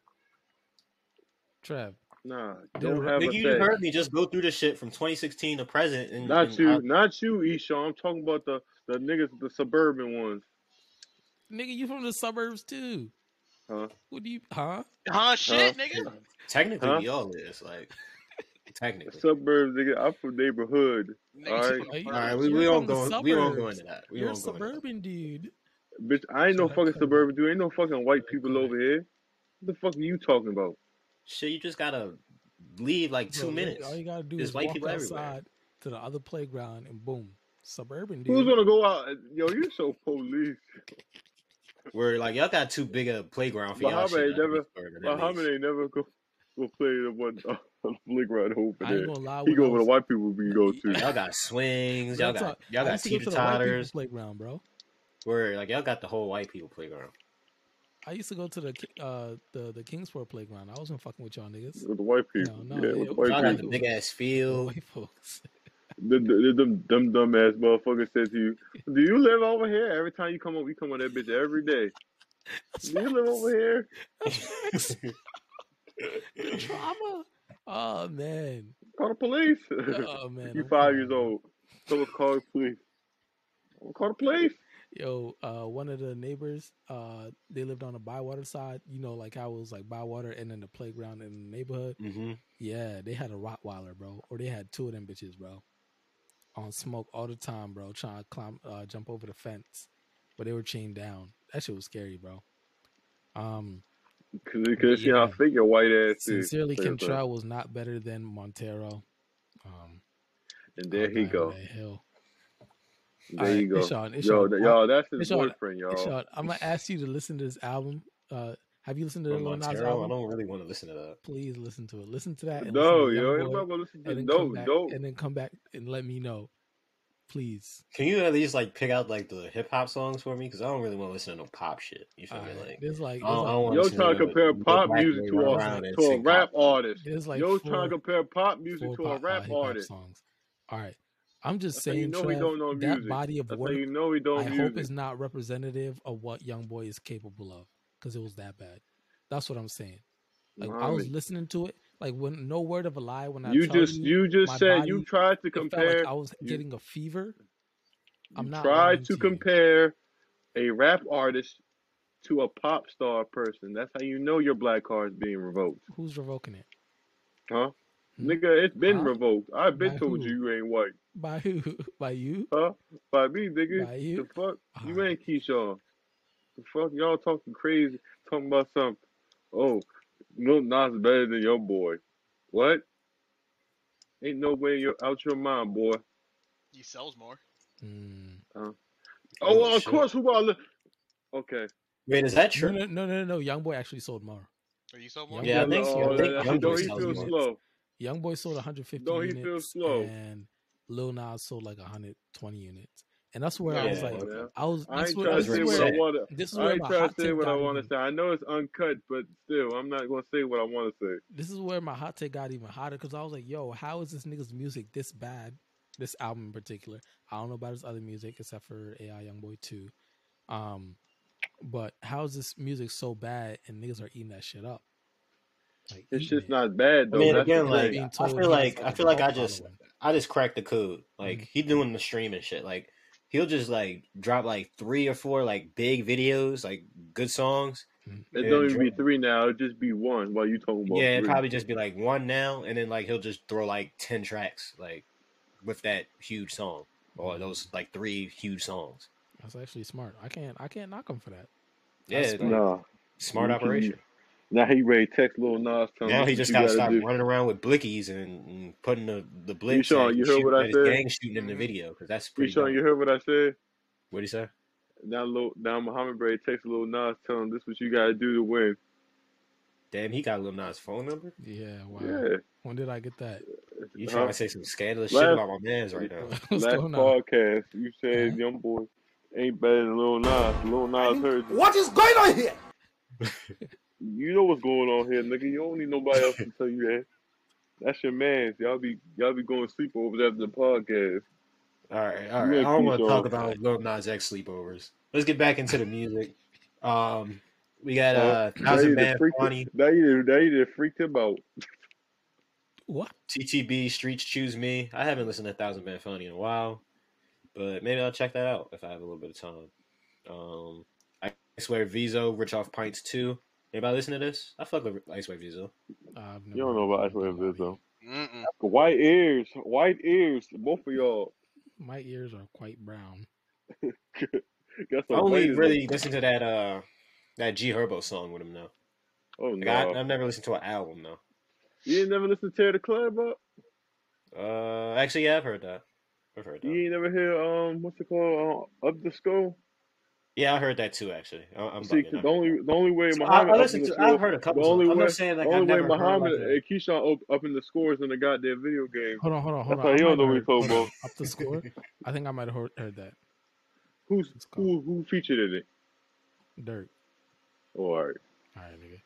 Speaker 1: Trav?
Speaker 5: nah,
Speaker 1: Dude,
Speaker 5: don't have a
Speaker 3: Nigga, you
Speaker 5: say.
Speaker 3: heard me just go through this shit from 2016 to present, and,
Speaker 5: Not
Speaker 3: and
Speaker 5: you,
Speaker 3: I-
Speaker 5: not you, Eshawn. I'm talking about the the niggas, the suburban ones.
Speaker 1: Nigga, you from the suburbs too?
Speaker 5: Huh?
Speaker 1: What do you? Huh?
Speaker 4: Huh? Shit, nigga.
Speaker 3: technically
Speaker 5: Huh?
Speaker 3: we all is like technically.
Speaker 5: Suburbs, nigga. I'm from neighborhood.
Speaker 4: Niggas
Speaker 5: Alright.
Speaker 4: from the
Speaker 1: Are you-
Speaker 3: all right,
Speaker 4: burbs.
Speaker 3: we,
Speaker 1: You're
Speaker 3: we won't
Speaker 1: from the
Speaker 3: go we won't go
Speaker 1: suburbs.
Speaker 3: into that. We
Speaker 1: You're a
Speaker 3: won't go into that.
Speaker 1: suburban dude.
Speaker 5: Bitch, I ain't no
Speaker 1: Shut
Speaker 5: fucking
Speaker 1: up.
Speaker 5: suburban dude. Ain't no fucking white people
Speaker 1: Okay.
Speaker 5: over here. What the fuck are you talking about?
Speaker 3: Shit, you just gotta leave like two
Speaker 1: Bro, all-
Speaker 3: minutes.
Speaker 1: All you gotta do
Speaker 3: There's
Speaker 1: is
Speaker 3: white
Speaker 1: walk
Speaker 3: people everywhere.
Speaker 1: outside to the other playground and boom, suburban
Speaker 5: Who's
Speaker 1: dude.
Speaker 5: gonna go out? and- Yo, you so police.
Speaker 3: Where like y'all got too big a playground for y'all
Speaker 5: Muhammad
Speaker 3: shit.
Speaker 5: ain't
Speaker 3: not to be
Speaker 5: never-
Speaker 3: suburban, at
Speaker 5: Muhammad
Speaker 3: least.
Speaker 5: ain't never go go play the one uh, playground over
Speaker 1: I ain't
Speaker 5: there.
Speaker 1: gonna lie.
Speaker 5: He
Speaker 1: When
Speaker 5: go
Speaker 1: I
Speaker 5: where the
Speaker 1: was,
Speaker 5: white people we go to.
Speaker 3: Y'all got swings. Y'all
Speaker 1: Real
Speaker 3: got
Speaker 1: talk,
Speaker 3: y'all
Speaker 1: I
Speaker 3: got
Speaker 1: used to go to
Speaker 3: teeter
Speaker 1: the white people
Speaker 3: totters.
Speaker 1: playground, bro.
Speaker 3: Where like y'all got the whole white people playground.
Speaker 1: I used to go to the Ki- uh the the Kingsport playground. I wasn't fucking with y'all niggas.
Speaker 5: With the white people.
Speaker 1: No, no,
Speaker 5: yeah,
Speaker 1: it-
Speaker 5: with
Speaker 3: Y'all
Speaker 5: the white
Speaker 3: got the
Speaker 5: people.
Speaker 3: big ass
Speaker 1: The
Speaker 3: field.
Speaker 1: white folks.
Speaker 5: The, the, them dumb dumb ass motherfucker said to you, Do you live over here? Every time you come up, we come on that bitch every day. Do you live over here?
Speaker 1: The drama. Oh man.
Speaker 5: Call the police.
Speaker 1: Oh man.
Speaker 5: you
Speaker 1: I'm
Speaker 5: five
Speaker 1: crying,
Speaker 5: years
Speaker 1: bro.
Speaker 5: old. Someone call the police. I'm gonna call the police.
Speaker 1: Yo, uh, one of the neighbors, uh, they lived on the Bywater side. You know, like how it was like Bywater and then the playground in the neighborhood.
Speaker 3: hmm
Speaker 1: Yeah, they had a Rottweiler, bro, or they had two of them bitches, bro, on smoke all the time, bro, trying to climb, uh, jump over the fence, but they were chained down. That shit was scary, bro. Um,
Speaker 5: Cause, you can see how
Speaker 1: Yeah.
Speaker 5: fake your white ass is.
Speaker 1: sincerely,
Speaker 5: Play with us.
Speaker 1: Kentrell was not better than Montero. Um,
Speaker 5: And there he go.
Speaker 1: Hill.
Speaker 5: There you go.
Speaker 1: Ishan,
Speaker 5: Yo,
Speaker 1: Ishan,
Speaker 5: that, y'all, that's his
Speaker 1: Ishan,
Speaker 5: boyfriend, y'all.
Speaker 1: Ishan, I'm gonna ask you to listen to this album. Uh, have you listened to the Lil Nas
Speaker 3: Montero, I
Speaker 1: album?
Speaker 3: don't really want to listen to that.
Speaker 1: please listen to it. Listen to that and
Speaker 5: No,
Speaker 1: listen to
Speaker 5: yo,
Speaker 1: Young
Speaker 5: everybody
Speaker 1: Boy,
Speaker 5: gonna listen to
Speaker 1: and then
Speaker 5: no,
Speaker 1: come back
Speaker 5: don't.
Speaker 1: and then come back and let me know, please.
Speaker 3: Can you at least like pick out like the hip hop songs for me? Because I don't really want to listen to no pop shit. You feel
Speaker 1: All
Speaker 3: me?
Speaker 1: right.
Speaker 3: Like
Speaker 1: Uh, There's like
Speaker 3: I don't,
Speaker 1: there's
Speaker 3: I
Speaker 1: like,
Speaker 3: don't want
Speaker 5: Yo,
Speaker 3: listen to
Speaker 5: trying to
Speaker 3: no
Speaker 5: compare
Speaker 3: Lil
Speaker 5: pop
Speaker 3: Black
Speaker 5: music
Speaker 3: Lil
Speaker 5: to
Speaker 3: Ron
Speaker 5: a
Speaker 3: Brown and
Speaker 5: to a
Speaker 3: sing
Speaker 5: rap
Speaker 3: pop.
Speaker 5: artist.
Speaker 1: there's like
Speaker 5: Yo,
Speaker 1: four,
Speaker 5: trying to compare pop music
Speaker 1: four
Speaker 5: to a
Speaker 1: pop, uh,
Speaker 5: rap
Speaker 1: hip hop
Speaker 5: artist.
Speaker 1: songs. All right, I'm just
Speaker 5: That's how you
Speaker 1: saying,
Speaker 5: know he
Speaker 1: Trev,
Speaker 5: don't know
Speaker 1: that
Speaker 5: music.
Speaker 1: body of
Speaker 5: That's how
Speaker 1: work
Speaker 5: you know he
Speaker 1: I
Speaker 5: don't
Speaker 1: hope
Speaker 5: music.
Speaker 1: is not representative of what Young Boy is capable of because it was that bad. That's what I'm saying. Like I was
Speaker 5: Mommy,
Speaker 1: listening to it, like when no word of a lie when I
Speaker 5: you
Speaker 1: tell
Speaker 5: just
Speaker 1: you
Speaker 5: you
Speaker 1: my
Speaker 5: just said you
Speaker 1: body,
Speaker 5: tried to
Speaker 1: it felt like
Speaker 5: compare
Speaker 1: I was
Speaker 5: you
Speaker 1: getting a fever.
Speaker 5: you
Speaker 1: I'm not lying
Speaker 5: tried to
Speaker 1: to you.
Speaker 5: compare a rap artist to a pop star person. That's how you know your black card is being revoked,
Speaker 1: Who's revoking it?
Speaker 5: huh?
Speaker 1: Hmm?
Speaker 5: Nigga, it's been
Speaker 1: Huh?
Speaker 5: revoked. I've been
Speaker 1: By
Speaker 5: told
Speaker 1: who?
Speaker 5: you you ain't white,
Speaker 1: By who? By you?
Speaker 5: huh? By me, nigga.
Speaker 1: By
Speaker 5: The
Speaker 1: you? Ah.
Speaker 5: fuck?
Speaker 1: All
Speaker 5: You
Speaker 1: right.
Speaker 5: ain't Keyshawn. The fuck? Y'all talking crazy, talking about something. Oh, Lil Nas better than your boy. What? Ain't no way you're out your mind, boy.
Speaker 4: He sells more.
Speaker 1: Mm.
Speaker 5: Oh,
Speaker 3: Oh,
Speaker 5: well, of
Speaker 3: shit.
Speaker 5: course, who all? Okay.
Speaker 3: Wait, is that
Speaker 1: No,
Speaker 3: true?
Speaker 1: no, no, no, no. Young boy actually sold more.
Speaker 4: Are you sell
Speaker 1: Yeah,
Speaker 4: more?
Speaker 1: I'm
Speaker 3: Yeah, I
Speaker 1: good.
Speaker 3: think so.
Speaker 5: Oh,
Speaker 3: I
Speaker 5: that,
Speaker 3: think
Speaker 5: that,
Speaker 3: Young
Speaker 5: don't
Speaker 3: Boy
Speaker 5: he
Speaker 3: sells
Speaker 5: feel
Speaker 3: more.
Speaker 5: slow?
Speaker 1: Young boy sold 150
Speaker 5: Don't he feel
Speaker 1: units,
Speaker 5: slow?
Speaker 1: and Lil Nas sold like 120 units. And that's where I
Speaker 5: No,
Speaker 1: was
Speaker 3: Yeah,
Speaker 1: like,
Speaker 5: man.
Speaker 3: okay.
Speaker 1: I was.
Speaker 5: I
Speaker 1: That's
Speaker 5: ain't
Speaker 1: where.
Speaker 5: trying
Speaker 3: That's
Speaker 5: to
Speaker 1: This is
Speaker 3: real
Speaker 5: say what I
Speaker 1: where.
Speaker 3: sad.
Speaker 5: want to.
Speaker 1: This is
Speaker 5: I
Speaker 1: where
Speaker 5: ain't
Speaker 1: my
Speaker 5: trying
Speaker 1: hot
Speaker 5: to say
Speaker 1: take
Speaker 5: what I
Speaker 1: got
Speaker 5: want to
Speaker 1: even.
Speaker 5: say. I know it's uncut, but still, I'm not gonna say what I want to say.
Speaker 1: This is where my hot take got even hotter because I was like, yo, how is this nigga's music this bad? This album in particular. I don't know about his other music except for AI Young Boy 2. Um, But how's this music so bad and niggas are eating that shit up? Like,
Speaker 5: It's
Speaker 1: eating it.
Speaker 5: just not bad
Speaker 3: I
Speaker 5: though.
Speaker 3: mean,
Speaker 5: That's the
Speaker 3: again,
Speaker 5: thing.
Speaker 3: like
Speaker 1: Being
Speaker 3: I
Speaker 1: told
Speaker 3: feel
Speaker 1: he's
Speaker 3: like
Speaker 1: fucking
Speaker 3: I feel like I
Speaker 1: cult
Speaker 3: just
Speaker 1: following.
Speaker 3: I just cracked the code. Like
Speaker 1: Mhm.
Speaker 3: he doing the streaming shit. Like he'll just like drop like three or four like big videos, like good songs.
Speaker 5: It don't
Speaker 3: Yeah,
Speaker 5: even be
Speaker 3: Drake.
Speaker 5: three now. It just be one. While you talking about
Speaker 3: yeah, it'd
Speaker 5: three.
Speaker 3: probably just be like one now, and then like he'll just throw like ten tracks, like with that huge song or those like three huge songs.
Speaker 1: That's actually smart. I can't I can't knock him for that.
Speaker 3: Yeah,
Speaker 1: That's
Speaker 3: it's, like,
Speaker 5: No,
Speaker 3: smart
Speaker 5: You can-
Speaker 3: operation.
Speaker 5: now he ready to text little Nas. tell him
Speaker 3: Now
Speaker 5: what
Speaker 3: he just
Speaker 5: you
Speaker 3: gotta
Speaker 5: gotta
Speaker 3: stop
Speaker 5: do.
Speaker 3: running around with blickies and, and putting the the blitz.
Speaker 5: Keyshawn,
Speaker 3: at-
Speaker 5: you heard
Speaker 3: shoot-
Speaker 5: what I
Speaker 3: at his
Speaker 5: said? Mm-hmm.
Speaker 3: Gang shooting in the video because that's
Speaker 5: You
Speaker 3: pretty.
Speaker 5: sure you heard what I said?
Speaker 3: What he say?
Speaker 5: Now, little, now Muhammad Bray text little Nas, tell him this what you gotta do to win.
Speaker 3: Damn, he got Lil Nas' phone number.
Speaker 1: Yeah, wow.
Speaker 5: Yeah,
Speaker 1: When did I get that?
Speaker 3: You
Speaker 5: Huh?
Speaker 3: trying to say some scandalous shit
Speaker 5: Uh-huh. Last-
Speaker 3: about my man's right now?
Speaker 1: What's
Speaker 5: last
Speaker 1: going on?
Speaker 5: podcast you said young boy ain't better than little Nas. Little
Speaker 2: I
Speaker 5: Nas
Speaker 2: mean,
Speaker 5: heard you.
Speaker 2: what is going on here?
Speaker 5: You know what's going on here, nigga. You don't need nobody else to tell you that. That's your man. Y'all be y'all be going sleepovers after the podcast.
Speaker 3: All right, all right.
Speaker 5: Yeah,
Speaker 3: I don't want to
Speaker 5: Keyshawn.
Speaker 3: talk about Lil Nas X sleepovers. Let's get back into the music. Um, we got
Speaker 5: Uh,
Speaker 3: uh,
Speaker 5: Now you
Speaker 3: Thousand
Speaker 5: done
Speaker 3: Man
Speaker 5: freaked
Speaker 3: Funny,
Speaker 5: now you done- now you done freaked him out.
Speaker 1: What?
Speaker 3: TTB, Streets Choose Me. I haven't listened to Thousand Man Funny in a while, but maybe I'll check that out if I have a little bit of time. Um, I swear, Vizo, Rich Off Pints too. Anybody listen to this? I fuck with I swear Vizo.
Speaker 1: I've
Speaker 5: You don't know about Ice Wave
Speaker 1: this
Speaker 5: though.
Speaker 4: Mm-mm.
Speaker 5: White ears, white ears, both of y'all.
Speaker 1: My ears are quite brown.
Speaker 5: Got
Speaker 3: I
Speaker 5: some
Speaker 3: only
Speaker 5: white in
Speaker 3: really
Speaker 5: them.
Speaker 3: listen to that uh that G Herbo song with him though.
Speaker 5: Oh
Speaker 3: Like, I,
Speaker 5: no,
Speaker 3: I've never listened to an album though.
Speaker 5: you ain't never listen to Tear the Club up.
Speaker 3: Uh, actually, yeah, I've heard that. I've heard that.
Speaker 5: You ain't never hear um, what's it called? Um, up the skull.
Speaker 3: Yeah, I held that too. Actually, I, I'm
Speaker 5: See,
Speaker 3: bugging.
Speaker 5: the
Speaker 3: I heard
Speaker 5: only the only way
Speaker 3: that. So I,
Speaker 5: Muhammad
Speaker 3: I
Speaker 5: up
Speaker 3: listened
Speaker 5: in the
Speaker 3: to.
Speaker 5: score,
Speaker 3: I've heard a couple.
Speaker 5: the only
Speaker 3: songs. I'm
Speaker 5: way-
Speaker 3: not saying
Speaker 5: the
Speaker 3: like I've
Speaker 5: only way
Speaker 3: never heard like
Speaker 5: Muhammad
Speaker 3: a,
Speaker 5: and Keyshawn up, up in the scores in the goddamn video game.
Speaker 1: Hold on, hold on, hold
Speaker 5: That's
Speaker 1: on.
Speaker 5: how
Speaker 1: I
Speaker 5: you don't
Speaker 1: might
Speaker 5: know
Speaker 1: have
Speaker 5: what
Speaker 1: heard-
Speaker 5: he's talking
Speaker 1: hold on.
Speaker 5: about.
Speaker 1: Up the score. I think I might have heard, heard that.
Speaker 5: Who's
Speaker 1: Let's go.
Speaker 5: who who featured in it? Oh,
Speaker 1: Dirt.
Speaker 5: All right,
Speaker 1: All right, nigga.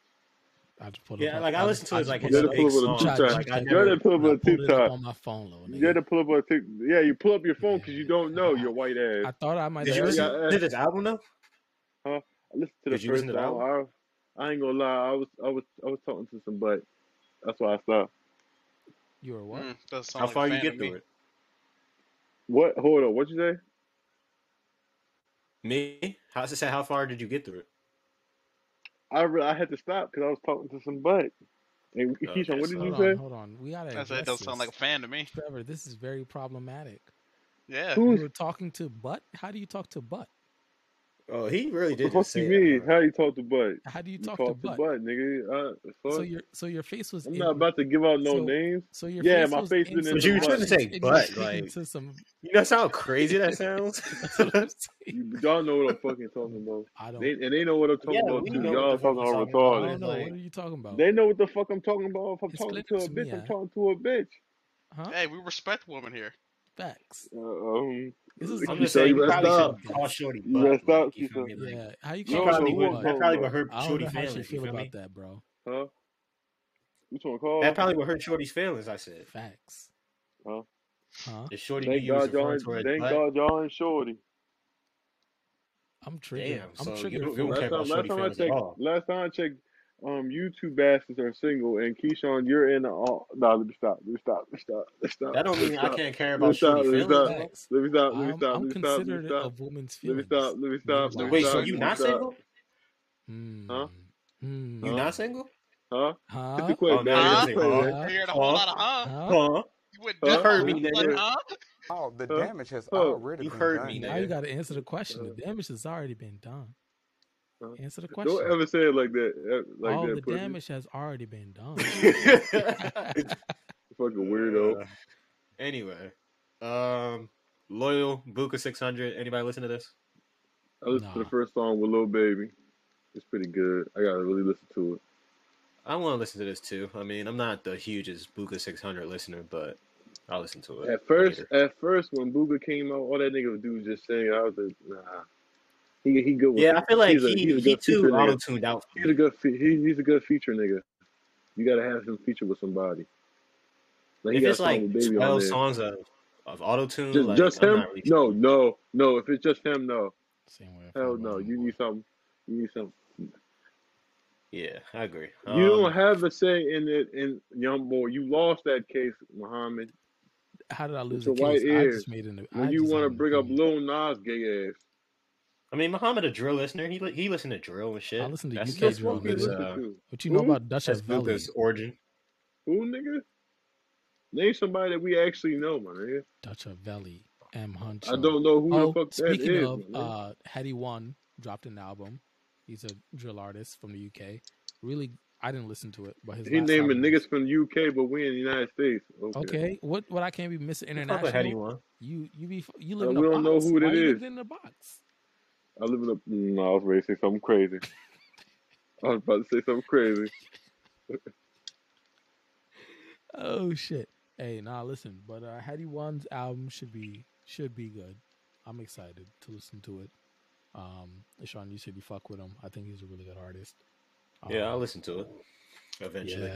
Speaker 1: I just pulled
Speaker 3: yeah,
Speaker 1: up.
Speaker 3: like I listened to
Speaker 1: I
Speaker 3: it
Speaker 1: just
Speaker 3: like
Speaker 1: pulled
Speaker 5: You
Speaker 3: his
Speaker 1: it
Speaker 5: gotta
Speaker 1: up.
Speaker 3: big
Speaker 5: pull up with
Speaker 3: songs.
Speaker 5: a two
Speaker 1: Try-
Speaker 5: time.
Speaker 3: Like I
Speaker 1: try-
Speaker 5: You gotta
Speaker 3: never.
Speaker 5: pull up
Speaker 1: I
Speaker 5: with a
Speaker 1: pulled
Speaker 5: two
Speaker 1: it up
Speaker 5: time.
Speaker 1: on my phone, though,
Speaker 5: You
Speaker 1: nigga.
Speaker 5: gotta pull up with a tick. Yeah, you pull up your phone because you don't know your white ass.
Speaker 1: I thought I might
Speaker 3: Did
Speaker 1: have
Speaker 3: you
Speaker 1: heard
Speaker 5: Yeah,
Speaker 1: it.
Speaker 3: listen
Speaker 5: uh,
Speaker 3: to this album though?
Speaker 5: I listened to the
Speaker 3: Did you listen
Speaker 5: first
Speaker 3: to the
Speaker 5: song. I, I ain't gonna lie, I was I was I was talking to some butt. That's why I stopped.
Speaker 1: You were what?
Speaker 4: Mm, doesn't sound
Speaker 3: How
Speaker 4: like a
Speaker 3: far you
Speaker 4: fan
Speaker 3: get
Speaker 4: to me.
Speaker 3: through it?
Speaker 5: What? Hold on. What you say?
Speaker 3: Me? How's it say? How far did you get through it?
Speaker 5: I re- I had to stop because I was talking to some butt. And
Speaker 3: Okay,
Speaker 5: Keyshawn, what did
Speaker 3: so-
Speaker 5: you
Speaker 1: Hold on,
Speaker 5: say?
Speaker 1: hold on. We gotta
Speaker 4: I said it
Speaker 1: address
Speaker 4: doesn't sound like
Speaker 1: this.
Speaker 4: a fan to me.
Speaker 1: Trevor, this is very problematic.
Speaker 4: Yeah.
Speaker 5: Who
Speaker 1: You
Speaker 5: is?
Speaker 1: were talking to Butt? How do you talk to Butt?
Speaker 3: Oh, he really did
Speaker 5: The fuck
Speaker 3: just say
Speaker 5: you
Speaker 3: it. uh,
Speaker 5: mean?
Speaker 3: huh?
Speaker 5: How you talk to butt?
Speaker 1: How do you
Speaker 5: You
Speaker 1: talk to
Speaker 5: talk to
Speaker 1: Butt?
Speaker 5: butt, nigga. Uh,
Speaker 1: So
Speaker 5: fuck.
Speaker 1: your so your face was
Speaker 5: I'm
Speaker 1: in
Speaker 5: not about to give out no
Speaker 1: so-
Speaker 5: names.
Speaker 1: so your
Speaker 5: Yeah,
Speaker 1: face
Speaker 5: my
Speaker 1: was
Speaker 5: face
Speaker 1: in
Speaker 5: been in
Speaker 1: some
Speaker 3: But you were trying to
Speaker 1: butt,
Speaker 5: butt.
Speaker 3: say
Speaker 1: and you
Speaker 3: butt.
Speaker 1: speaking
Speaker 3: Like
Speaker 1: to some.
Speaker 3: you know, how crazy that sounds.
Speaker 1: That's what I'm saying.
Speaker 5: You y'all know what I'm fucking talking about.
Speaker 1: I don't.
Speaker 5: They and they know what I'm
Speaker 3: yeah,
Speaker 5: talking about
Speaker 3: we
Speaker 5: too.
Speaker 3: know what
Speaker 5: Y'all
Speaker 3: the fuck
Speaker 5: talking
Speaker 3: you're
Speaker 5: all
Speaker 3: talking about.
Speaker 1: I
Speaker 5: retarded.
Speaker 1: don't
Speaker 3: It's
Speaker 1: know. What
Speaker 3: like
Speaker 1: are you talking about?
Speaker 5: They know what the fuck I'm talking about. If I'm
Speaker 1: It's
Speaker 5: talking
Speaker 1: clear
Speaker 5: to a
Speaker 1: to me,
Speaker 5: bitch, I'm
Speaker 1: I-
Speaker 5: talking to a bitch.
Speaker 1: Huh?
Speaker 4: Hey, we respect women here.
Speaker 1: Facts.
Speaker 5: Uh, um,
Speaker 1: This is
Speaker 3: I'm
Speaker 5: you
Speaker 3: just
Speaker 1: unnecessary
Speaker 3: saying
Speaker 5: say you
Speaker 3: you
Speaker 5: rest
Speaker 3: probably
Speaker 1: conversation,
Speaker 5: up.
Speaker 3: shouldn't
Speaker 1: guys.
Speaker 3: call Shorty
Speaker 5: You
Speaker 3: butt.
Speaker 5: rest
Speaker 3: Like
Speaker 5: out,
Speaker 3: you feel
Speaker 5: Keisha.
Speaker 3: me? Like
Speaker 1: Yeah. How you
Speaker 5: You
Speaker 3: She
Speaker 1: call
Speaker 5: don't know
Speaker 3: probably
Speaker 1: Shorty
Speaker 5: who I'm
Speaker 3: would.
Speaker 1: Butt?
Speaker 3: That
Speaker 5: talking
Speaker 3: probably would
Speaker 5: about.
Speaker 3: hurt
Speaker 1: I don't know
Speaker 3: Shorty's
Speaker 1: how she
Speaker 3: feelings. You
Speaker 1: feel
Speaker 3: feel me?
Speaker 1: about that, bro.
Speaker 5: Huh? What you want to call?
Speaker 3: That probably would hurt Shorty's feelings. I said,
Speaker 1: Facts.
Speaker 5: Huh?
Speaker 1: Huh?
Speaker 3: if Shorty knew
Speaker 5: Thank
Speaker 3: you was
Speaker 5: God y'all
Speaker 3: referring
Speaker 5: ain't,
Speaker 3: to her as
Speaker 5: thank
Speaker 3: butt,
Speaker 5: God y'all ain't shorty.
Speaker 1: I'm triggered.
Speaker 3: damn.
Speaker 1: I'm
Speaker 3: So you
Speaker 1: triggered
Speaker 3: don't, you
Speaker 1: for
Speaker 3: don't
Speaker 1: real.
Speaker 3: care
Speaker 5: Last time,
Speaker 3: about Shorty
Speaker 5: last time I
Speaker 3: feelings at
Speaker 5: checked,
Speaker 3: all.
Speaker 5: last time I checked, um, you two bastards are single, and Keyshawn, you're in. The, oh, no, let me stop. Let me stop. Let me stop. Let me stop.
Speaker 3: That don't
Speaker 5: Let me
Speaker 3: mean I
Speaker 5: stop.
Speaker 3: can't care
Speaker 5: Let me
Speaker 3: about
Speaker 5: stop.
Speaker 3: Shorty
Speaker 5: Let me
Speaker 3: feelings,
Speaker 5: stop.
Speaker 3: bro.
Speaker 1: Facts.
Speaker 5: Let me stop. Let me
Speaker 1: I'm
Speaker 5: stop.
Speaker 1: I'm
Speaker 5: Let me stop. Let me
Speaker 1: considerate
Speaker 5: stop.
Speaker 1: of women's
Speaker 5: Let me
Speaker 1: feelings.
Speaker 5: stop. Let me stop. Let me
Speaker 3: Wait, so
Speaker 1: Meanwhile,
Speaker 5: stop.
Speaker 3: you
Speaker 5: Let me
Speaker 3: not
Speaker 5: stop.
Speaker 3: single?
Speaker 1: hmm,
Speaker 5: Huh?
Speaker 1: hmm,
Speaker 3: You
Speaker 5: Huh?
Speaker 3: not single?
Speaker 5: Huh? Hit the
Speaker 1: huh?
Speaker 5: quit,
Speaker 3: Oh, now
Speaker 5: man.
Speaker 3: you don't
Speaker 5: Hit the
Speaker 3: say,
Speaker 4: Huh?
Speaker 5: quit, man.
Speaker 3: huh?
Speaker 4: I
Speaker 1: Huh?
Speaker 4: heard a whole
Speaker 3: Huh?
Speaker 4: lot of huh.
Speaker 1: Huh?
Speaker 3: Huh?
Speaker 4: You went
Speaker 3: You
Speaker 5: Huh?
Speaker 4: just
Speaker 3: heard
Speaker 4: off
Speaker 3: me,
Speaker 5: Hit the
Speaker 4: one
Speaker 3: nigga.
Speaker 5: quit.
Speaker 4: huh?
Speaker 7: Oh, the
Speaker 5: Huh?
Speaker 7: damage has
Speaker 5: Huh?
Speaker 7: already
Speaker 3: You
Speaker 7: been
Speaker 3: heard
Speaker 7: done,
Speaker 3: me,
Speaker 1: Now
Speaker 7: nigga.
Speaker 1: you
Speaker 3: nigga.
Speaker 1: got to answer the question.
Speaker 5: Uh,
Speaker 1: The damage has already been done.
Speaker 5: uh.
Speaker 1: Answer the
Speaker 5: Don't
Speaker 1: question.
Speaker 5: ever say it like that. eh, Like
Speaker 1: All
Speaker 5: that,
Speaker 1: the
Speaker 5: pussy.
Speaker 1: damage has already been done.
Speaker 5: Fucking weirdo.
Speaker 3: Uh, anyway, um, loyal Buka six hundred. Anybody listen to this?
Speaker 5: I listened to
Speaker 1: Nah.
Speaker 5: the first song with Lil Baby. It's pretty good. I gotta really listen to it.
Speaker 3: I want to listen to this too. I mean, I'm not the hugest Buka six hundred listener, but I'll listen to it
Speaker 5: At first,
Speaker 3: later.
Speaker 5: at first, when Booga came out, all that nigga would do was just sing. I was like, nah. He he good with.
Speaker 3: Yeah, I feel like
Speaker 5: He's a he's
Speaker 3: he
Speaker 5: a
Speaker 3: he
Speaker 5: good feature
Speaker 3: too auto
Speaker 5: nigga.
Speaker 3: tuned out for
Speaker 5: He's a
Speaker 3: me.
Speaker 5: good fe- he, he's a good feature nigga. You gotta have him feature with somebody. Like he
Speaker 3: If
Speaker 5: got a
Speaker 3: it's
Speaker 5: song
Speaker 3: like
Speaker 5: with Baby on
Speaker 3: twelve
Speaker 5: there.
Speaker 3: songs of of auto tune,
Speaker 5: Just
Speaker 3: like
Speaker 5: just
Speaker 3: I'm
Speaker 5: him?
Speaker 3: not really.
Speaker 5: No, no, no. If it's just him, no.
Speaker 1: Same way I feel
Speaker 5: Hell
Speaker 1: about
Speaker 5: no.
Speaker 1: him.
Speaker 5: You need something. You need some.
Speaker 3: Yeah, I agree.
Speaker 5: you
Speaker 3: Um,
Speaker 5: don't have a say in it, in young boy. You lost that case, Muhammad.
Speaker 1: How did I lose
Speaker 5: a
Speaker 1: the case?
Speaker 5: white
Speaker 1: I
Speaker 5: ear.
Speaker 1: just made an.
Speaker 5: When
Speaker 1: I
Speaker 5: you
Speaker 1: just
Speaker 5: want
Speaker 1: made
Speaker 5: to
Speaker 1: an
Speaker 5: bring up
Speaker 1: opinion.
Speaker 5: Lil Nas gay ass,
Speaker 3: I mean, Muhammad a drill listener. He li- he listened to drill and shit.
Speaker 1: I listen to
Speaker 3: That's-
Speaker 1: UK
Speaker 3: that's
Speaker 1: drill,
Speaker 5: who
Speaker 3: Luka's,
Speaker 5: you
Speaker 1: nigga.
Speaker 5: listen
Speaker 3: uh,
Speaker 5: to?
Speaker 1: But you know
Speaker 5: Who?
Speaker 1: about Dutchess
Speaker 3: That's
Speaker 1: Valley.
Speaker 3: Luca's origin.
Speaker 5: Who nigga? Name somebody that we actually know, my nigga.
Speaker 1: Dutchess Valley. M. Huncho.
Speaker 5: I don't know who
Speaker 1: oh,
Speaker 5: the fuck that
Speaker 1: speaking
Speaker 5: is.
Speaker 1: of,
Speaker 5: my nigga.
Speaker 1: uh, Hetty One dropped an album. He's a drill artist from the UK. Really, I didn't listen to it, but his
Speaker 5: he
Speaker 1: last
Speaker 5: naming
Speaker 1: album-
Speaker 5: niggas from the UK, but we in the United States. Okay.
Speaker 1: Okay, what what I can't be missing
Speaker 3: Let's talk about Hetty
Speaker 1: international.
Speaker 3: One.
Speaker 1: You you be you
Speaker 5: Uh,
Speaker 1: live in a
Speaker 5: we
Speaker 1: box.
Speaker 5: don't know who it
Speaker 1: Why you
Speaker 5: is.
Speaker 1: lived in the box.
Speaker 5: I live in a. No, I was ready to say something crazy. I was about to say something crazy.
Speaker 1: Oh shit! Hey, nah, listen, but uh, Hattie One's album should be should be good. I'm excited to listen to it. Um, Sean, you should be fuck with him. I think he's a really good artist.
Speaker 3: Yeah, I'll
Speaker 1: Um,
Speaker 3: listen to it eventually.
Speaker 1: yeah.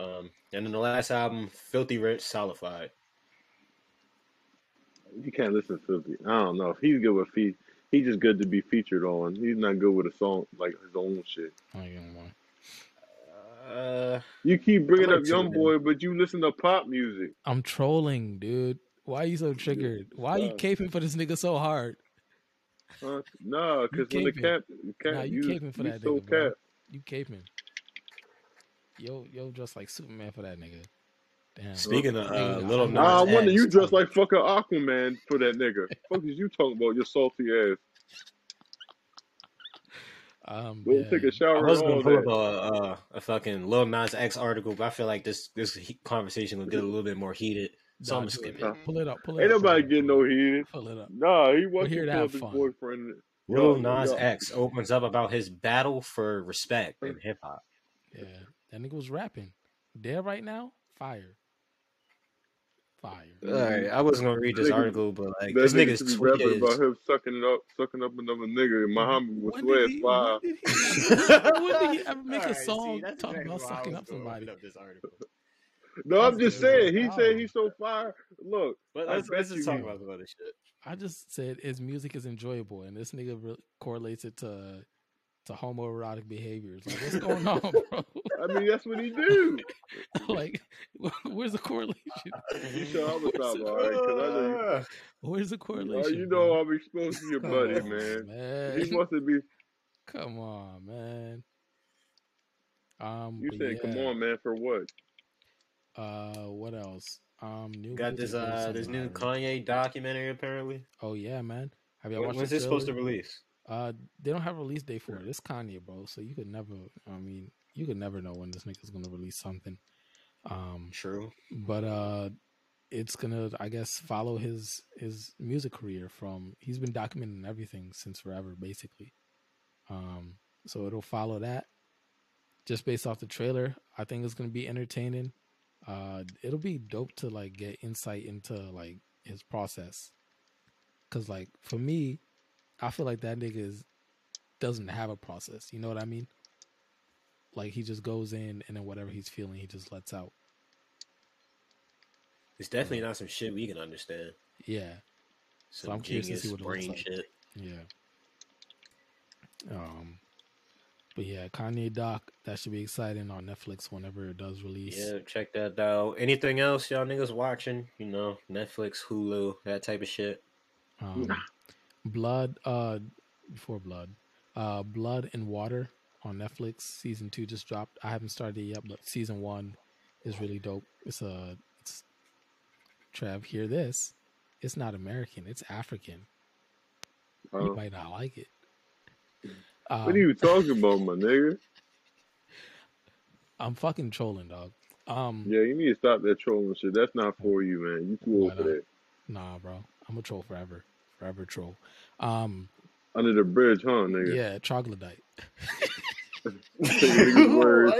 Speaker 3: Um, and then the last album, Filthy Rich, Solidified.
Speaker 5: You can't listen to Filthy. I don't know. If he's good with feet, he's just good to be featured on. He's not good with a song like his own shit.
Speaker 1: I ain't gonna lie.
Speaker 3: Uh,
Speaker 5: You keep bringing
Speaker 3: might
Speaker 5: up
Speaker 1: uh,
Speaker 3: tune
Speaker 5: Young Boy, but you listen to pop music.
Speaker 1: I'm trolling, dude. Why you so triggered? Why you
Speaker 5: Wow.
Speaker 1: caping for this nigga so hard?
Speaker 5: Huh? Nah,
Speaker 1: You
Speaker 5: because when the
Speaker 1: caping.
Speaker 5: cap, cap
Speaker 1: Nah, you caping for
Speaker 5: you
Speaker 1: that
Speaker 5: so
Speaker 1: nigga, bro.
Speaker 5: cap.
Speaker 1: You caping. Yo, yo, just like Superman for that nigga. Damn.
Speaker 3: speaking of
Speaker 1: Nigga,
Speaker 3: uh,
Speaker 1: I'm
Speaker 3: Little
Speaker 1: not-
Speaker 5: Nah, I
Speaker 3: Nas
Speaker 5: wonder
Speaker 3: X,
Speaker 5: you dress like fucking Aquaman for that nigga. fuck is you talking about? Your salty ass.
Speaker 1: Um,
Speaker 5: Go
Speaker 1: yeah.
Speaker 5: take a
Speaker 3: I
Speaker 5: shower
Speaker 3: was
Speaker 5: and
Speaker 3: gonna
Speaker 5: all
Speaker 3: pull
Speaker 5: that.
Speaker 3: up a, a, uh, a fucking Lil Nas X article, but I feel like this this he- conversation will get a little bit more heated, so
Speaker 1: Nah,
Speaker 3: I'm gonna
Speaker 1: do
Speaker 3: skip
Speaker 1: it.
Speaker 3: it.
Speaker 1: Pull it up. Pull it
Speaker 5: Ain't
Speaker 1: up. pull it
Speaker 5: nobody
Speaker 1: up,
Speaker 5: getting
Speaker 1: pull
Speaker 5: no
Speaker 1: it up,
Speaker 5: heated.
Speaker 1: Pull it up.
Speaker 5: Nah, he
Speaker 1: We're
Speaker 5: wasn't
Speaker 1: here to
Speaker 5: pull up
Speaker 1: have
Speaker 5: his
Speaker 1: fun.
Speaker 5: boyfriend.
Speaker 3: Lil
Speaker 5: Yo,
Speaker 3: Nas
Speaker 5: yo.
Speaker 3: X opens up about his battle for respect in hip hop.
Speaker 1: Yeah. That nigga was rapping. There right now, fire. Fire.
Speaker 3: All right, I wasn't gonna read this
Speaker 5: Nigga-
Speaker 3: article, but like
Speaker 5: That
Speaker 3: this
Speaker 5: nigga
Speaker 3: nigga's
Speaker 5: should be
Speaker 3: tweet
Speaker 5: rapping about
Speaker 3: is
Speaker 5: him sucking it up, sucking up another nigga, and Muhammad was
Speaker 1: When
Speaker 5: swear
Speaker 1: did,
Speaker 5: it's
Speaker 1: he,
Speaker 5: fire.
Speaker 1: when, did he, when did he ever make
Speaker 3: All
Speaker 1: a
Speaker 3: right, see,
Speaker 1: song
Speaker 3: that's
Speaker 1: talking
Speaker 3: exactly
Speaker 1: about
Speaker 3: why I
Speaker 1: sucking
Speaker 3: was
Speaker 1: up
Speaker 3: gonna open
Speaker 1: somebody?
Speaker 3: up this article.
Speaker 5: No, I'm
Speaker 1: This
Speaker 5: just
Speaker 1: nigga's
Speaker 5: saying. He said
Speaker 1: album.
Speaker 5: he's so fire. Look,
Speaker 3: But
Speaker 5: I
Speaker 3: let's
Speaker 5: bet
Speaker 3: let's
Speaker 5: you
Speaker 3: just
Speaker 5: he
Speaker 3: talk about some other shit.
Speaker 1: I just said his music is enjoyable, and this nigga re- correlates it to to homoerotic behaviors. Like, what's going on, bro?
Speaker 5: I mean, that's what he do.
Speaker 1: like, where's the correlation?
Speaker 5: You sure I was
Speaker 1: Where's
Speaker 5: top
Speaker 1: the,
Speaker 5: all right? Because I know you.
Speaker 3: Uh,
Speaker 1: where's the
Speaker 5: Uh,
Speaker 1: correlation?
Speaker 5: you know
Speaker 1: bro?
Speaker 5: I'm exposed to your
Speaker 1: Come
Speaker 5: buddy,
Speaker 1: on,
Speaker 5: man.
Speaker 1: man.
Speaker 5: He must be.
Speaker 1: Come on, man. Um,
Speaker 5: You
Speaker 1: but
Speaker 5: saying, "Come
Speaker 1: yeah.
Speaker 5: on, man," for what?
Speaker 1: Uh, what else? Um, new
Speaker 3: Got
Speaker 1: music
Speaker 3: this
Speaker 1: released
Speaker 3: uh
Speaker 1: in
Speaker 3: this new
Speaker 1: July.
Speaker 3: Kanye documentary apparently.
Speaker 1: Oh yeah, man. Have y'all
Speaker 3: When,
Speaker 1: watched the
Speaker 3: when's this supposed
Speaker 1: trailer?
Speaker 3: to release?
Speaker 1: Uh, they don't have a release date for it. It's Kanye, bro. So you could never. I mean, you could never know when this nigga's gonna release something. Um,
Speaker 3: True.
Speaker 1: but uh, it's gonna, I guess, follow his his music career from. He's been documenting everything since forever, basically. Um, so it'll follow that just based off the trailer. I think it's gonna be entertaining. Uh, it'll be dope to like get insight into like his process, cause like for me, I feel like that nigga is doesn't have a process. You know what I mean? Like he just goes in and then whatever he's feeling, he just lets out.
Speaker 3: It's definitely not some shit we can understand.
Speaker 1: Yeah,
Speaker 3: Some
Speaker 1: I'm curious
Speaker 3: genius
Speaker 1: to see what it looks
Speaker 3: brain
Speaker 1: like.
Speaker 3: shit.
Speaker 1: yeah. Um, but yeah, Kanye Doc, that should be exciting on Netflix whenever it does release.
Speaker 3: Yeah, check that out. Anything else y'all niggas watching? You know, Netflix, Hulu, that type of shit.
Speaker 1: Um, Blood, uh, before Blood, uh, Blood and Water on Netflix. Season two just dropped. I haven't started it yet, but season one is really dope. It's a, it's, Trav, hear this. It's not American. It's African. You
Speaker 5: Huh?
Speaker 1: might not like it.
Speaker 5: Oh. What
Speaker 1: Um,
Speaker 3: Uh,
Speaker 5: are you talking about, my nigga?
Speaker 1: I'm fucking trolling, dog. Um,
Speaker 5: Yeah, you need to stop that trolling shit. That's not for you, man. You too
Speaker 1: Why
Speaker 5: old for
Speaker 1: not?
Speaker 5: that.
Speaker 1: nah, bro. I'm a troll forever, forever troll. Um,
Speaker 5: Under the bridge, huh, nigga?
Speaker 1: yeah, troglodyte.
Speaker 5: Take a nigga's word.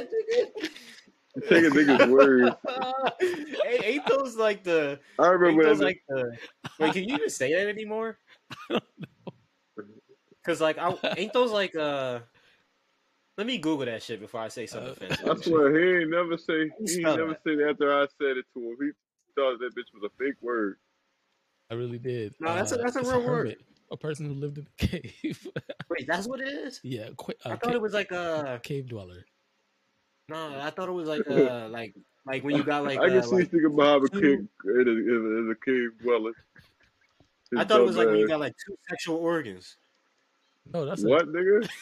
Speaker 5: Take a nigga's word.
Speaker 3: hey, ain't those like the
Speaker 5: I
Speaker 3: ain't
Speaker 5: remember
Speaker 3: those
Speaker 5: that.
Speaker 3: like the wait, can you even say that anymore? Cause like I ain't those like uh let me Google that shit before I say something
Speaker 1: Uh,
Speaker 3: offensive.
Speaker 5: I swear he ain't never say he ain't
Speaker 3: Spell
Speaker 5: never
Speaker 3: that.
Speaker 5: said it after I said it to him. He thought that bitch was a fake word.
Speaker 1: I really did. Uh,
Speaker 3: No, that's a- that's a
Speaker 1: it's
Speaker 3: real word.
Speaker 1: hermit. a person who lived in a cave.
Speaker 3: Wait, that's what it is.
Speaker 1: yeah, qu- uh,
Speaker 3: I thought
Speaker 1: ca-
Speaker 3: it was uh, like a
Speaker 1: cave dweller.
Speaker 3: no. I thought it was like a like like when you got like.
Speaker 5: I can
Speaker 3: uh,
Speaker 5: see
Speaker 3: like-
Speaker 5: thinking behind a
Speaker 3: two-
Speaker 5: cave in a, in a, in a cave dweller.
Speaker 3: I
Speaker 5: His
Speaker 3: thought it was like when you got
Speaker 5: dumb
Speaker 3: like two sexual organs,
Speaker 1: No,
Speaker 5: ass.
Speaker 1: that's
Speaker 5: what, nigga?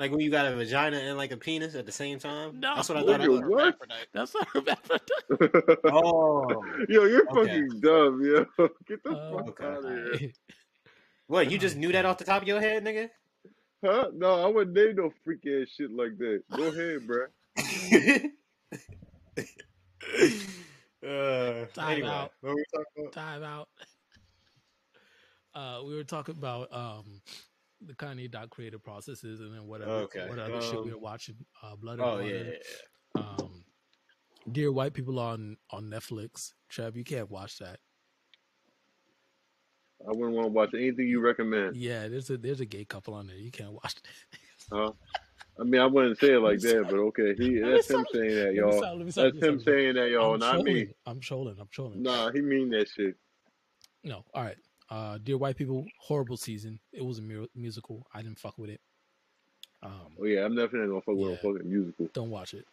Speaker 3: like when you got a vagina and like a penis at the same time.
Speaker 1: No.
Speaker 3: that's what I thought. I
Speaker 5: Nigga,
Speaker 3: thought.
Speaker 5: what?
Speaker 1: A, that's not hermaphrodite.
Speaker 3: Oh,
Speaker 5: Yo,
Speaker 3: Okay.
Speaker 5: you're
Speaker 3: Uh,
Speaker 5: fucking dumb, yo. Get the
Speaker 1: Oh,
Speaker 5: fuck
Speaker 3: okay.
Speaker 5: out of here.
Speaker 1: Alright.
Speaker 3: what? You just knew that off the top of your head, nigga.
Speaker 5: Huh? No, I wouldn't name no freak ass shit like that. Go ahead, bruh.
Speaker 3: uh,
Speaker 1: Time
Speaker 3: anyway,
Speaker 1: out.
Speaker 3: what were we talking about?
Speaker 1: Time out. Uh, we were talking about um the Kanye doc creative processes and then whatever
Speaker 3: Okay,
Speaker 1: what other shit we
Speaker 3: um,
Speaker 1: were watching. Uh, Blood and
Speaker 3: Oh yeah,
Speaker 1: Water.
Speaker 3: yeah, yeah.
Speaker 1: um dear white people on on netflix trev you can't watch that
Speaker 5: I wouldn't want to watch anything you recommend.
Speaker 1: yeah there's a there's a gay couple on there you can't watch that
Speaker 5: Huh? I mean, I wouldn't say it like that, but okay. He,
Speaker 1: Let me
Speaker 5: that's him
Speaker 1: stop-
Speaker 5: saying that,
Speaker 1: Let me
Speaker 5: y'all.
Speaker 1: stop, let me stop, let
Speaker 5: That's
Speaker 1: me
Speaker 5: him
Speaker 1: stop.
Speaker 5: saying that, y'all,
Speaker 1: I'm
Speaker 5: not
Speaker 1: trolling.
Speaker 5: me.
Speaker 1: I'm trolling. I'm trolling.
Speaker 5: Nah, he mean that shit.
Speaker 1: No. All right. Uh, Dear White People, horrible season. It was a mu- musical. I didn't fuck with it. Um,
Speaker 5: Oh yeah, I'm definitely gonna fuck with
Speaker 1: Yeah.
Speaker 5: a fucking musical.
Speaker 1: don't watch it.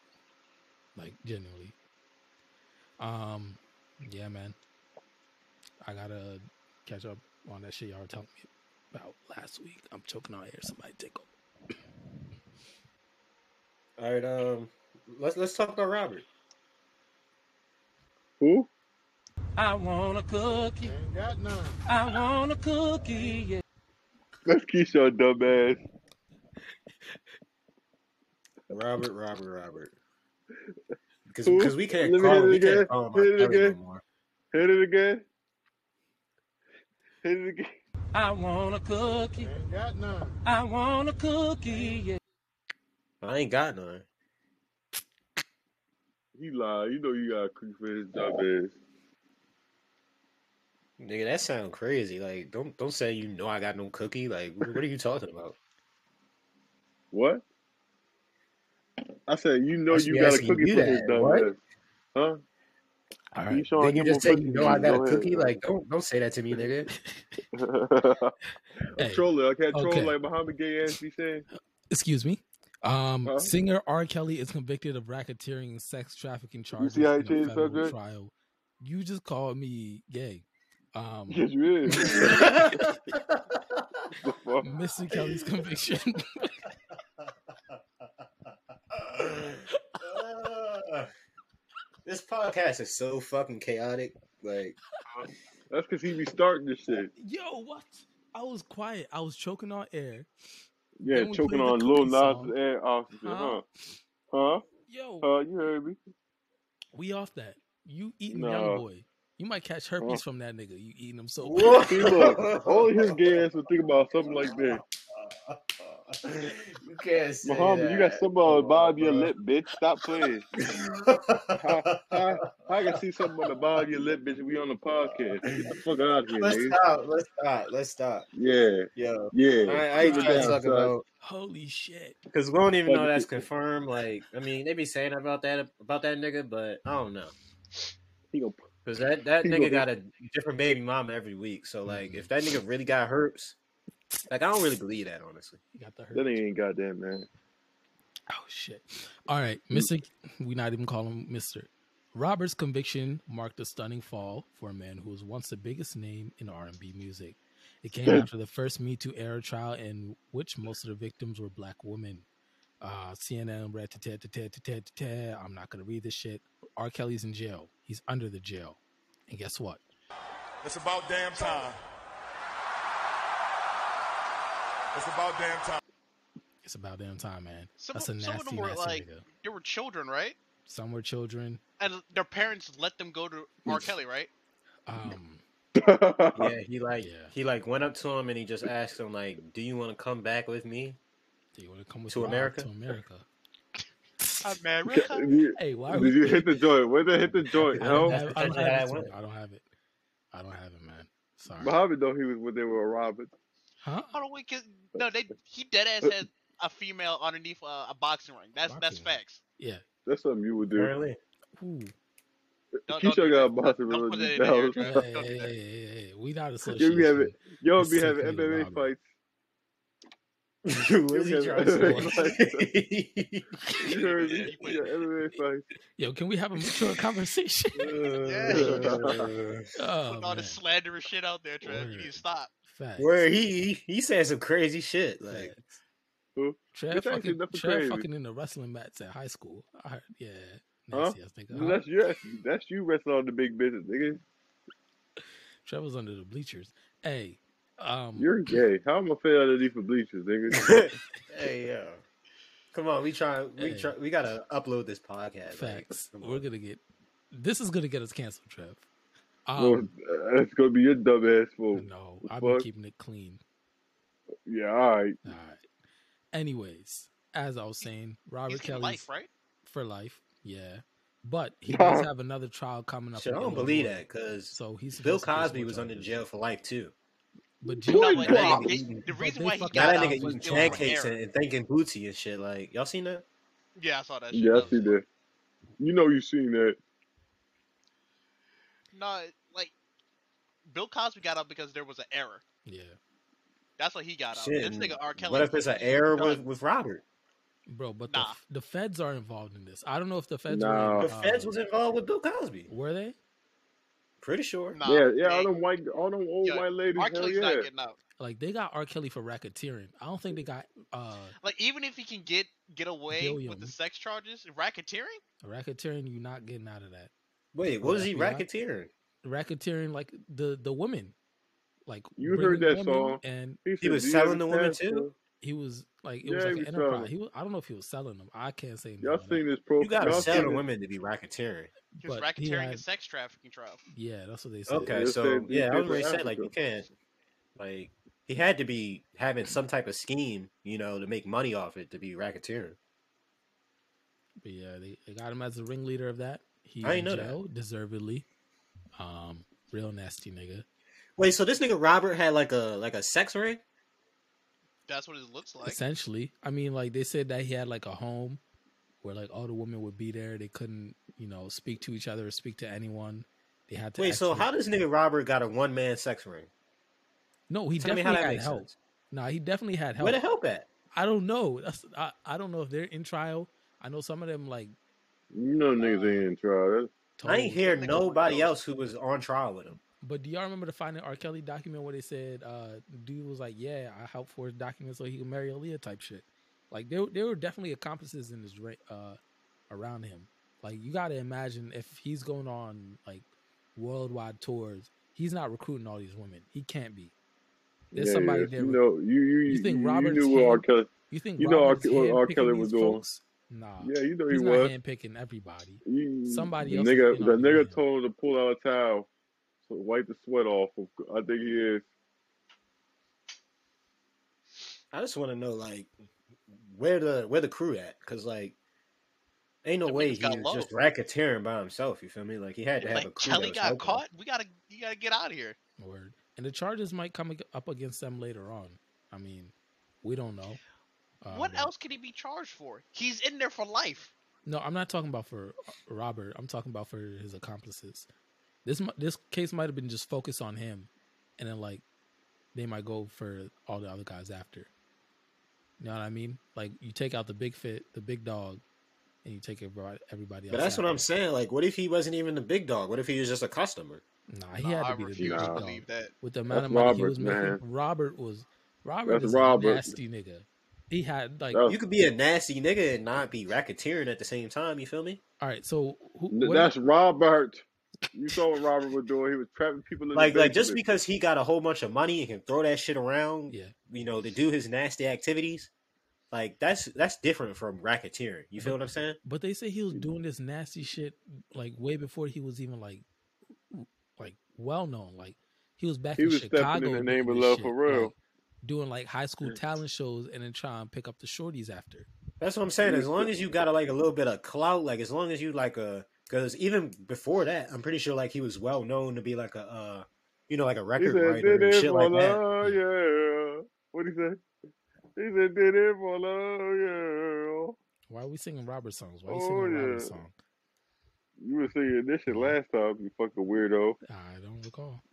Speaker 1: Like genuinely. Um, yeah, man. I gotta catch up on that shit y'all were telling me about last week. I'm choking on air. Somebody take over.
Speaker 3: All right, um, let's let's talk about Robert.
Speaker 5: Who?
Speaker 2: Ain't got none.
Speaker 5: That's Keisha, dumbass.
Speaker 3: Robert, Robert, Robert. Because
Speaker 5: Who?
Speaker 3: we can't
Speaker 5: Let me
Speaker 3: call
Speaker 5: hit it
Speaker 3: we
Speaker 5: again.
Speaker 3: can't call him our
Speaker 5: Hit it
Speaker 3: Perry no
Speaker 5: again.
Speaker 3: more.
Speaker 5: Hit it again. Hit it again.
Speaker 2: Ain't got none.
Speaker 3: I ain't got none.
Speaker 5: He lied. You know you got creep for his
Speaker 1: Oh.
Speaker 5: dumbass.
Speaker 3: Nigga, that sound crazy. Like, don't don't say you know I got no cookie. Like, wh- what are you talking about?
Speaker 5: What? I said you know
Speaker 3: I should
Speaker 5: you
Speaker 3: be
Speaker 5: got a
Speaker 3: asking
Speaker 5: cookie
Speaker 3: you
Speaker 5: for his
Speaker 3: that. What?
Speaker 5: dumbass. Huh?
Speaker 1: All
Speaker 5: You
Speaker 1: right.
Speaker 5: showing
Speaker 3: then you
Speaker 5: him
Speaker 3: just
Speaker 5: a
Speaker 3: say you
Speaker 5: cookie?
Speaker 3: know I got a
Speaker 5: Go ahead.
Speaker 3: cookie. Like, don't don't say that to me, nigga.
Speaker 5: I'm
Speaker 1: Hey,
Speaker 5: trolling. I can't troll
Speaker 1: okay.
Speaker 5: like Muhammad Gay ass be saying.
Speaker 1: Excuse me. Um,
Speaker 5: Huh?
Speaker 1: singer R. Kelly is convicted of racketeering and sex trafficking charges
Speaker 5: see how he
Speaker 1: in a
Speaker 5: changed
Speaker 1: federal
Speaker 5: subject?
Speaker 1: trial. You just called me gay. Um,
Speaker 5: Yes, you is. The fuck?
Speaker 1: Mr. Kelly's conviction.
Speaker 3: this podcast is so fucking chaotic. Like,
Speaker 5: That's because he be starting this shit.
Speaker 1: Yo, what? I was quiet. I was choking on air.
Speaker 5: Yeah,
Speaker 1: Then we
Speaker 5: choking
Speaker 1: played the
Speaker 5: on Lil
Speaker 1: cookie
Speaker 5: Nas
Speaker 1: song.
Speaker 5: air oxygen, huh?
Speaker 1: Huh?
Speaker 5: Huh?
Speaker 1: Yo,
Speaker 5: Huh? Uh, You heard me?
Speaker 1: we off that. You eating young
Speaker 5: No.
Speaker 1: boy. You might catch herpes from that nigga. You eating him so
Speaker 3: Whoa.
Speaker 5: See, look, only his gay ass would think about something like that.
Speaker 3: you can't say
Speaker 5: Muhammad, you got
Speaker 3: that.
Speaker 5: something on the
Speaker 3: Come
Speaker 5: bottom of your
Speaker 3: bro.
Speaker 5: lip, bitch. Stop playing. How, how, how I can see something on the bottom of your lip, bitch? We on the podcast. Get the fuck out of here,
Speaker 3: Let's
Speaker 5: nigga.
Speaker 3: stop. Let's stop. Let's stop.
Speaker 5: Yeah,
Speaker 3: Yo, I,
Speaker 5: yeah.
Speaker 3: I ain't
Speaker 5: Keep
Speaker 3: trying
Speaker 5: it
Speaker 3: to
Speaker 5: down,
Speaker 3: talk
Speaker 5: son.
Speaker 3: about
Speaker 1: holy shit.
Speaker 3: because we don't even know that's
Speaker 5: Fuck it.
Speaker 3: confirmed. Like, I mean, they be saying about that about that nigga, but I don't know
Speaker 5: He gonna,
Speaker 3: because that that
Speaker 5: He
Speaker 3: nigga
Speaker 5: gonna-
Speaker 3: got a different baby mama every week. So like,
Speaker 1: Mhm.
Speaker 3: if that nigga really got herpes, like I don't really believe that honestly.
Speaker 1: You got the
Speaker 5: that
Speaker 1: herpes.
Speaker 5: nigga ain't goddamn man.
Speaker 1: Oh shit. All right, Mr. We not even call him Mr. Robert's conviction marked a stunning fall for a man who was once the biggest name in R&B music. It came after the first Me Too era trial in which most of the victims were black women. Uh, CNN, rat tat tat tat tat tat tat. I'm not gonna read this shit. R. Kelly's in jail. He's under the jail, and guess what?
Speaker 7: It's about damn time. It's about damn time.
Speaker 1: It's about damn time, man.
Speaker 4: Some
Speaker 1: That's a
Speaker 4: of- some of
Speaker 1: nasty,
Speaker 4: them were,
Speaker 1: nasty
Speaker 4: like-
Speaker 1: nigga.
Speaker 4: There were children, right?
Speaker 1: Some were children.
Speaker 4: And their parents let them go to R. Kelly, right?
Speaker 1: Um,
Speaker 3: Yeah, he like
Speaker 1: Yeah.
Speaker 3: he like went up to him and he just asked him like, "Do you want to come back with me?"
Speaker 1: they want to come with
Speaker 3: To
Speaker 1: Rob
Speaker 3: America?
Speaker 1: To America.
Speaker 4: America.
Speaker 1: Hey, why? are
Speaker 5: Did
Speaker 1: we
Speaker 5: you hit the joint? Where they hit the joint?
Speaker 1: I don't,
Speaker 5: No,
Speaker 1: have, I don't have
Speaker 3: Yeah,
Speaker 1: it.
Speaker 3: I
Speaker 1: Tony. I don't have it. I don't have it, man. Sorry.
Speaker 5: Muhammad though he was when they were robbing.
Speaker 1: Huh?
Speaker 4: How do we get? No, they. He dead ass had a female underneath a, a boxing ring. That's that's
Speaker 1: Boxing ring.
Speaker 4: facts.
Speaker 1: Yeah.
Speaker 5: That's something you would do.
Speaker 3: Apparently,
Speaker 1: Ooh.
Speaker 4: Don't, don't
Speaker 5: Keisha
Speaker 4: do
Speaker 5: got
Speaker 4: that.
Speaker 5: a boss in
Speaker 4: Don't put that in
Speaker 5: dollars.
Speaker 4: there.
Speaker 1: Hey, hey, hey, hey, hey, we not associated.
Speaker 5: You have it. Y'all
Speaker 1: It's
Speaker 5: be having
Speaker 1: sick, man,
Speaker 5: MMA
Speaker 1: Robert.
Speaker 5: fights.
Speaker 3: What is he trying to
Speaker 5: You heard me?
Speaker 4: Yeah,
Speaker 5: Yeah, MMA fights.
Speaker 1: Yo, can we have a mature conversation?
Speaker 3: say? Uh,
Speaker 1: oh,
Speaker 4: Putting all
Speaker 1: man.
Speaker 4: this slanderous shit out there, Trev. You
Speaker 1: Word.
Speaker 4: need to stop.
Speaker 1: Facts.
Speaker 3: Where he he said some crazy shit. Like
Speaker 1: Facts.
Speaker 5: Who?
Speaker 1: Trev
Speaker 5: This ain't
Speaker 1: fucking,
Speaker 5: nothing
Speaker 1: Trev
Speaker 5: crazy.
Speaker 1: fucking in the wrestling mats at high school. I heard, yeah.
Speaker 5: Huh?
Speaker 1: Nasty ass nigga. Huh?
Speaker 5: That's you. That's you wrestling on the big business, nigga.
Speaker 1: Trev was under the bleachers. Hey, um,
Speaker 5: You're gay. How am I fail underneath the bleachers, nigga?
Speaker 3: hey yo. Come on, we try we
Speaker 1: Hey.
Speaker 3: try we gotta upload this podcast. like,
Speaker 1: facts.
Speaker 3: come
Speaker 1: We're
Speaker 3: on.
Speaker 1: gonna get. This is gonna get us canceled, Trev. Um,
Speaker 5: Well, Oh, that's gonna be your dumb ass fault.
Speaker 1: no,
Speaker 5: the
Speaker 1: I've been
Speaker 5: fuck?
Speaker 1: keeping it clean.
Speaker 5: Yeah, all right.
Speaker 1: All right. Anyways, as I was saying, Robert
Speaker 4: He's
Speaker 1: Kelly's
Speaker 4: in life, right?
Speaker 1: for life. Yeah, but he does have another trial coming up.
Speaker 3: Shit,
Speaker 1: in
Speaker 3: I don't believe
Speaker 1: Illinois,
Speaker 3: that because
Speaker 1: So he's
Speaker 3: Bill
Speaker 1: supposed to face
Speaker 3: Cosby
Speaker 1: more
Speaker 3: was under
Speaker 1: charges.
Speaker 3: jail for life too.
Speaker 1: But
Speaker 5: Boy,
Speaker 1: you
Speaker 4: No,
Speaker 1: know,
Speaker 4: like,
Speaker 5: Boy,
Speaker 1: like,
Speaker 4: they-
Speaker 3: Bob.
Speaker 4: they- the
Speaker 1: But
Speaker 4: reason
Speaker 1: they
Speaker 4: why he
Speaker 1: fucking-
Speaker 3: Now
Speaker 4: got
Speaker 3: that
Speaker 4: out
Speaker 3: nigga
Speaker 4: was
Speaker 3: eating
Speaker 4: guilt from
Speaker 3: pancakes
Speaker 4: error.
Speaker 3: and, and thinking booty and shit. Like y'all seen that?
Speaker 4: Yeah, I saw that. Shit.
Speaker 5: Yeah, I
Speaker 4: That
Speaker 5: see
Speaker 4: was-
Speaker 5: that. You know you seen that.
Speaker 4: No, like Bill Cosby got out because there was an error.
Speaker 1: yeah,
Speaker 4: That's why he got out.
Speaker 3: Shit.
Speaker 4: This nigga R. Kelly.
Speaker 3: What if it's an
Speaker 4: was
Speaker 3: error
Speaker 4: done.
Speaker 3: with, with Robert?
Speaker 1: bro. But the,
Speaker 4: Nah.
Speaker 1: f- the feds are involved in this. I don't know if the feds
Speaker 5: Nah.
Speaker 1: were.
Speaker 3: The
Speaker 1: in-
Speaker 3: feds
Speaker 1: uh,
Speaker 3: was involved with Bill Cosby.
Speaker 1: were they?
Speaker 3: Pretty sure.
Speaker 4: Nah,
Speaker 5: yeah, yeah.
Speaker 4: they-
Speaker 5: All them white, all them old
Speaker 4: Yo,
Speaker 5: white ladies.
Speaker 4: R.
Speaker 5: Hell
Speaker 4: Kelly's
Speaker 5: yeah.
Speaker 4: not getting out.
Speaker 1: Like they got R. Kelly for racketeering. I don't think they got uh
Speaker 4: Like even if he can get get away with
Speaker 1: Billion.
Speaker 4: the sex charges, racketeering.
Speaker 1: racketeering. You're not getting out of that.
Speaker 3: Wait, what was he
Speaker 1: FBI?
Speaker 3: racketeering?
Speaker 1: Racketeering like the the women, like
Speaker 5: You
Speaker 1: bringing
Speaker 5: heard
Speaker 1: women
Speaker 5: that song.
Speaker 1: and
Speaker 5: said,
Speaker 3: was
Speaker 5: "Do you
Speaker 3: selling the women,
Speaker 5: understand,
Speaker 3: too?
Speaker 1: he was like it
Speaker 5: Yeah,
Speaker 1: was like
Speaker 5: he
Speaker 1: an
Speaker 5: was selling
Speaker 1: enterprise.
Speaker 5: them.
Speaker 1: He was, I don't know if he was selling them. I can't say anything
Speaker 5: Y'all
Speaker 4: Mm-hmm.
Speaker 1: on that.
Speaker 5: seen this pro?
Speaker 3: You gotta
Speaker 5: all
Speaker 3: sell
Speaker 5: seen
Speaker 3: to
Speaker 5: this-
Speaker 3: women to be racketeering.
Speaker 4: He was
Speaker 1: But he
Speaker 4: racketeering
Speaker 1: had-
Speaker 4: and sex trafficking trial.
Speaker 1: Yeah, that's what they said.
Speaker 3: Okay,
Speaker 5: They
Speaker 3: so
Speaker 5: said you
Speaker 3: yeah, I was
Speaker 5: came from
Speaker 3: gonna say like
Speaker 5: Africa.
Speaker 3: you can't like he had to be having some type of scheme, you know, to make money off it to be racketeering.
Speaker 1: But yeah, they, they got him as the ringleader of that. He
Speaker 3: I
Speaker 1: I
Speaker 3: didn't know
Speaker 1: know
Speaker 3: that.
Speaker 1: jail, deservedly. Um, real nasty nigga.
Speaker 3: Wait, so this nigga Robert had like a like a sex ring?
Speaker 4: That's what it looks like.
Speaker 1: Essentially, I mean, like they said that he had like a home where like all the women would be there. They couldn't, you know, speak to each other or speak to anyone. They had to.
Speaker 3: Wait, so
Speaker 1: actually-
Speaker 3: how does nigga Robert got a one man sex ring?
Speaker 1: No, he
Speaker 3: Tell
Speaker 1: definitely
Speaker 3: me how that
Speaker 1: had
Speaker 3: makes
Speaker 1: help.
Speaker 3: sense.
Speaker 1: Nah, he definitely had help.
Speaker 3: Where the help at?
Speaker 1: I don't know. That's I, I. don't know if they're in trial. I know some of them like.
Speaker 5: You know niggas ain't in trial. That's-
Speaker 1: Told,
Speaker 3: I ain't hear
Speaker 4: think I wanna
Speaker 3: nobody
Speaker 4: know.
Speaker 3: else who was on trial with him.
Speaker 1: But do y'all remember the Finding R. Kelly document where they said uh dude was like, Yeah, I helped forge documents so he could marry Aaliyah type shit. Like there there were definitely accomplices in his ra- uh around him. Like you gotta imagine if he's going on like worldwide tours, he's not recruiting all these women. He can't be. There's
Speaker 5: yeah,
Speaker 1: somebody
Speaker 5: yes.
Speaker 1: there
Speaker 5: You
Speaker 1: with-
Speaker 5: know, you you
Speaker 1: You
Speaker 5: you,
Speaker 1: think
Speaker 5: you,
Speaker 1: Robert's
Speaker 5: knew what R.
Speaker 1: hand-
Speaker 5: Kelly.
Speaker 1: You think
Speaker 5: You know R-
Speaker 1: Robin's
Speaker 5: what R.
Speaker 1: handpicking
Speaker 5: Kelly
Speaker 1: these
Speaker 5: was doing.
Speaker 1: folks? Nah.
Speaker 5: Yeah, you know he
Speaker 1: he's not
Speaker 5: was.
Speaker 1: handpicking everybody.
Speaker 5: You-
Speaker 1: Somebody
Speaker 5: the
Speaker 1: else is
Speaker 5: Nigga,
Speaker 1: picking
Speaker 5: the
Speaker 1: on
Speaker 5: nigga
Speaker 1: him.
Speaker 5: told him to pull out a towel, so wipe the sweat off. Of- I think he is.
Speaker 3: I just want to know like where the where the crew at? Cause like ain't no
Speaker 4: Them
Speaker 3: way
Speaker 4: niggas
Speaker 3: he
Speaker 4: got
Speaker 3: was
Speaker 4: low.
Speaker 3: just racketeering by himself. You feel me? Like he had to have a
Speaker 4: Like
Speaker 3: crew. that
Speaker 4: Kelly
Speaker 3: was
Speaker 4: got
Speaker 3: helping him.
Speaker 4: caught. We gotta you gotta get out of here.
Speaker 1: Word. And the charges might come ag- up against them later on. I mean, we don't know. Uh,
Speaker 4: what
Speaker 1: but-
Speaker 4: else could he be charged for? He's in there for life.
Speaker 1: No, I'm not talking about for uh, Robert. I'm talking about for his accomplices. This mi- this case might have been just focused on him, and then like they might go for all the other guys after. You know what I mean? Like you take out the big fit, the big dog, and you take everybody everybody else.
Speaker 3: But that's what
Speaker 1: after.
Speaker 3: I'm saying. Like, what if he wasn't even the big dog? What if he was just a customer?
Speaker 1: Nah, he
Speaker 4: Nah,
Speaker 1: had
Speaker 4: I
Speaker 1: to be the big
Speaker 4: refuse to
Speaker 5: Nah.
Speaker 1: dog
Speaker 4: believe that.
Speaker 1: with the amount
Speaker 5: That's
Speaker 1: of money he
Speaker 5: Robert,
Speaker 1: was making.
Speaker 5: man.
Speaker 1: Robert was Robert
Speaker 5: That's
Speaker 1: is
Speaker 5: Robert.
Speaker 1: a nasty nigga. He had like
Speaker 5: That's,
Speaker 3: You could be a nasty nigga and not be racketeering at the same time. You feel me?
Speaker 1: all right. So who,
Speaker 5: th-
Speaker 1: what,
Speaker 5: that's Robert. You saw what Robert was doing. He was trapping people in
Speaker 3: Like,
Speaker 5: the
Speaker 3: like just
Speaker 5: basement.
Speaker 3: because he got a whole bunch of money and can throw that shit around,
Speaker 1: Yeah,
Speaker 3: you know, to do his nasty activities, like that's that's different from racketeering. You feel what I'm saying?
Speaker 1: but they say he
Speaker 5: Mm.
Speaker 1: was doing this nasty shit like way before he was even like like well known. Like he was back
Speaker 5: He
Speaker 1: in
Speaker 5: was stepping in
Speaker 1: Chicago
Speaker 5: the
Speaker 1: doing
Speaker 5: name of
Speaker 1: this
Speaker 5: love
Speaker 1: shit,
Speaker 5: for real.
Speaker 1: like, doing like high school
Speaker 5: Yeah.
Speaker 1: talent shows and then try and pick up the shorties after.
Speaker 3: That's what I'm saying.
Speaker 5: You
Speaker 3: As long
Speaker 5: could-
Speaker 3: as you got like a little bit of clout, like as long as you like a, because even before that, I'm pretty sure like he was well known to be like a, uh, you know, like a
Speaker 5: He
Speaker 3: record
Speaker 5: said,
Speaker 3: writer
Speaker 5: "Did
Speaker 3: and
Speaker 5: it
Speaker 3: shit
Speaker 5: for
Speaker 3: like that.
Speaker 5: love, yeah." What he said? He said, "Did it for love, yeah."
Speaker 1: Why are we singing Robert songs? Why are you
Speaker 5: Oh,
Speaker 1: singing a Robert
Speaker 5: yeah.
Speaker 1: song?
Speaker 5: You were saying this shit last time, you fucking weirdo.
Speaker 1: I don't recall.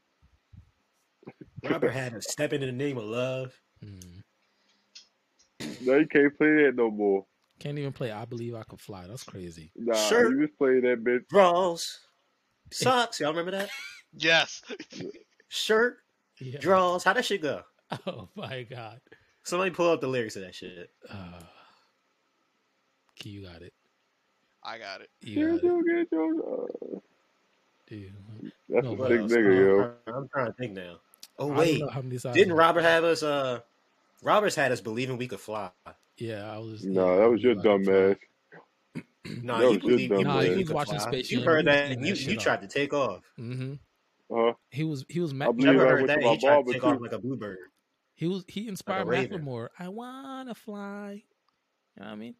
Speaker 3: Robert had a step into the name of love.
Speaker 1: Hmm.
Speaker 5: No, you can't play that no more.
Speaker 1: Can't even play I Believe I Could Fly. That's crazy.
Speaker 5: Nah,
Speaker 3: Sure.
Speaker 5: you just play that bitch.
Speaker 3: Draws. Socks. Y'all remember that?
Speaker 4: Yes.
Speaker 3: Shirt.
Speaker 1: Yeah.
Speaker 3: Draws. How that shit go?
Speaker 1: Oh my god.
Speaker 3: Somebody pull up the lyrics of that shit.
Speaker 1: Uh, Key, you got it.
Speaker 4: I got it.
Speaker 1: You
Speaker 5: Get
Speaker 1: got it.
Speaker 5: your, get your, uh,
Speaker 3: Oh,
Speaker 1: Dude.
Speaker 5: that's
Speaker 1: No,
Speaker 5: a
Speaker 1: what
Speaker 5: sick
Speaker 1: else?
Speaker 5: nigga, yo.
Speaker 3: I'm, trying- I'm trying to think now. Oh
Speaker 1: I don't
Speaker 3: wait,
Speaker 1: know how many sides
Speaker 3: didn't
Speaker 1: I-
Speaker 3: Robert have us? Uh, Robert's had us believing we could fly.
Speaker 1: Yeah, I was.
Speaker 5: No, that was your dumb ass.
Speaker 3: Nah,
Speaker 5: That
Speaker 3: he
Speaker 5: was your
Speaker 3: believed. he
Speaker 5: dumb
Speaker 3: believed
Speaker 5: ass. Nah, he
Speaker 3: we
Speaker 1: was
Speaker 3: could
Speaker 1: watching
Speaker 3: fly.
Speaker 1: Space
Speaker 3: You
Speaker 1: Jam.
Speaker 3: heard
Speaker 1: He was
Speaker 3: that? And
Speaker 1: eating
Speaker 3: you
Speaker 1: that
Speaker 3: you
Speaker 1: shit
Speaker 3: tried
Speaker 1: up.
Speaker 3: to take off.
Speaker 1: Mm-hmm.
Speaker 5: Huh?
Speaker 1: He was. He was. Ma-
Speaker 5: I
Speaker 3: I
Speaker 5: believe
Speaker 1: Trevor-
Speaker 5: I
Speaker 3: never heard
Speaker 5: went to
Speaker 3: that.
Speaker 5: my
Speaker 3: He tried
Speaker 5: barber
Speaker 3: to take
Speaker 5: too.
Speaker 3: off like a bluebird.
Speaker 1: He was he inspired
Speaker 3: raven.
Speaker 1: Macklemore. I wanna fly. You know what I mean?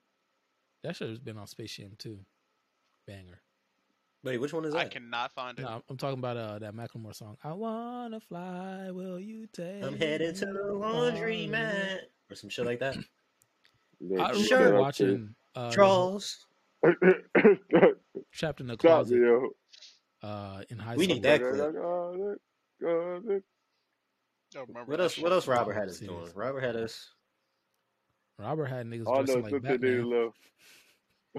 Speaker 1: That should have been on Space Jam too. Banger.
Speaker 3: Wait, which one is
Speaker 4: I
Speaker 3: that?
Speaker 4: cannot find it.
Speaker 1: No, I'm- I'm talking about uh, that Macklemore song. I wanna fly. Will you take?
Speaker 3: I'm headed to the
Speaker 1: me
Speaker 3: laundry
Speaker 1: on?"
Speaker 3: mat or some shit like that.
Speaker 5: Yeah,
Speaker 1: I remember
Speaker 5: shut up,
Speaker 1: watching uh, the whole-
Speaker 3: Draws.
Speaker 5: dude.
Speaker 1: Trapped in the
Speaker 5: Stop
Speaker 1: Closet
Speaker 5: me, yo.
Speaker 1: uh, in high
Speaker 3: We
Speaker 1: school.
Speaker 3: need that clip.
Speaker 4: Don't remember
Speaker 3: What
Speaker 4: that
Speaker 3: else?
Speaker 4: shit.
Speaker 3: What else? Robert had us
Speaker 1: Serious.
Speaker 3: doing. Robert had us.
Speaker 1: Robert had niggas
Speaker 5: All
Speaker 1: dressing
Speaker 5: those
Speaker 1: like
Speaker 5: clips that they
Speaker 1: Batman.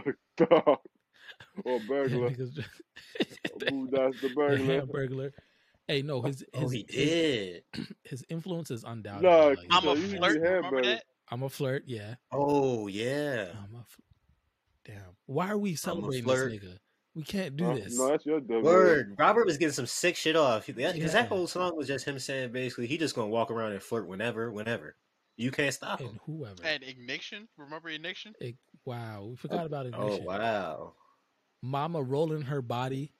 Speaker 5: love. Dog. or
Speaker 1: Yeah,
Speaker 5: burglar.
Speaker 1: niggas dre-
Speaker 5: Who does the
Speaker 1: Yeah,
Speaker 5: burglar?
Speaker 1: burglar. Hey, no, his his,
Speaker 3: Oh, he
Speaker 1: his-
Speaker 3: did.
Speaker 1: his influence is undoubted.
Speaker 5: No,
Speaker 1: like,
Speaker 4: I'm a
Speaker 5: So you need
Speaker 4: flirt.
Speaker 5: your hair
Speaker 4: Remember
Speaker 5: better.
Speaker 4: that?
Speaker 1: I'm a flirt. Yeah,
Speaker 3: Oh yeah.
Speaker 1: I'm a. Fl- Damn, why are we celebrating this
Speaker 3: flirt.
Speaker 1: nigga? We can't do
Speaker 5: Huh?
Speaker 1: this.
Speaker 5: No, that's your dumb ass.
Speaker 3: Word. Robert was getting some sick shit off. Because that, 'cause
Speaker 1: Yeah.
Speaker 3: that whole song was just him saying basically he just gonna walk around and flirt whenever, whenever. You can't stop
Speaker 1: And
Speaker 3: him.
Speaker 1: whoever.
Speaker 4: And Ignition. Remember Ignition?
Speaker 1: It- wow, we forgot about
Speaker 3: Oh
Speaker 1: ignition.
Speaker 3: wow.
Speaker 1: Mama rolling her body,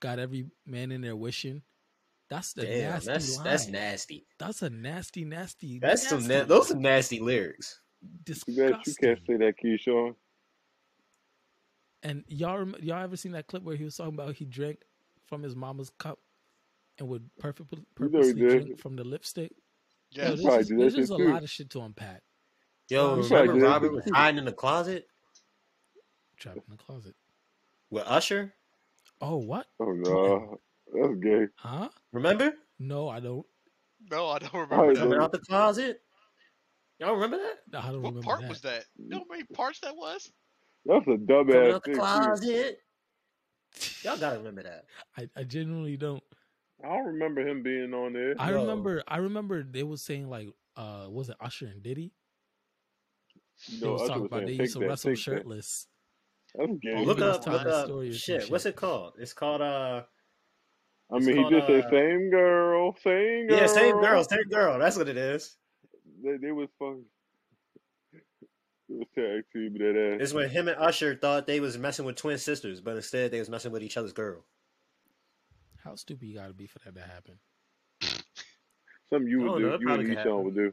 Speaker 1: got every man in there wishing. That's the
Speaker 3: Damn,
Speaker 1: nasty
Speaker 3: that's
Speaker 1: line.
Speaker 3: that's nasty.
Speaker 1: That's a nasty, nasty.
Speaker 3: That's some na-
Speaker 1: nasty,
Speaker 3: those some nasty lyrics.
Speaker 5: You bet you can't
Speaker 1: disgusting.
Speaker 5: say that, Keyshawn.
Speaker 1: And y'all, rem- y'all ever seen that clip where he was talking about he drank from his mama's cup and would perfect,
Speaker 5: You know he
Speaker 1: purposely
Speaker 5: did.
Speaker 1: drink from the lipstick? Yo,
Speaker 4: Yes.
Speaker 1: there's
Speaker 5: probably
Speaker 1: just,
Speaker 5: do that
Speaker 1: there's just a
Speaker 5: shit too.
Speaker 1: lot of shit to unpack.
Speaker 3: Yo,
Speaker 1: You
Speaker 5: probably
Speaker 3: remember
Speaker 5: did.
Speaker 3: Robert was hiding in the closet
Speaker 1: Trapped in the closet.
Speaker 3: with Usher?
Speaker 1: Oh, what?
Speaker 5: Oh, no. That's gay.
Speaker 1: Huh?
Speaker 3: Remember?
Speaker 1: No, I don't.
Speaker 4: No, I don't
Speaker 5: I
Speaker 4: remember
Speaker 5: don't-
Speaker 4: that.
Speaker 3: Coming out the closet? Y'all remember that?
Speaker 1: I don't remember
Speaker 4: What part
Speaker 1: that.
Speaker 4: was that? You know how many parts that was?
Speaker 5: That's a dumb
Speaker 3: Coming out
Speaker 5: ass
Speaker 3: the
Speaker 5: thing. too.
Speaker 3: closet. Y'all gotta remember that.
Speaker 1: I, I genuinely don't.
Speaker 5: I don't remember him being on there.
Speaker 1: I
Speaker 3: Yo.
Speaker 1: remember. I remember they was saying like, uh, was it Usher and Diddy? They
Speaker 5: No,
Speaker 1: was
Speaker 5: Usher
Speaker 1: talking
Speaker 5: was
Speaker 1: about
Speaker 5: saying,
Speaker 1: they used
Speaker 5: "Take
Speaker 1: to
Speaker 5: that,
Speaker 1: wrestle
Speaker 5: take that."
Speaker 1: shirtless.
Speaker 5: That's gay.
Speaker 1: He
Speaker 3: Oh, Look
Speaker 1: was
Speaker 3: up,
Speaker 1: telling
Speaker 3: look
Speaker 1: a
Speaker 3: up.
Speaker 1: story or some
Speaker 3: Shit, what's
Speaker 1: shit.
Speaker 3: it called? It's called uh
Speaker 5: I
Speaker 3: It's
Speaker 5: mean, he
Speaker 3: called,
Speaker 5: just said
Speaker 3: uh,
Speaker 5: same girl, same girl.
Speaker 3: Yeah, same girl, same girl. That's what it is.
Speaker 5: They, they was fucking. It was tag team that ass.
Speaker 3: It's when him and Usher thought they was messing with twin sisters, but instead they was messing with each other's girl.
Speaker 1: How stupid you got to be for that to happen?
Speaker 5: Something you would
Speaker 3: Oh,
Speaker 5: do,
Speaker 3: no, that
Speaker 5: you and
Speaker 3: probably could
Speaker 5: Keyshawn
Speaker 3: happen.
Speaker 5: would do.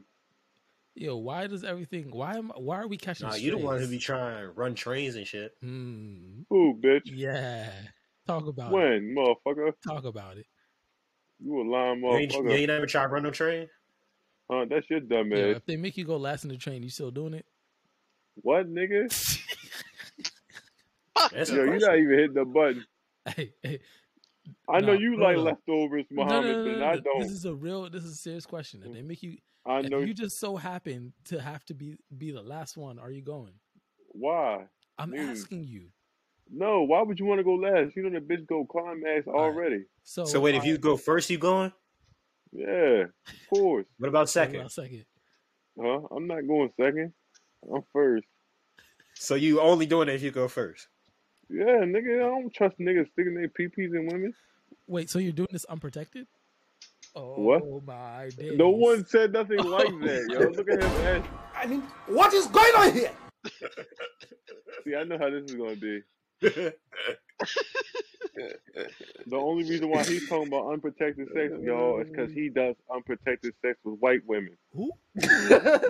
Speaker 1: Yo, why does everything? Why am? Why are we catching?
Speaker 3: Nah, you the one who be
Speaker 1: strays?
Speaker 3: trying to run trains and shit.
Speaker 1: Hmm.
Speaker 5: Who, bitch?
Speaker 1: Yeah. Talk about it.
Speaker 5: When, motherfucker?
Speaker 1: Talk about it.
Speaker 5: You a lying
Speaker 3: You ain't, you
Speaker 5: motherfucker.
Speaker 3: ain't never try to run no train?
Speaker 5: Huh, that's your dumb
Speaker 1: Yo,
Speaker 5: ass.
Speaker 1: if they make you go last in the train, you still doing it?
Speaker 5: What, nigga?
Speaker 4: Fuck.
Speaker 3: That's a
Speaker 5: Yo, you
Speaker 3: question.
Speaker 5: not even hitting the button.
Speaker 1: hey, hey,
Speaker 5: I know
Speaker 1: Nah,
Speaker 5: you
Speaker 1: for
Speaker 5: like
Speaker 1: real.
Speaker 5: leftovers,
Speaker 1: no, no,
Speaker 5: Muhammad,
Speaker 1: no, no,
Speaker 5: and
Speaker 1: no,
Speaker 5: I
Speaker 1: no.
Speaker 5: don't. Mm.
Speaker 1: This is a real. This is a serious question. If they make you,
Speaker 5: I
Speaker 1: if
Speaker 5: know
Speaker 1: you just so happen to have to be be the last one, are you going?
Speaker 5: why.
Speaker 1: I'm
Speaker 5: Dude.
Speaker 1: asking you.
Speaker 5: No, why would you want to go last? You know the bitch go climax already.
Speaker 1: So,
Speaker 3: So wait, if you go first, you going?
Speaker 5: Yeah, of course.
Speaker 3: What about
Speaker 1: second,
Speaker 3: second?
Speaker 1: second,
Speaker 5: Huh? I'm not going second. I'm first.
Speaker 3: So you only doing it if you go first.
Speaker 5: Yeah, nigga, I don't trust niggas sticking their PPs in women.
Speaker 1: wait, so you're doing this unprotected? Oh my days!
Speaker 5: No one said nothing like
Speaker 1: Oh
Speaker 5: that, yo. Look at him. ass.
Speaker 2: I mean, what is going on here?
Speaker 5: See, I know how this is gonna be.
Speaker 3: That's
Speaker 5: The only reason why he's talking about unprotected sex, y'all, is because he does unprotected sex with white women.
Speaker 1: Who?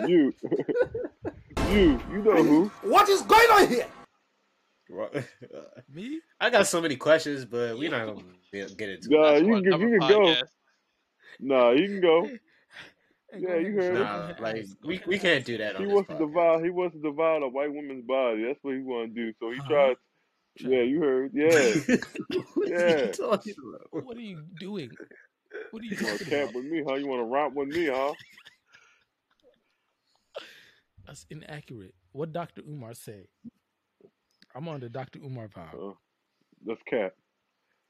Speaker 5: You, you, you know who?
Speaker 2: What is going on here?
Speaker 1: Me?
Speaker 3: I got so many questions, but we're not gonna get get into
Speaker 5: Nah,
Speaker 4: That's
Speaker 5: Uh, you
Speaker 4: for
Speaker 5: can,
Speaker 4: another
Speaker 5: you can go.
Speaker 4: podcast.
Speaker 5: Nah, you can go.
Speaker 1: Hey,
Speaker 5: Yeah,
Speaker 1: go ahead.
Speaker 5: you heard
Speaker 3: it.
Speaker 5: him.
Speaker 3: Nah,
Speaker 1: Go
Speaker 3: like
Speaker 1: ahead.
Speaker 3: we, we can't do that on
Speaker 5: He
Speaker 3: this
Speaker 5: wants to
Speaker 3: podcast.
Speaker 5: divide. He wants to divide a white woman's body. That's what he want to do. So he
Speaker 1: Huh?
Speaker 5: tries. Yeah, you heard. Yeah,
Speaker 3: what are
Speaker 5: Yeah.
Speaker 3: you talking about?
Speaker 1: What are you doing? What are you
Speaker 5: you want to
Speaker 1: talking
Speaker 5: cap
Speaker 1: about?
Speaker 5: with me, huh? You want to romp with me, huh?
Speaker 1: That's inaccurate. What Dr. Umar say? I'm on the Dr. Umar power.
Speaker 5: Uh, that's cap.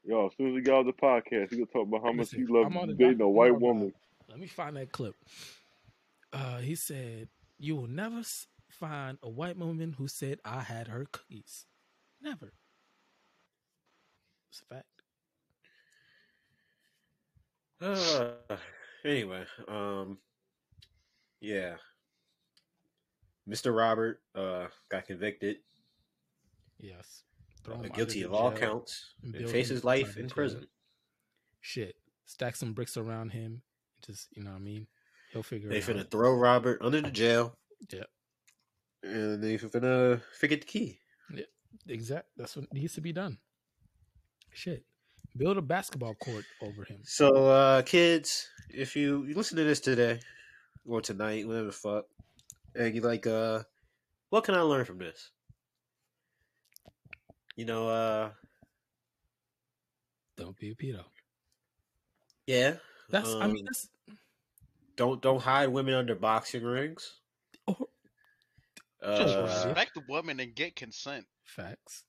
Speaker 5: Yo, as soon as we got off the podcast, he gonna talk about how much he
Speaker 1: Listen,
Speaker 5: loves
Speaker 1: I'm on the
Speaker 5: dating
Speaker 1: Dr.
Speaker 5: a white
Speaker 1: Umar
Speaker 5: woman.
Speaker 1: vibe. Let me find that clip. Uh, he said, "You will never s- find a white woman who said I had her cookies. Never. It's a fact.
Speaker 3: Uh, anyway, um, yeah, Mr. Robert uh got convicted,
Speaker 1: Yes. Throw
Speaker 3: uh,
Speaker 1: him out
Speaker 3: guilty
Speaker 1: the
Speaker 3: of all
Speaker 1: jail.
Speaker 3: counts,
Speaker 1: and
Speaker 3: and
Speaker 1: build
Speaker 3: faces
Speaker 1: him
Speaker 3: life
Speaker 1: inside
Speaker 3: in
Speaker 1: the jail.
Speaker 3: prison.
Speaker 1: Shit. Stack some bricks around him. Just you know what I mean. He'll figure
Speaker 3: They
Speaker 1: it out.
Speaker 3: finna throw Robert under the jail.
Speaker 1: Yep.
Speaker 3: And they finna forget the key.
Speaker 1: Exact. That's what needs to be done. Shit. Build a basketball court over him.
Speaker 3: So, uh, kids, if you, you listen to this today or tonight, whatever the fuck, and you like, uh, what can I learn from this? You know, uh,
Speaker 1: Don't be a pedo.
Speaker 3: yeah,
Speaker 1: That's. I mean,
Speaker 3: Um,
Speaker 1: that's
Speaker 3: don't don't hide women under boxing rings.
Speaker 1: Or-
Speaker 4: Just
Speaker 3: Uh,
Speaker 4: respect the woman and get consent.
Speaker 1: facts.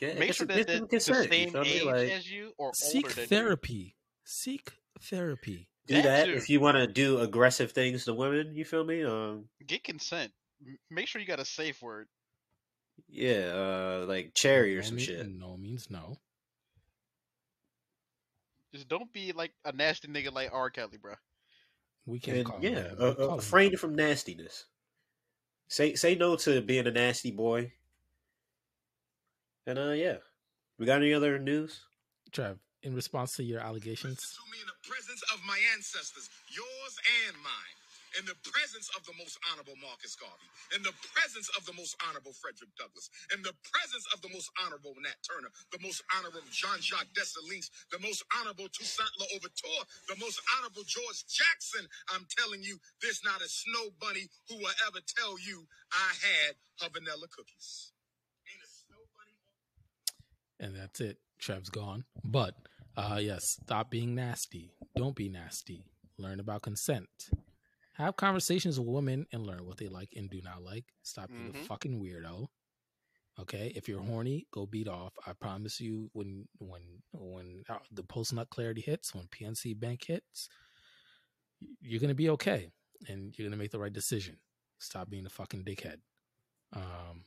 Speaker 3: yeah,
Speaker 4: Make
Speaker 3: get
Speaker 4: sure
Speaker 3: some-
Speaker 4: that
Speaker 3: get
Speaker 4: they're
Speaker 3: some
Speaker 4: the
Speaker 3: consent, you
Speaker 4: same
Speaker 3: feel me?
Speaker 4: age
Speaker 3: Like,
Speaker 4: as you or
Speaker 1: Seek
Speaker 4: older than
Speaker 1: therapy. Seek therapy.
Speaker 3: do
Speaker 4: that
Speaker 3: that,
Speaker 4: too.
Speaker 3: if you want to do aggressive things to women. You feel me? Um,
Speaker 4: you. Get consent. M- Make sure you got a safe word.
Speaker 3: yeah, uh, like cherry or
Speaker 1: No
Speaker 3: some
Speaker 1: mean-
Speaker 3: shit.
Speaker 1: No means no.
Speaker 4: Just don't be like a nasty nigga like R. Kelly, bro.
Speaker 1: We can't
Speaker 3: And
Speaker 1: call. him
Speaker 3: yeah,
Speaker 1: that.
Speaker 3: uh,
Speaker 1: We call
Speaker 3: uh,
Speaker 1: him
Speaker 3: refrain
Speaker 1: that.
Speaker 3: from nastiness. Say say no to being a nasty boy. And uh, yeah, we got any other news?
Speaker 1: Trev. In response to your allegations,
Speaker 7: to me in the presence of my ancestors, yours and mine, in the presence of the most honorable Marcus Garvey, in the presence of the most honorable Frederick Douglass, in the presence of the most honorable Nat Turner, the most honorable Jean-Jacques Dessalines, the most honorable Toussaint Louverture, the most honorable George Jackson, I'm telling you, there's not a snow bunny who will ever tell you I had her vanilla cookies. Ain't a snow bunny
Speaker 1: and that's it. Trev's gone. But uh yes, stop being nasty. Don't be nasty. Learn about consent. Have conversations with women and learn what they like and do not like. Stop being a
Speaker 4: Mhm.
Speaker 1: fucking weirdo. Okay, if you're horny, go beat off. I promise you, when when when uh, the post nut clarity hits, when PNC Bank hits, y- you're gonna be okay, and you're gonna make the right decision. Stop being a fucking dickhead. Um,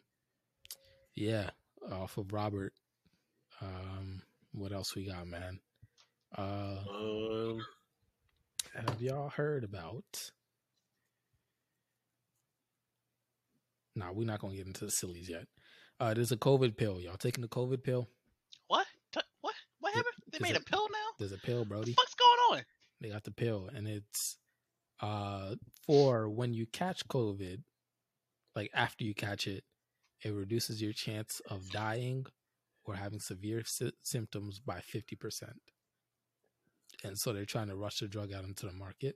Speaker 1: yeah, off of Robert. Um, what else we got, man? Uh,
Speaker 3: Um,
Speaker 1: have y'all heard about? Nah, we're not gonna get into the sillies yet. Uh, there's a COVID pill. Y'all taking the COVID pill?
Speaker 4: What? T- what? What
Speaker 1: Is-
Speaker 4: happened? They
Speaker 1: is
Speaker 4: made
Speaker 1: it-
Speaker 4: a pill now.
Speaker 1: There's a pill,
Speaker 4: What the
Speaker 1: Brody.
Speaker 4: fuck's going on?
Speaker 1: They got the pill, and it's uh for when you catch COVID, like after you catch it, it reduces your chance of dying or having severe sy- symptoms by fifty percent. And so they're trying to rush the drug out into the market.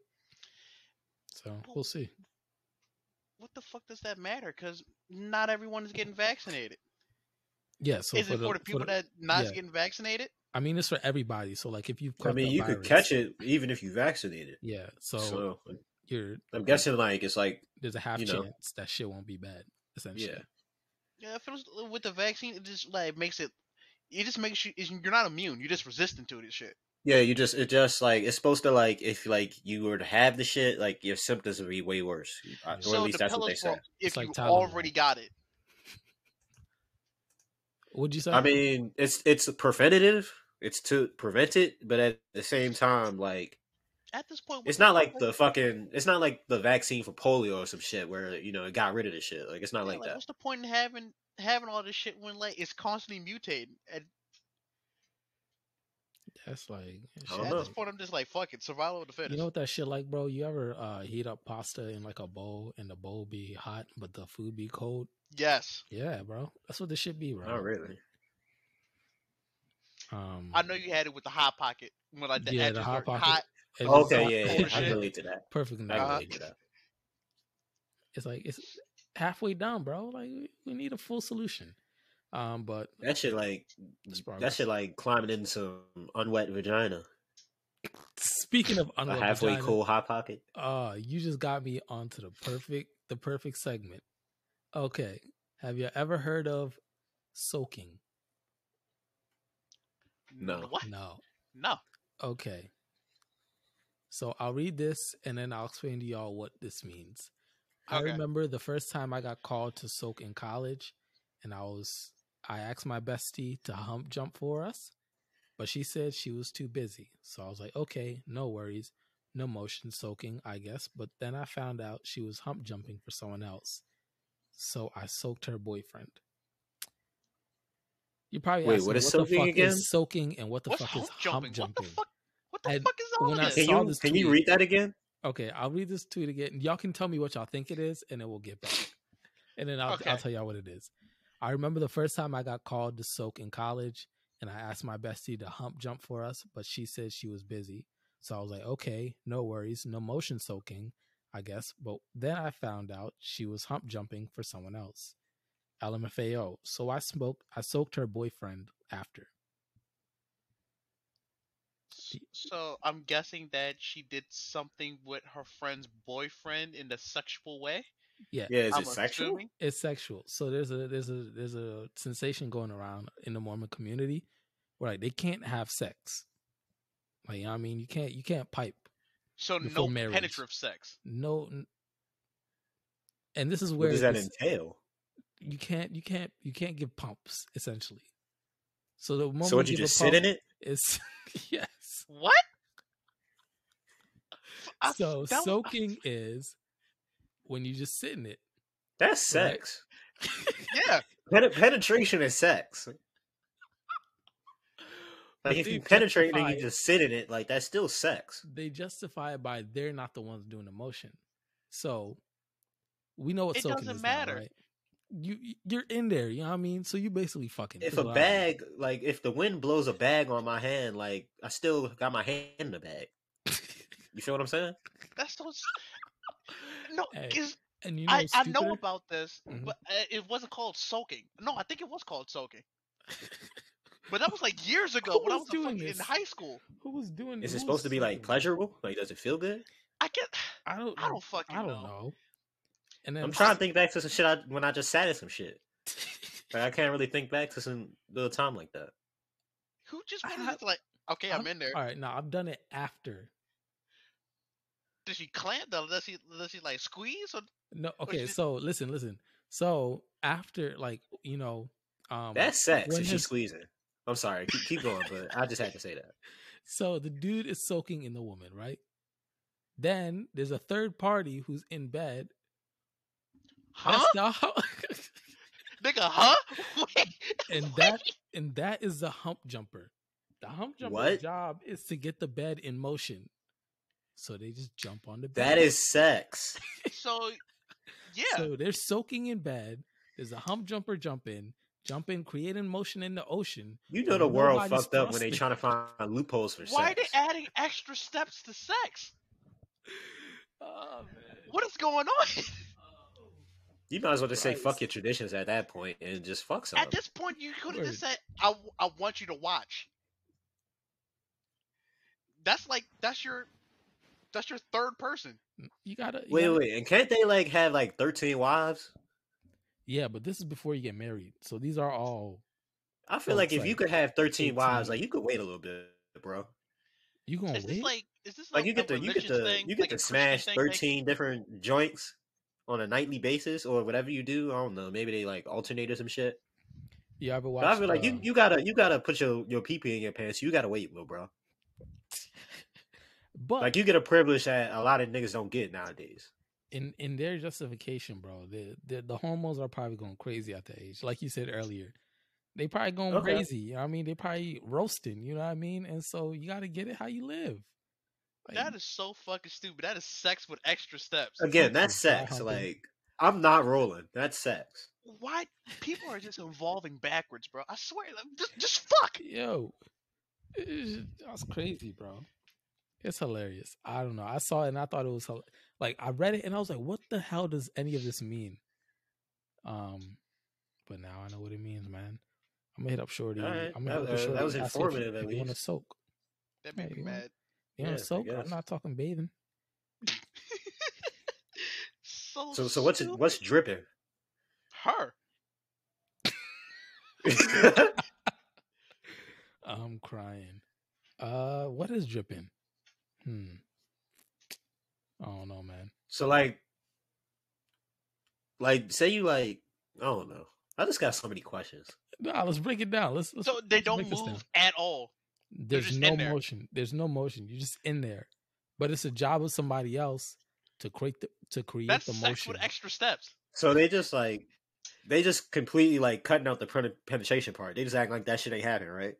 Speaker 1: So we'll see.
Speaker 4: What the fuck does that matter? Because not everyone is getting vaccinated.
Speaker 1: Yeah. So
Speaker 4: is it for the people that not
Speaker 1: yeah.
Speaker 4: getting vaccinated?
Speaker 1: I mean, it's for everybody. So like, if you've
Speaker 3: I
Speaker 1: caught
Speaker 3: mean,
Speaker 1: the
Speaker 3: you
Speaker 1: virus,
Speaker 3: could catch it even if you vaccinated.
Speaker 1: Yeah. So,
Speaker 3: So,
Speaker 1: you're
Speaker 3: I'm guessing like it's like
Speaker 1: there's a half
Speaker 3: you know.
Speaker 1: chance that shit won't be bad. Essentially.
Speaker 3: yeah,
Speaker 4: Yeah, if it was uh, with the vaccine, it just like makes it. It just makes you. it's- You're not immune. You're just resistant to it. and Shit.
Speaker 3: yeah. You just it just like it's supposed to like if like you were to have the shit, like your symptoms would be way worse. Uh, Or
Speaker 4: so
Speaker 3: at least
Speaker 4: the
Speaker 3: that's
Speaker 4: pill
Speaker 3: what they
Speaker 4: is for
Speaker 3: say.
Speaker 4: if
Speaker 1: It's like
Speaker 4: you
Speaker 1: Tylenol.
Speaker 4: already got it.
Speaker 1: What'd you say?
Speaker 3: I mean, it's it's preventative. It's to prevent it, but at the same time, like
Speaker 4: At this point, what
Speaker 3: it's
Speaker 4: the
Speaker 3: not
Speaker 4: fuck
Speaker 3: like the fucking it's not like the vaccine for polio or some shit where you know it got rid of the shit. Like it's not
Speaker 4: yeah,
Speaker 3: like that.
Speaker 4: What's the point in having having all this shit when like it's constantly mutating? And
Speaker 1: That's like
Speaker 3: I
Speaker 1: shit.
Speaker 3: don't
Speaker 4: at this
Speaker 3: know.
Speaker 4: point, I'm just like, fuck it, survival of the fittest.
Speaker 1: You know what that shit like, bro? You ever uh, heat up pasta in like a bowl and the bowl be hot but the food be cold?
Speaker 4: yes,
Speaker 1: Yeah, bro. That's what this shit be, bro.
Speaker 3: Not really.
Speaker 1: Um,
Speaker 4: I know you had it with the hot pocket when I
Speaker 1: Yeah,
Speaker 4: had
Speaker 1: the
Speaker 4: just
Speaker 1: Hot
Speaker 4: heard
Speaker 1: Pocket.
Speaker 4: hot-
Speaker 1: it was
Speaker 3: Okay,
Speaker 1: hot-
Speaker 3: yeah,
Speaker 4: cold
Speaker 3: yeah,
Speaker 1: it's
Speaker 3: I
Speaker 4: shit.
Speaker 3: can relate to that.
Speaker 1: perfect.
Speaker 3: I can
Speaker 4: Uh-huh.
Speaker 1: analogy.
Speaker 3: relate to that.
Speaker 1: It's like it's halfway done, bro. Like we- we need a full solution. Um, but
Speaker 3: That shit like
Speaker 1: That's
Speaker 3: that
Speaker 1: progress.
Speaker 3: shit like climbing into some unwet vagina.
Speaker 1: speaking of
Speaker 3: A
Speaker 1: unwet
Speaker 3: halfway
Speaker 1: vagina,
Speaker 3: cool hot pocket.
Speaker 1: uh, you just got me onto the perfect the perfect segment. Okay, have you ever heard of soaking?
Speaker 3: No.
Speaker 4: What?
Speaker 1: No.
Speaker 4: No.
Speaker 1: Okay. So I'll read this and then I'll explain to y'all what this means. I
Speaker 4: Okay.
Speaker 1: remember the first time I got called to soak in college and I was I asked my bestie to hump jump for us, but she said she was too busy. So I was like, "Okay, no worries. No motion soaking, I guess." But then I found out she was hump jumping for someone else. So I soaked her boyfriend. You probably
Speaker 3: Wait,
Speaker 1: asking,
Speaker 3: what is
Speaker 1: the
Speaker 3: soaking
Speaker 1: fuck
Speaker 3: again?
Speaker 1: is soaking and what the
Speaker 4: What's
Speaker 1: fuck
Speaker 4: hump
Speaker 1: is
Speaker 4: jumping?
Speaker 1: hump jumping?
Speaker 4: What the fuck? What the
Speaker 1: And
Speaker 4: fuck is all
Speaker 1: when I
Speaker 4: this?
Speaker 3: Can
Speaker 1: saw
Speaker 3: you
Speaker 1: this
Speaker 3: can you
Speaker 1: tweet.
Speaker 3: read that again?
Speaker 1: Okay, I'll read this tweet again. Y'all can tell me what y'all think it is, and then we'll get back. And then I'll, I'll
Speaker 4: Okay.
Speaker 1: tell y'all what it is. I remember the first time I got called to soak in college, and I asked my bestie to hump jump for us, but she said she was busy. So I was like, okay, no worries, no motion soaking, I guess. But then I found out she was hump jumping for someone else. LMFAO. So I smoked, I soaked her boyfriend after.
Speaker 4: S- So I'm guessing that she did something with her friend's boyfriend in a sexual way.
Speaker 1: Yeah.
Speaker 3: Yeah, is
Speaker 4: I'm
Speaker 3: it sexual?
Speaker 4: assuming?
Speaker 1: it's sexual. So there's a there's a there's a sensation going around in the Mormon community where like they can't have sex. Like you know what I mean, you can't you can't pipe.
Speaker 4: So
Speaker 1: Before
Speaker 4: no
Speaker 1: marriage.
Speaker 4: penetrative sex.
Speaker 1: No n- and this is
Speaker 3: What
Speaker 1: where
Speaker 3: does that
Speaker 1: it's-
Speaker 3: entail?
Speaker 1: you can't you can't you can't give pumps essentially. So the moment
Speaker 3: So what you
Speaker 1: you
Speaker 3: just sit in it?
Speaker 1: Is yes.
Speaker 4: What? I s-
Speaker 1: So
Speaker 4: that was- I-
Speaker 1: soaking is when you just sit in it.
Speaker 3: That's
Speaker 1: Right.
Speaker 3: sex.
Speaker 4: yeah.
Speaker 3: Pen- penetration is sex. Like if
Speaker 1: They
Speaker 3: you penetrate and then
Speaker 1: justify
Speaker 3: you
Speaker 1: it-
Speaker 3: just sit in it, like that's still sex.
Speaker 1: they justify it by they're not the ones doing the motion. So we know what
Speaker 4: It
Speaker 1: soaking
Speaker 4: doesn't
Speaker 1: is
Speaker 4: matter.
Speaker 1: Now, right? You you- you're in there, you know what I mean? So you basically fucking
Speaker 3: If
Speaker 1: is
Speaker 3: a
Speaker 1: what I mean.
Speaker 3: bag, like if the wind blows a bag on my hand, like I still got my hand in the bag. You feel what I'm saying?
Speaker 4: That's so. s- No,
Speaker 1: Hey,
Speaker 4: 'cause
Speaker 1: and you know
Speaker 4: I,
Speaker 1: what's
Speaker 4: I know
Speaker 1: stupider?
Speaker 4: about this,
Speaker 1: Mhm.
Speaker 4: but uh, it wasn't called soaking. No, I think it was called soaking. But that was like years ago
Speaker 1: Who
Speaker 4: when I
Speaker 1: was
Speaker 4: was a
Speaker 1: doing
Speaker 4: fucking, in
Speaker 1: this?
Speaker 4: high school.
Speaker 1: who was doing
Speaker 3: Is
Speaker 1: who
Speaker 3: it
Speaker 1: was
Speaker 3: supposed to be like
Speaker 1: soaking?
Speaker 3: pleasurable? Like does it feel good?
Speaker 4: I can
Speaker 1: I don't
Speaker 4: I don't fucking
Speaker 1: I don't
Speaker 4: know.
Speaker 1: know. And then
Speaker 3: I'm trying to think back to some shit I, when I just sat in some shit. Like I can't really think back to some little time like that.
Speaker 4: Who just
Speaker 1: I
Speaker 4: wanted
Speaker 1: have-
Speaker 4: to like? Okay, I'm, in there.
Speaker 1: All right, no, I've done it after.
Speaker 4: Does she clamp? though? Does she does she like squeeze? Or
Speaker 1: No, okay,
Speaker 4: shit.
Speaker 1: so listen, listen. So after like, you know, um
Speaker 3: That's sex.
Speaker 1: when
Speaker 3: If she's
Speaker 1: has-
Speaker 3: squeezing. I'm sorry. Keep, keep going, but I just had to say that.
Speaker 1: So the dude is soaking in the woman, right? Then there's a third party who's in bed.
Speaker 4: huh?
Speaker 1: That's not how-
Speaker 4: Nigga, huh? Wait,
Speaker 1: and
Speaker 4: wait.
Speaker 1: that and that is the hump jumper. The hump jumper's
Speaker 3: What?
Speaker 1: job is to get the bed in motion. So they just jump on the bed.
Speaker 3: That is sex.
Speaker 4: So yeah,
Speaker 1: So they're soaking in bed. There's a hump jumper jumping, jumping, creating motion in the ocean.
Speaker 3: You know
Speaker 1: and
Speaker 3: the world
Speaker 1: nobody's
Speaker 3: fucked up when they
Speaker 1: thrusting.
Speaker 3: trying to find loopholes for
Speaker 4: why
Speaker 3: sex.
Speaker 4: are they adding extra steps to sex?
Speaker 1: Oh, man.
Speaker 4: What is going on?
Speaker 3: you might as well just say
Speaker 1: Christ.
Speaker 3: fuck your traditions at that point and just fuck something.
Speaker 4: At this point, you could have just
Speaker 1: Word.
Speaker 4: said, "I w- I want you to watch." That's like that's your that's your third person.
Speaker 1: You gotta you
Speaker 3: wait,
Speaker 1: gotta-
Speaker 3: wait, and can't they like have like thirteen wives?
Speaker 1: Yeah, but this is before you get married. So these are all
Speaker 3: I feel
Speaker 4: Oh,
Speaker 1: No,
Speaker 3: like
Speaker 1: it's
Speaker 3: if you
Speaker 1: like
Speaker 3: could have thirteen
Speaker 1: 18.
Speaker 3: wives, like you could wait a little bit, bro.
Speaker 1: you gonna
Speaker 4: Is this
Speaker 1: Oh, wait.
Speaker 4: like is this like,
Speaker 3: Like you
Speaker 4: a
Speaker 3: get to you get
Speaker 4: religious
Speaker 3: to
Speaker 4: thing?
Speaker 3: you get
Speaker 4: like
Speaker 3: to
Speaker 4: a Christian
Speaker 3: smash
Speaker 4: thing? Like,
Speaker 3: thirteen different joints on a nightly basis or whatever you do. I don't know. Maybe they like alternate or some shit.
Speaker 1: you ever
Speaker 3: But I
Speaker 1: watched
Speaker 3: feel like you
Speaker 1: uh,
Speaker 3: you gotta you gotta put your your pee pee in your pants. You gotta wait, little bro.
Speaker 1: But
Speaker 3: Like you get a privilege that a lot of niggas don't get nowadays.
Speaker 1: in in their justification, bro, the, the the hormones are probably going crazy at that age. Like you said earlier, they probably going
Speaker 3: Okay.
Speaker 1: crazy. You know what I mean, they probably roasting. You know what I mean, and so you got to get it how you live. Like,
Speaker 4: that is so fucking stupid. That is sex with extra steps.
Speaker 3: Again, that's
Speaker 1: dry
Speaker 3: sex.
Speaker 1: humping.
Speaker 3: Like I'm not rolling. That's sex.
Speaker 4: Why people are just evolving backwards, bro? I swear, like, just just fuck.
Speaker 1: yo, it's just- that's crazy, bro. It's hilarious. I don't know. I saw it and I thought it was hil- like I read it and I was like, what the hell does any of this mean? Um, But now I know what it means, man. I'm gonna hit up Shorty.
Speaker 3: All right.
Speaker 1: I'm gonna hit
Speaker 3: That-
Speaker 1: up
Speaker 3: uh, that
Speaker 1: Shorty.
Speaker 3: was
Speaker 1: I said, if
Speaker 3: informative,
Speaker 1: you-
Speaker 3: at
Speaker 1: if You want to
Speaker 3: least.
Speaker 1: soak?
Speaker 4: That made
Speaker 1: Yeah,
Speaker 4: me
Speaker 1: you want-
Speaker 4: mad.
Speaker 1: You want
Speaker 3: Yeah,
Speaker 1: to
Speaker 3: I
Speaker 1: soak? I'm
Speaker 3: guess.
Speaker 1: not talking bathing.
Speaker 4: So
Speaker 3: So so what's
Speaker 4: stupid.
Speaker 3: what's dripping?
Speaker 4: her?
Speaker 1: I'm crying. Uh, what is dripping? Hmm. I don't know, man.
Speaker 3: so like like say you like I don't know. I just got so many questions.
Speaker 1: Nah, let's break it down. Let's. let's
Speaker 4: So they
Speaker 1: let's
Speaker 4: don't
Speaker 1: break this down.
Speaker 4: move at all.
Speaker 1: There's
Speaker 4: just
Speaker 1: no
Speaker 4: in there.
Speaker 1: motion. There's no motion. You're just in there. But it's a job of somebody else to create the to create
Speaker 4: That's
Speaker 1: the
Speaker 4: sex
Speaker 1: motion.
Speaker 4: with extra steps.
Speaker 3: So they just like they just completely like cutting out the pen- penetration part. They just act like that shit ain't happening, right?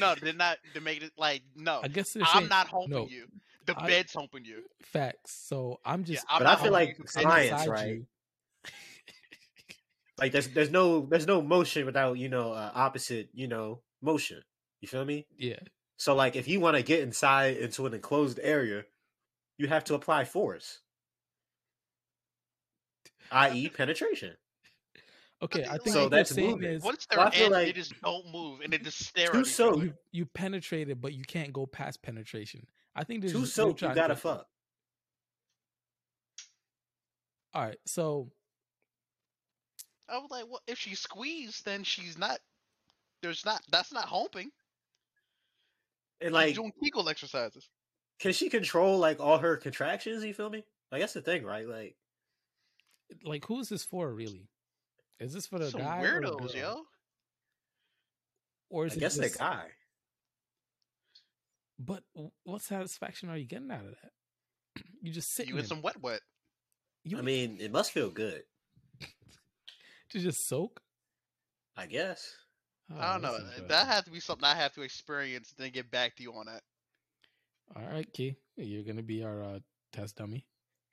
Speaker 4: No, they're not. They make it like no.
Speaker 1: I guess they're
Speaker 4: I'm
Speaker 1: saying-
Speaker 4: not humping
Speaker 1: no.
Speaker 4: you. The
Speaker 1: I-
Speaker 4: bed's humping you.
Speaker 1: facts. So I'm
Speaker 4: Yeah,
Speaker 1: just
Speaker 4: I'm
Speaker 3: but
Speaker 4: not
Speaker 3: I feel
Speaker 4: humping
Speaker 3: like
Speaker 4: you.
Speaker 1: I'm
Speaker 3: science,
Speaker 1: inside
Speaker 3: right?
Speaker 1: you.
Speaker 3: Like there's there's no there's no motion without you know uh, opposite you know motion. You feel me?
Speaker 1: Yeah,
Speaker 3: So like if you want to get inside into an enclosed area, you have to apply force, i.e. penetration.
Speaker 1: okay. I
Speaker 4: think,
Speaker 1: think
Speaker 4: So
Speaker 1: what they're
Speaker 3: that's
Speaker 1: saying
Speaker 3: movement.
Speaker 1: is
Speaker 4: Once they're
Speaker 3: I feel
Speaker 4: in, they
Speaker 3: like-
Speaker 4: just don't move and they just stare.
Speaker 3: Too
Speaker 4: at each
Speaker 3: so
Speaker 4: other.
Speaker 1: you you penetrated, but you can't go past penetration. I think there's
Speaker 3: Too
Speaker 1: just- they're
Speaker 3: soaked, you
Speaker 1: trying to
Speaker 3: gotta
Speaker 1: say-
Speaker 3: fuck.
Speaker 1: All right, so
Speaker 4: I was like, well, if she squeezed, then she's not. There's not. That's not humping.
Speaker 3: And
Speaker 4: Like
Speaker 3: like,
Speaker 4: doing Kegel exercises.
Speaker 3: can she control like all her contractions? You feel me? Like that's the thing, right? Like,
Speaker 1: like, who is this for, really? Is this for the
Speaker 4: Some
Speaker 1: guy or the
Speaker 4: weirdos,
Speaker 1: girl?
Speaker 4: yo.
Speaker 1: Or
Speaker 3: I
Speaker 1: is it
Speaker 3: guess the
Speaker 1: just-
Speaker 3: guy.
Speaker 1: But w- what satisfaction are you getting out of that? You just sitting.
Speaker 4: You
Speaker 1: in
Speaker 4: in
Speaker 1: it.
Speaker 4: some wet wet.
Speaker 1: You
Speaker 3: I mean, it must feel good.
Speaker 1: to just soak.
Speaker 3: I guess.
Speaker 1: Oh,
Speaker 4: I don't know.
Speaker 1: that's interesting.
Speaker 4: That has to be something I have to experience and then get back to you on that.
Speaker 1: All right, Key, you're gonna be our uh, test dummy.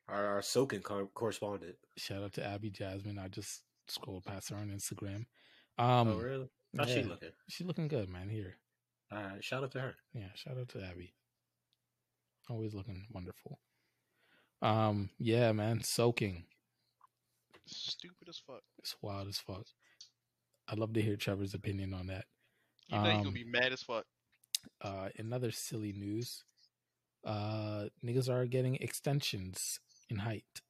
Speaker 3: Our, our soaking co- correspondent.
Speaker 1: Shout out to Abby Jasmine. I just scrolled past her on Instagram. Um,
Speaker 3: oh, really? How's she
Speaker 1: yeah,
Speaker 3: looking?
Speaker 1: she looking good, man. Here,
Speaker 3: All right, shout out to her.
Speaker 1: yeah. Shout out to Abby. Always looking wonderful. Um, yeah, man. Soaking.
Speaker 4: Stupid as fuck.
Speaker 1: It's wild as fuck. I'd love to hear Trevor's opinion on that.
Speaker 4: You know you
Speaker 1: Um,
Speaker 4: gonna be mad as fuck.
Speaker 1: uh, in other silly news, uh, niggas are getting extensions in height.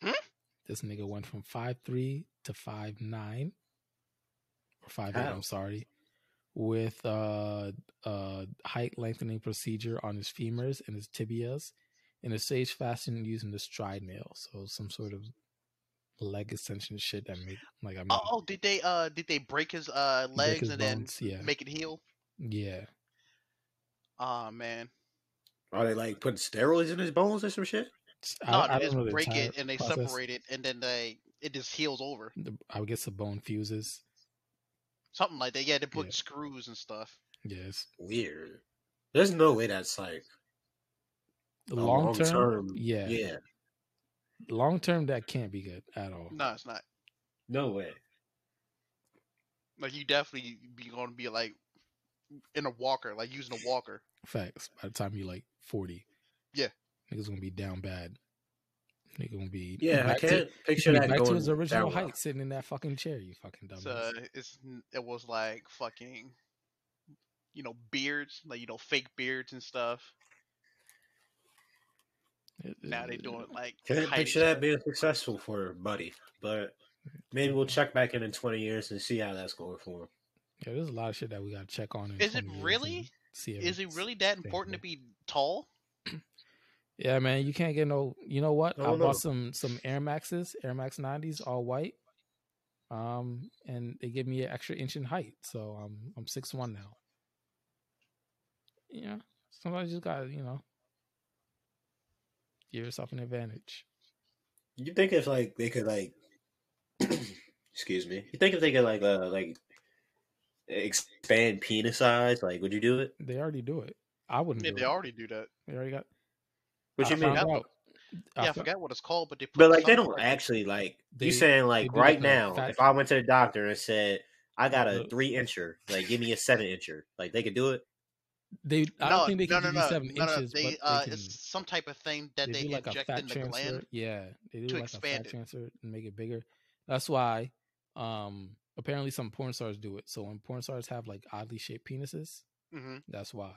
Speaker 4: Hmm?
Speaker 1: This nigga went from five three to five nine, or five eight.
Speaker 3: How?
Speaker 1: I'm sorry, with uh, uh, height lengthening procedure on his femurs and his tibias, in a stage fashion using the stride nail. So some sort of leg extension shit that made like I mean,
Speaker 4: Oh, oh, did they uh did they break his uh
Speaker 1: break
Speaker 4: legs
Speaker 1: his
Speaker 4: and
Speaker 1: bones, yeah,
Speaker 4: then make it heal?
Speaker 1: yeah.
Speaker 4: Ah man.
Speaker 3: Are they like putting steroids in his bones or some shit?
Speaker 1: I-
Speaker 4: no,
Speaker 1: I
Speaker 4: they
Speaker 1: don't
Speaker 4: just
Speaker 1: know the
Speaker 4: break
Speaker 1: entire
Speaker 4: it and they
Speaker 1: process.
Speaker 4: separate it and then they it just heals over.
Speaker 1: The- I would guess the bone fuses.
Speaker 4: Something like that. Yeah, they put
Speaker 1: Yeah.
Speaker 4: screws and stuff.
Speaker 1: Yes.
Speaker 3: Weird. There's no way that's like
Speaker 1: The
Speaker 3: a
Speaker 1: long term,
Speaker 3: long-term-
Speaker 1: yeah.
Speaker 3: Yeah.
Speaker 1: Long term, that can't be good at all.
Speaker 4: No, it's not.
Speaker 3: No way.
Speaker 4: Like you definitely be gonna be like in a walker, like using a walker.
Speaker 1: Facts. By the time you're like forty,
Speaker 4: Yeah.
Speaker 1: niggas gonna be down bad. Nigga gonna be
Speaker 3: Yeah, I
Speaker 1: back to-
Speaker 3: can't picture
Speaker 1: be
Speaker 3: that
Speaker 1: back
Speaker 3: going
Speaker 1: to his original
Speaker 3: down well.
Speaker 1: height, sitting in that fucking chair. You fucking dumbass.
Speaker 4: So it's n- it was like fucking, you know, beards, like you know, fake beards and stuff.
Speaker 1: It-
Speaker 4: Now they
Speaker 1: it-
Speaker 4: doing like
Speaker 3: Can't
Speaker 4: height
Speaker 3: picture
Speaker 4: ex-
Speaker 3: that being successful for Buddy, but maybe we'll check back in in 20 years and see how that's going for him.
Speaker 1: Yeah, there's a lot of shit that we gotta check on. in
Speaker 4: Is it
Speaker 1: 20 years
Speaker 4: really-
Speaker 1: and See if
Speaker 4: Is it
Speaker 1: it's-
Speaker 4: really that important to
Speaker 1: sustainable.
Speaker 4: be tall?
Speaker 1: Yeah, man, you can't get no. You know what?
Speaker 3: I
Speaker 1: I,
Speaker 3: don't know.
Speaker 1: bought some some Air Maxes, Air Max nineties, all white. Um, and they give me an extra inch in height, so I'm I'm six one now. Yeah, somebody just got to you know give yourself an advantage.
Speaker 3: You think if like they could like, excuse me. You think if they could like uh, like expand penis size, like would you do it?
Speaker 1: They already do it. I wouldn't.
Speaker 4: Yeah,
Speaker 1: do
Speaker 4: they
Speaker 1: it.
Speaker 4: already do that.
Speaker 1: They already got.
Speaker 3: What
Speaker 1: I
Speaker 3: you mean?
Speaker 1: found out.
Speaker 4: Yeah, I
Speaker 1: fo-
Speaker 4: forgot what it's called, but they put
Speaker 3: But like they
Speaker 4: something
Speaker 3: don't
Speaker 4: like-
Speaker 3: actually like.
Speaker 1: They-
Speaker 3: you saying
Speaker 1: they
Speaker 3: like
Speaker 1: do, like,
Speaker 3: right
Speaker 1: a
Speaker 3: now?
Speaker 1: fat-
Speaker 3: If I went to the doctor and said I got a
Speaker 1: Look.
Speaker 3: three incher, like give me a seven incher, like they could do it.
Speaker 1: They. I
Speaker 4: no,
Speaker 1: don't think they
Speaker 4: no,
Speaker 1: can give
Speaker 4: no,
Speaker 1: you
Speaker 4: no,
Speaker 1: seven
Speaker 4: no, no,
Speaker 1: inches,
Speaker 4: They,
Speaker 1: but
Speaker 4: uh,
Speaker 1: they can.
Speaker 4: it's some type of thing that
Speaker 1: they,
Speaker 4: they,
Speaker 1: do like a
Speaker 4: inject
Speaker 1: fat
Speaker 4: in the
Speaker 1: transfer.
Speaker 4: gland.
Speaker 1: Yeah, they do
Speaker 4: to
Speaker 1: like a
Speaker 4: expand
Speaker 1: fat
Speaker 4: it.
Speaker 1: transfer and make it bigger. That's why um apparently some porn stars do it. So when porn stars have like oddly shaped penises,
Speaker 4: Mm-hmm.
Speaker 1: that's why.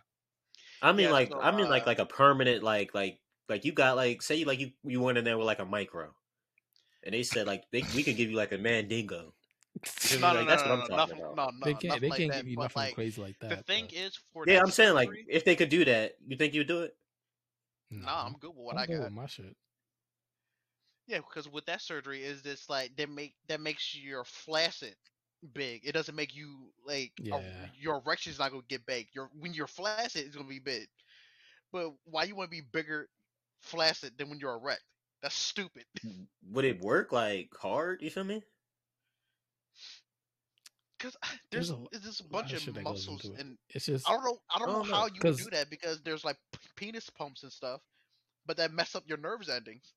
Speaker 3: I mean,
Speaker 4: Yeah,
Speaker 3: like,
Speaker 4: so,
Speaker 3: I mean, like,
Speaker 4: uh,
Speaker 3: like a permanent, like, like, like you got, like, say, you like you you went in there with like a micro, and they said like they, we could give you like a mandingo. You feel me?
Speaker 4: No, no,
Speaker 3: Like,
Speaker 4: no,
Speaker 3: that's
Speaker 4: no,
Speaker 3: what I'm
Speaker 4: no,
Speaker 3: talking
Speaker 4: nothing,
Speaker 3: about.
Speaker 4: no, no,
Speaker 1: they can't
Speaker 4: nothing
Speaker 1: they
Speaker 4: like
Speaker 1: can't
Speaker 4: that,
Speaker 1: give you
Speaker 4: but,
Speaker 1: nothing
Speaker 4: like,
Speaker 1: crazy like that.
Speaker 4: The thing
Speaker 1: but
Speaker 4: is, for
Speaker 3: Yeah,
Speaker 4: that
Speaker 3: I'm saying like
Speaker 4: story-
Speaker 3: if they could do that, you think you would do it?
Speaker 1: no,
Speaker 4: nah, I'm good with what
Speaker 1: I'm
Speaker 4: i
Speaker 1: good
Speaker 4: got.
Speaker 1: with my shit.
Speaker 4: Yeah, because with that surgery, is this like that make that makes your flaccid big? It doesn't make you like a-
Speaker 1: Yeah.
Speaker 4: your erection's not gonna get big. Your when you're flaccid, it's gonna be big. But why you want to be bigger flaccid than when you're erect? That's stupid.
Speaker 3: Would it work like hard? You feel me?
Speaker 4: Because
Speaker 1: There's
Speaker 4: there's
Speaker 1: a l-
Speaker 4: there's just a
Speaker 1: lot
Speaker 4: bunch
Speaker 1: of
Speaker 4: of
Speaker 1: shit that goes
Speaker 4: muscles
Speaker 1: into it.
Speaker 4: and
Speaker 1: It's just
Speaker 4: I don't know I don't
Speaker 3: I
Speaker 4: know
Speaker 3: don't know,
Speaker 4: how you would
Speaker 1: 'cause-
Speaker 4: do that because there's like p- penis pumps and stuff, but that mess up your nerves endings.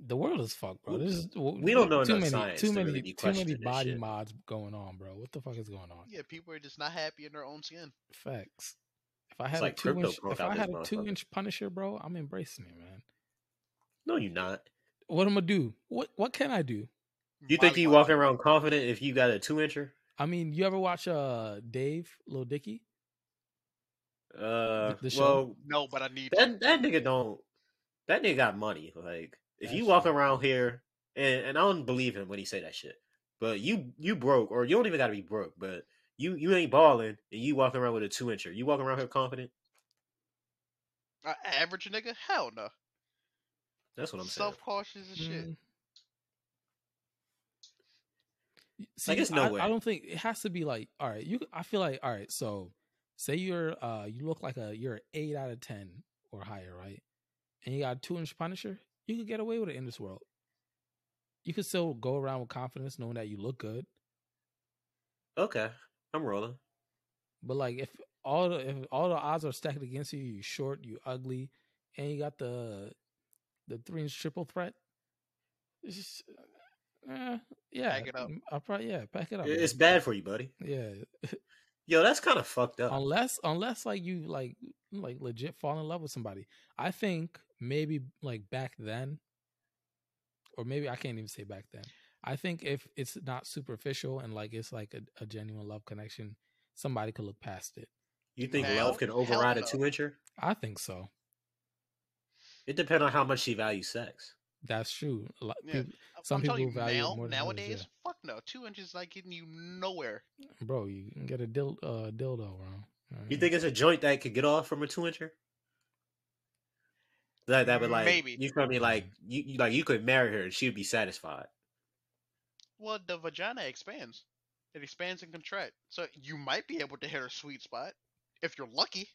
Speaker 1: the world is fucked, bro.
Speaker 3: We-
Speaker 1: This is w-
Speaker 3: we don't know
Speaker 1: too
Speaker 3: enough
Speaker 1: many,
Speaker 3: science
Speaker 1: too
Speaker 3: to
Speaker 1: many,
Speaker 3: really be
Speaker 1: too many
Speaker 3: questioning this
Speaker 1: body
Speaker 3: shit.
Speaker 1: mods going on, bro. What the fuck is going on?
Speaker 4: Yeah, people are just not happy in their own skin.
Speaker 1: Facts. If I had
Speaker 3: like
Speaker 1: a two
Speaker 3: crypto
Speaker 1: inch,
Speaker 3: broke
Speaker 1: if
Speaker 3: out
Speaker 1: I
Speaker 3: this
Speaker 1: had a two
Speaker 3: motherfucker.
Speaker 1: inch Punisher, bro, I'm embracing it, man.
Speaker 3: No, you're not.
Speaker 1: What am I do? What what can I do?
Speaker 3: You think
Speaker 4: Molly
Speaker 3: you
Speaker 4: Wop.
Speaker 3: walking around confident if you got a two incher?
Speaker 1: I mean, you ever watch uh Dave Lil Dicky?
Speaker 3: Uh,
Speaker 1: The- the show?
Speaker 3: well,
Speaker 4: No, but I need
Speaker 3: that that nigga don't. That nigga got money. Like, if
Speaker 1: That's
Speaker 3: you walk
Speaker 1: true.
Speaker 3: around here, and, and I don't believe him when he say that shit. But you you broke, or you don't even got to be broke. But you you ain't balling, and you walking around with a two incher. You walking around here confident.
Speaker 4: a average nigga. Hell no.
Speaker 3: That's what I'm saying.
Speaker 4: Self cautious as shit.
Speaker 1: Mm. Y- See,
Speaker 3: it's no
Speaker 1: I,
Speaker 3: way.
Speaker 1: I don't think it has to be like all right. You, I feel like all right. So, say you're uh you look like a you're an eight out of ten or higher, right? And you got a two inch Punisher, you could get away with it in this world. You could still go around with confidence, knowing that you look good.
Speaker 3: Okay, I'm rolling.
Speaker 1: But like, if all the if all the odds are stacked against you, you short, you ugly, and you got the the three inch triple threat. It's just, eh, yeah,
Speaker 4: it up.
Speaker 1: I probably yeah, pack it up.
Speaker 3: It-
Speaker 1: man.
Speaker 3: It's bad for you, buddy.
Speaker 1: Yeah,
Speaker 3: Yo, that's kind of fucked up.
Speaker 1: unless unless like you like like legit fall in love with somebody. I think maybe like back then, or maybe I can't even say back then. I think if it's not superficial and like it's like a, a genuine love connection, somebody could look past it.
Speaker 3: You think
Speaker 4: Hell-
Speaker 3: love can
Speaker 4: hell
Speaker 3: override a
Speaker 4: no.
Speaker 3: two incher?
Speaker 1: I think so.
Speaker 3: It depends on how much she values sex.
Speaker 1: That's true. A lot-
Speaker 4: Yeah.
Speaker 1: peop-
Speaker 4: I-
Speaker 1: some
Speaker 4: I'm telling
Speaker 1: people
Speaker 4: you,
Speaker 1: value it
Speaker 4: now
Speaker 1: more than others,
Speaker 4: nowadays, fuck no. Two inches is not getting you nowhere.
Speaker 1: bro, you can get a dil- uh, dildo wrong.
Speaker 3: You think it's a joint that could get off from a two incher? That that would like
Speaker 4: Maybe.
Speaker 3: you feel me like you, you like you could marry her and she'd be satisfied.
Speaker 4: Well, the vagina expands. It expands and contracts. So you might be able to hit her sweet spot if you're lucky.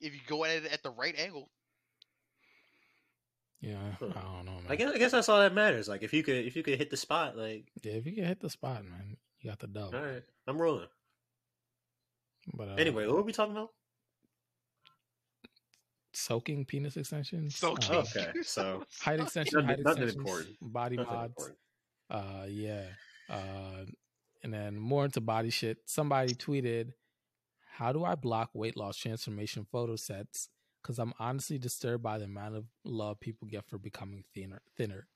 Speaker 4: If you go at it at the right angle.
Speaker 1: Yeah,
Speaker 3: Huh.
Speaker 1: I don't know, man.
Speaker 3: I guess I guess that's all that matters. Like if you could if you could hit the spot, like
Speaker 1: yeah, if you can hit the spot, man, you got the dough.
Speaker 3: all right, I'm rolling.
Speaker 1: But uh,
Speaker 3: Anyway, what were we talking about?
Speaker 1: soaking penis extensions,
Speaker 4: Soaking.
Speaker 1: uh,
Speaker 4: Okay.
Speaker 3: Okay, so
Speaker 1: height extension, height
Speaker 3: Nothing- nothing
Speaker 1: extensions,
Speaker 3: important.
Speaker 1: body
Speaker 3: nothing
Speaker 1: mods.
Speaker 3: important.
Speaker 1: Uh, yeah. Uh, and then more into body shit. Somebody tweeted, "How do I block weight loss transformation photo sets? Because I'm honestly disturbed by the amount of love people get for becoming thinner. Thinner.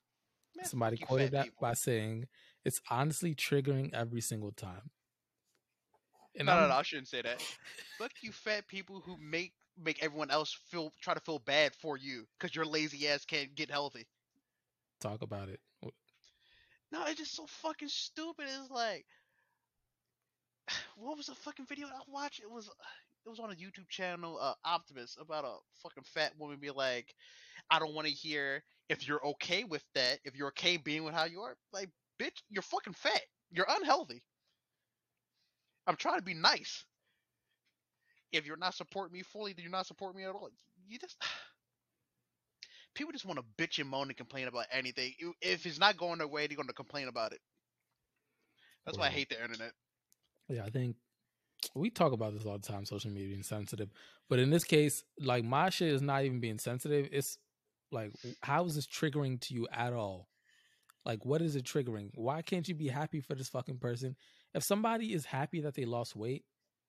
Speaker 4: Man,
Speaker 1: Somebody
Speaker 4: fuck you,
Speaker 1: quoted
Speaker 4: fat
Speaker 1: that
Speaker 4: people.
Speaker 1: by saying, "It's honestly triggering every single time." And
Speaker 4: No,
Speaker 1: I'm,
Speaker 4: no, no, I shouldn't say that. fuck you, fat people who make make everyone else feel try to feel bad for you because your lazy ass can't get healthy.
Speaker 1: talk about it.
Speaker 4: No, it's just so fucking stupid. It's like, what was the fucking video I watched? It was, it was on a YouTube channel, uh, Optimus, about a fucking fat woman be like, I don't want to hear if you're okay with that, if you're okay being with how you are. Like, bitch, you're fucking fat. You're unhealthy. I'm trying to be nice. If you're not supporting me fully, then you're not supporting me at all. You just. People just want to bitch and moan and complain about anything. If- If it's not going their way, they're going to complain about it. That's why I
Speaker 1: Right.
Speaker 4: hate the internet.
Speaker 1: Yeah, I think we talk about this all the time, social media being sensitive. But in this case, like my shit is not even being sensitive. It's like w- how is this triggering to you at all? Like what is it triggering? Why can't you be happy for this fucking person? If somebody is happy that they lost weight,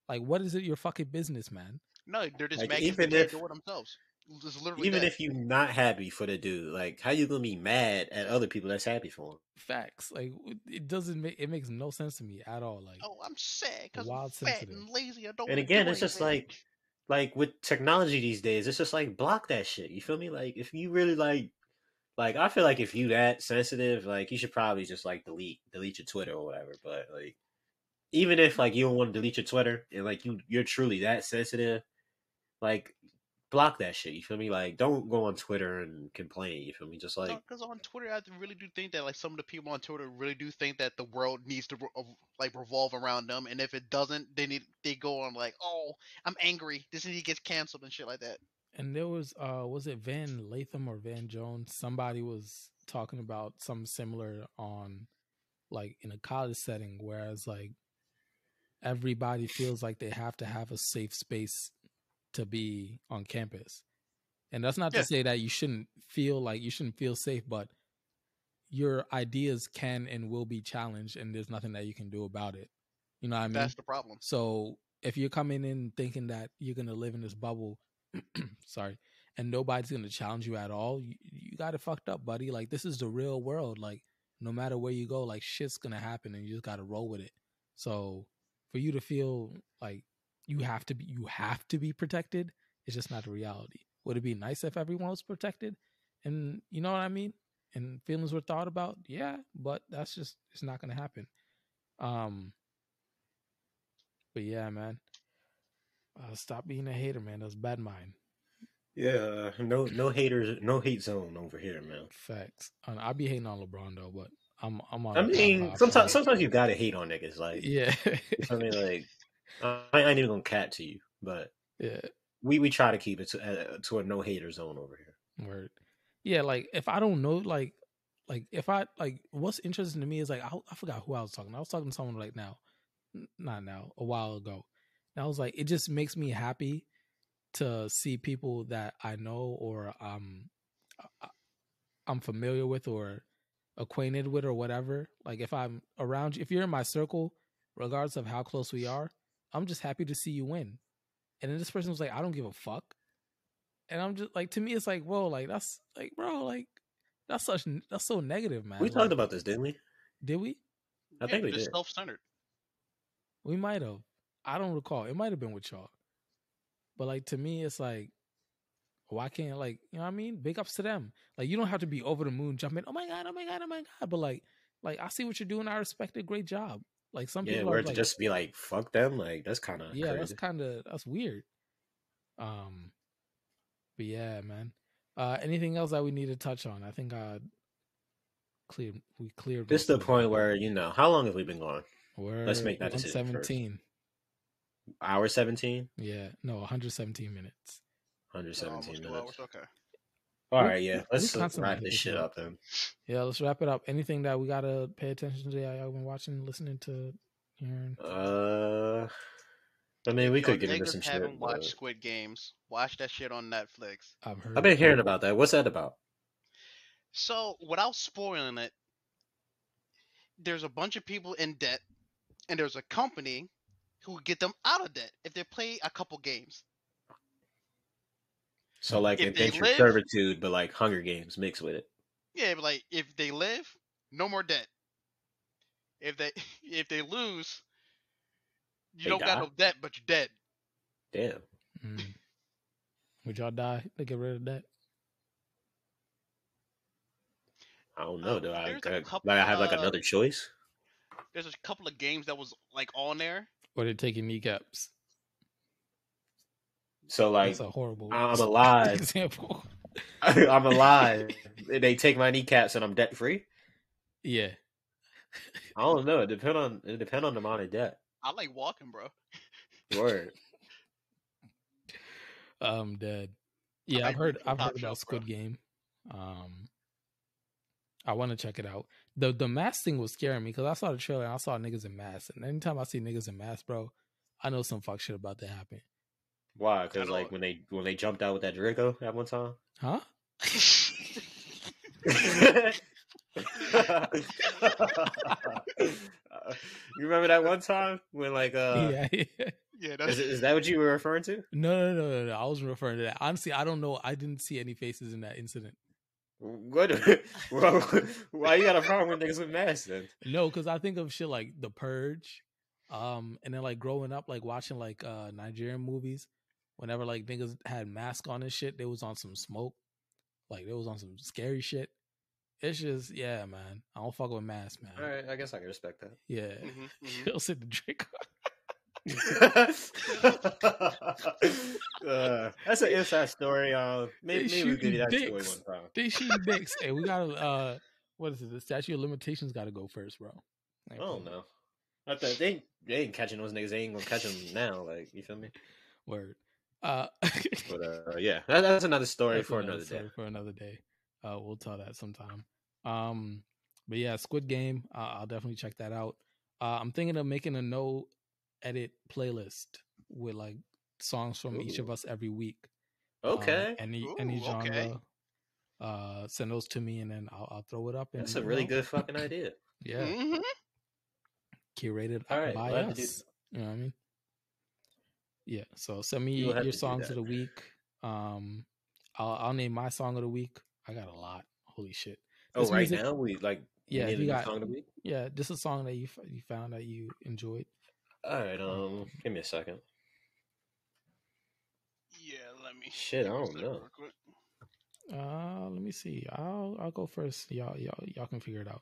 Speaker 1: like what is it your fucking business, man?
Speaker 4: No, they're just
Speaker 3: Like,
Speaker 4: mad 'cause they
Speaker 3: even
Speaker 4: can't
Speaker 3: if-
Speaker 4: do it themselves. It's literally
Speaker 3: Even
Speaker 4: that.
Speaker 3: if you're not happy for the dude, like how you gonna be mad at other people that's happy for him?
Speaker 1: Facts. Like w- it doesn't make it makes no sense to me at all. Like
Speaker 4: oh, I'm sad because I'm
Speaker 1: Wild
Speaker 4: fat
Speaker 1: sensitive.
Speaker 4: and lazy. I don't.
Speaker 3: And
Speaker 4: wanna
Speaker 3: again,
Speaker 4: do
Speaker 3: it's just
Speaker 4: anything."
Speaker 3: like- Like with technology these days, it's just like block that shit. You feel me? Like if you really like, like I feel like if you that sensitive, like you should probably just like delete delete your Twitter or whatever. But like, even if like you don't want to delete your Twitter and like you you're truly that sensitive, like block that shit. You feel me? Like don't go on Twitter and complain. You feel me? Just like
Speaker 4: because on Twitter, I really do think that like some of the people on Twitter really do think that the world needs to re- of- like revolve around them, and if it doesn't, they need they go on like, oh, I'm angry. This need to get canceled and shit like that.
Speaker 1: and there was uh was it Van Latham or Van Jones? Somebody was talking about something similar on like in a college setting whereas like everybody feels like they have to have a safe space to be on campus. And that's not
Speaker 4: Yeah.
Speaker 1: to say that you shouldn't feel like you shouldn't feel safe, but your ideas can and will be challenged and there's nothing that you can do about it. You know what I mean?
Speaker 4: That's the problem.
Speaker 1: So if you're coming in thinking that you're gonna live in this bubble, sorry, and nobody's gonna challenge you at all, you, you got it fucked up, buddy. Like this is the real world. Like no matter where you go, like shit's gonna happen, and you just gotta roll with it. So for you to feel like you have to be, you have to be protected, it's just not the reality. Would it be nice if everyone was protected, and you know what I mean, and feelings were thought about? Yeah, but that's just it's not gonna happen. Um. But yeah, man. Uh, stop being a hater, man. That's bad mind.
Speaker 3: yeah, no no haters, no hate zone over here, man.
Speaker 1: Facts. And I be hating on LeBron though, but I'm I'm on.
Speaker 3: I
Speaker 1: I'm
Speaker 3: mean,
Speaker 1: on-
Speaker 3: sometimes sometimes you gotta hate on niggas. Like
Speaker 1: Yeah,
Speaker 3: I mean, like I, I ain't even gonna cat to you, but
Speaker 1: yeah.
Speaker 3: we we try to keep it to, uh, to a no hater zone over here.
Speaker 1: Word. Yeah, like if I don't know, like, like if I like, what's interesting to me is like I, I forgot who I was talking. to. I was talking to someone like now, n- not now, a while ago. And I was like, it just makes me happy to see people that I know or um I- I- I'm familiar with or acquainted with or whatever. Like if I'm around you, if you're in my circle, regardless of how close we are, I'm just happy to see you win. And then this person was like, I don't give a fuck and I'm just like to me it's like whoa like that's like bro like that's such that's so negative man.
Speaker 3: We
Speaker 1: Like,
Speaker 3: talked about this, didn't we?
Speaker 1: did we?
Speaker 3: I think we
Speaker 4: it's
Speaker 3: did.
Speaker 4: self-centered.
Speaker 1: We might have. I don't recall. It might have been with y'all. But like to me it's like why can't like you know what I mean? Big ups to them. Like you don't have to be over the moon jumping. Oh my god! Oh my god! Oh my god! But like like I see what you're doing. I respect it. Great job. Like some
Speaker 3: Yeah,
Speaker 1: people
Speaker 3: where
Speaker 1: are
Speaker 3: to
Speaker 1: like
Speaker 3: just be like, fuck them, like that's kind of
Speaker 1: yeah, that's
Speaker 3: crazy.
Speaker 1: kind of that's weird. Um, but yeah, man. Uh, anything else that we need to touch on? I think I cleared. We cleared.
Speaker 3: This is the
Speaker 1: most of it.
Speaker 3: point where you know how long have we been going? let's
Speaker 1: We're
Speaker 3: make that decision first.
Speaker 1: 117.
Speaker 3: Hour seventeen,
Speaker 1: Yeah, no, 117 minutes.
Speaker 3: hundred
Speaker 4: Uh, almost
Speaker 3: seventeen
Speaker 4: two
Speaker 3: minutes.
Speaker 4: hours, Okay.
Speaker 3: All
Speaker 1: We-
Speaker 3: right, yeah,
Speaker 1: we-
Speaker 3: let's uh,
Speaker 1: we constantly
Speaker 3: wrap
Speaker 1: hit
Speaker 3: this
Speaker 1: this
Speaker 3: shit
Speaker 1: one.
Speaker 3: up then.
Speaker 1: Yeah, let's wrap it up. Anything that we gotta pay attention to? Y'all been watching, listening to, hearing?
Speaker 3: Uh, I mean, we
Speaker 4: Yo,
Speaker 3: could get into
Speaker 4: niggas
Speaker 3: some shit.
Speaker 4: haven't watched
Speaker 3: but-
Speaker 4: Squid Games. Watch that shit on Netflix.
Speaker 1: I've heard.
Speaker 3: I've been hearing about that. What's that about?
Speaker 4: So, without spoiling it, there's a bunch of people in debt, and there's a company who would get them out of debt if they play a couple games.
Speaker 3: So like
Speaker 4: If
Speaker 3: in
Speaker 4: they
Speaker 3: Ancient
Speaker 4: live-
Speaker 3: Servitude, but like Hunger Games mixed with it.
Speaker 4: Yeah, but like if they live, no more debt. If they if they lose, you
Speaker 3: They
Speaker 4: don't
Speaker 3: die?
Speaker 4: got no debt, but you're dead.
Speaker 3: Damn.
Speaker 1: Mm. Would y'all die to get rid of that?
Speaker 3: I don't know.
Speaker 4: Um,
Speaker 3: Do I,
Speaker 4: there's a
Speaker 3: I-
Speaker 4: couple,
Speaker 3: like I have like
Speaker 4: uh,
Speaker 3: another choice?
Speaker 4: There's a couple of games that was like on there.
Speaker 1: Or they're taking kneecaps?
Speaker 3: So like
Speaker 1: That's a horrible
Speaker 3: I'm alive.
Speaker 1: example.
Speaker 3: I'm alive. and they take my kneecaps and I'm debt free.
Speaker 1: Yeah.
Speaker 3: I don't know. It depend on it depend on the amount of debt.
Speaker 4: I like walking, bro.
Speaker 3: Word.
Speaker 1: Um, dead. Yeah,
Speaker 4: I
Speaker 1: I've heard.
Speaker 4: think
Speaker 1: I've
Speaker 4: Top
Speaker 1: heard about
Speaker 4: Shelf, bro.
Speaker 1: Squid Game. Um, I want to check it out. the The mask thing was scaring me because I saw the trailer and I saw niggas in masks. And anytime I see niggas in masks, bro, I know some fuck shit about to happen.
Speaker 3: Why? Because
Speaker 4: don't-
Speaker 3: like when they when they jumped out with that Draco at one time.
Speaker 1: Huh?
Speaker 3: you remember that one time when like uh
Speaker 1: yeah, yeah.
Speaker 4: Yeah,
Speaker 3: Is,
Speaker 4: that's
Speaker 3: is that what you were referring to?
Speaker 1: No, no, no, no, no. I wasn't referring to that. Honestly, I don't know. I didn't see any faces in that incident.
Speaker 3: What? Bro, why you got a problem with niggas with masks then?
Speaker 1: No, because I think of shit like The Purge, um, and then like growing up, like watching like uh Nigerian movies. Whenever like niggas had masks on and shit, they was on some smoke, like they was on some scary shit. It's just yeah, man. I don't fuck with masks, man.
Speaker 3: All right, Mm-hmm. I guess I can respect that.
Speaker 1: Yeah,
Speaker 4: Mhm, mhm.
Speaker 1: he'll sit the drink.
Speaker 3: uh, that's an inside story. Uh,
Speaker 1: They
Speaker 3: maybe, maybe we
Speaker 1: shooting
Speaker 3: give you that
Speaker 1: dicks.
Speaker 3: story one time.
Speaker 1: they shoot dicks, and we gotta uh, what is it? The statute of limitations got to go first, bro. Like,
Speaker 3: Oh no, I thought they they ain't catching those niggas. They ain't gonna catch them now. Like you feel me?
Speaker 1: word. Uh,
Speaker 3: But uh, yeah, that, that's another story
Speaker 1: That's
Speaker 3: for another
Speaker 1: story
Speaker 3: day.
Speaker 1: For another day, uh, we'll tell that sometime. Um, but yeah, Squid Game. Uh, I'll definitely check that out. Uh, I'm thinking of making a no edit playlist with like songs from each of
Speaker 3: Ooh.
Speaker 1: us every week. Uh,
Speaker 3: Okay,
Speaker 1: any any
Speaker 4: Ooh,
Speaker 1: genre.
Speaker 4: okay.
Speaker 1: Uh, send those to me, and then I'll, I'll throw it up. And
Speaker 3: that's a
Speaker 1: you
Speaker 3: really
Speaker 1: know,
Speaker 3: good fucking idea.
Speaker 1: Yeah,
Speaker 4: Mhm.
Speaker 1: curated
Speaker 3: All right,
Speaker 1: by
Speaker 3: we'll have to do
Speaker 1: us. You know what I mean? Yeah. So send me
Speaker 3: will have
Speaker 1: your
Speaker 3: to do
Speaker 1: songs of
Speaker 3: that.
Speaker 1: the week. Um, I'll I'll name my song of the week. I got a lot. Holy shit!
Speaker 3: Oh,
Speaker 1: This
Speaker 3: right
Speaker 1: music-
Speaker 3: now we like we
Speaker 1: Yeah,
Speaker 3: need
Speaker 1: if
Speaker 3: a
Speaker 1: you
Speaker 3: new
Speaker 1: got-
Speaker 3: song of the week.
Speaker 1: Yeah, just a song that you f- you found that you enjoyed.
Speaker 3: All right, um, give me a second.
Speaker 4: Yeah, let me.
Speaker 3: Shit, I don't
Speaker 4: fix that
Speaker 3: know.
Speaker 4: real quick.
Speaker 1: Uh, let me see. I'll I'll go first. Y'all y'all y'all can figure it out.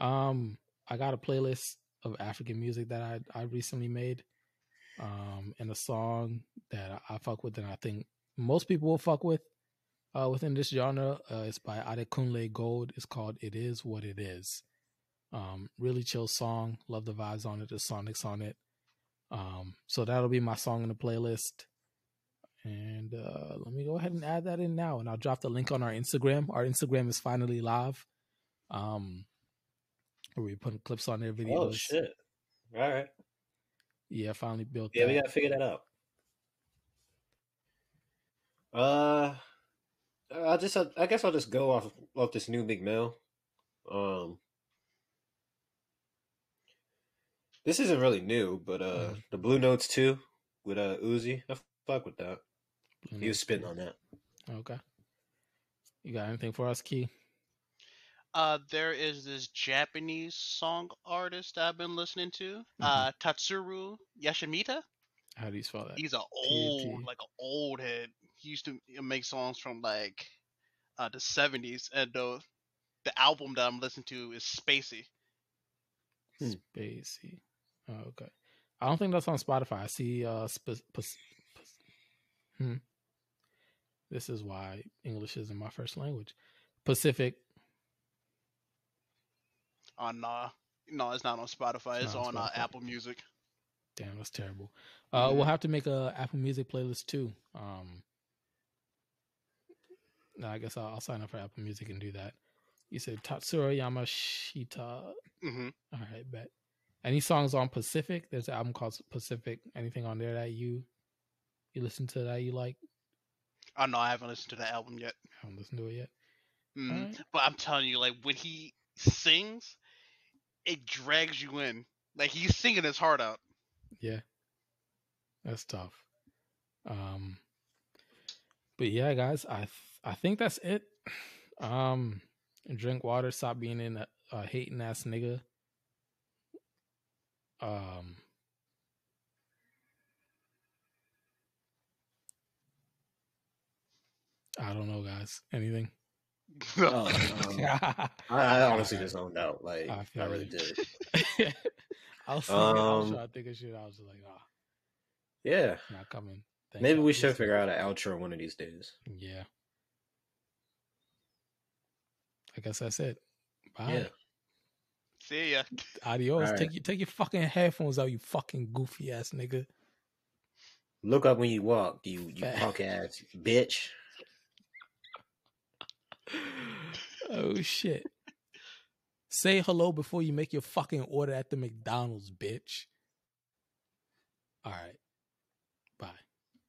Speaker 1: Um, I got a playlist of African music that I I recently made. Um, and a song that I, I fuck with and I think most people will fuck with. Uh, within this genre, uh, it's by Adekunle Gold. It's called "It Is What It Is." Um, really chill song. Love the vibes on it. The sonics on it. Um, so that'll be my song in the playlist. And uh, let me go ahead and add that in now. And I'll drop the link on our Instagram. Our Instagram is finally live. Um, where we putting clips on their videos.
Speaker 3: Oh shit! All right,
Speaker 1: Yeah, finally built.
Speaker 3: yeah, we
Speaker 1: that.
Speaker 3: gotta figure that out. Uh, I just I guess I'll just go off off this new McMill. Um, this isn't really new, but uh,
Speaker 1: Mm.
Speaker 3: the Blue Notes two with uh Uzi, I fuck with that.
Speaker 1: Blue
Speaker 3: He was
Speaker 1: Notes
Speaker 3: spitting
Speaker 1: two.
Speaker 3: on that.
Speaker 1: Okay. You got anything for us, Key?
Speaker 4: Uh, there is this Japanese song artist I've been listening to,
Speaker 1: Mm-hmm.
Speaker 4: uh, Tatsuru Yashimita.
Speaker 1: How do you spell that?
Speaker 4: He's an old, like an old head. He used to make songs from like uh, the seventies, and the the album that I'm listening to is Spacey.
Speaker 3: Hmm.
Speaker 1: Spacey. Oh, okay. I don't think that's on Spotify. I see. Uh, sp- hmm. This is why English isn't my first language. Pacific.
Speaker 4: On uh, no, it's not on Spotify.
Speaker 1: It's
Speaker 4: It's,
Speaker 1: not on
Speaker 4: on uh,
Speaker 1: Spotify.
Speaker 4: Apple Music.
Speaker 1: Damn, that's terrible. Uh, We'll have to make a Apple Music playlist too. Um, no, I guess I'll, I'll sign up for Apple Music and do that. You said Tatsuro Yamashita. All
Speaker 4: hmm
Speaker 1: right, bet. Any songs on Pacific? There's an album called Pacific. Anything on there that you you listen to that you like?
Speaker 4: Oh no, I haven't listened to the album yet.
Speaker 1: I haven't listened to it yet.
Speaker 4: Mhm.
Speaker 1: Alright.
Speaker 4: But I'm telling you, like when he sings, it drags you in. Like he's singing his heart out.
Speaker 1: Yeah. That's tough. Um but yeah, guys, I th- I think that's it. Um drink water, stop being in a, a hating ass nigga. Um I don't know, guys. Anything?
Speaker 3: Oh, um, I, I honestly just zoned out. Like
Speaker 1: I
Speaker 3: I,
Speaker 1: feel
Speaker 3: really
Speaker 1: you.
Speaker 3: did.
Speaker 1: I was thinking, I was
Speaker 3: Um,
Speaker 1: trying to think of shit. I was just like, nah,
Speaker 3: Yeah,
Speaker 1: it's not coming. Thank
Speaker 3: maybe
Speaker 1: God.
Speaker 3: we should figure out an outro one of these days.
Speaker 1: Yeah. I guess that's it. Bye.
Speaker 3: Yeah.
Speaker 4: See ya.
Speaker 1: Adios.
Speaker 3: Alright.
Speaker 1: Take your take your fucking headphones out, you fucking goofy ass nigga.
Speaker 3: Look up when you walk, you you
Speaker 1: Fact.
Speaker 3: punk ass bitch.
Speaker 1: oh shit. Say hello before you make your fucking order at the McDonald's, bitch. All right.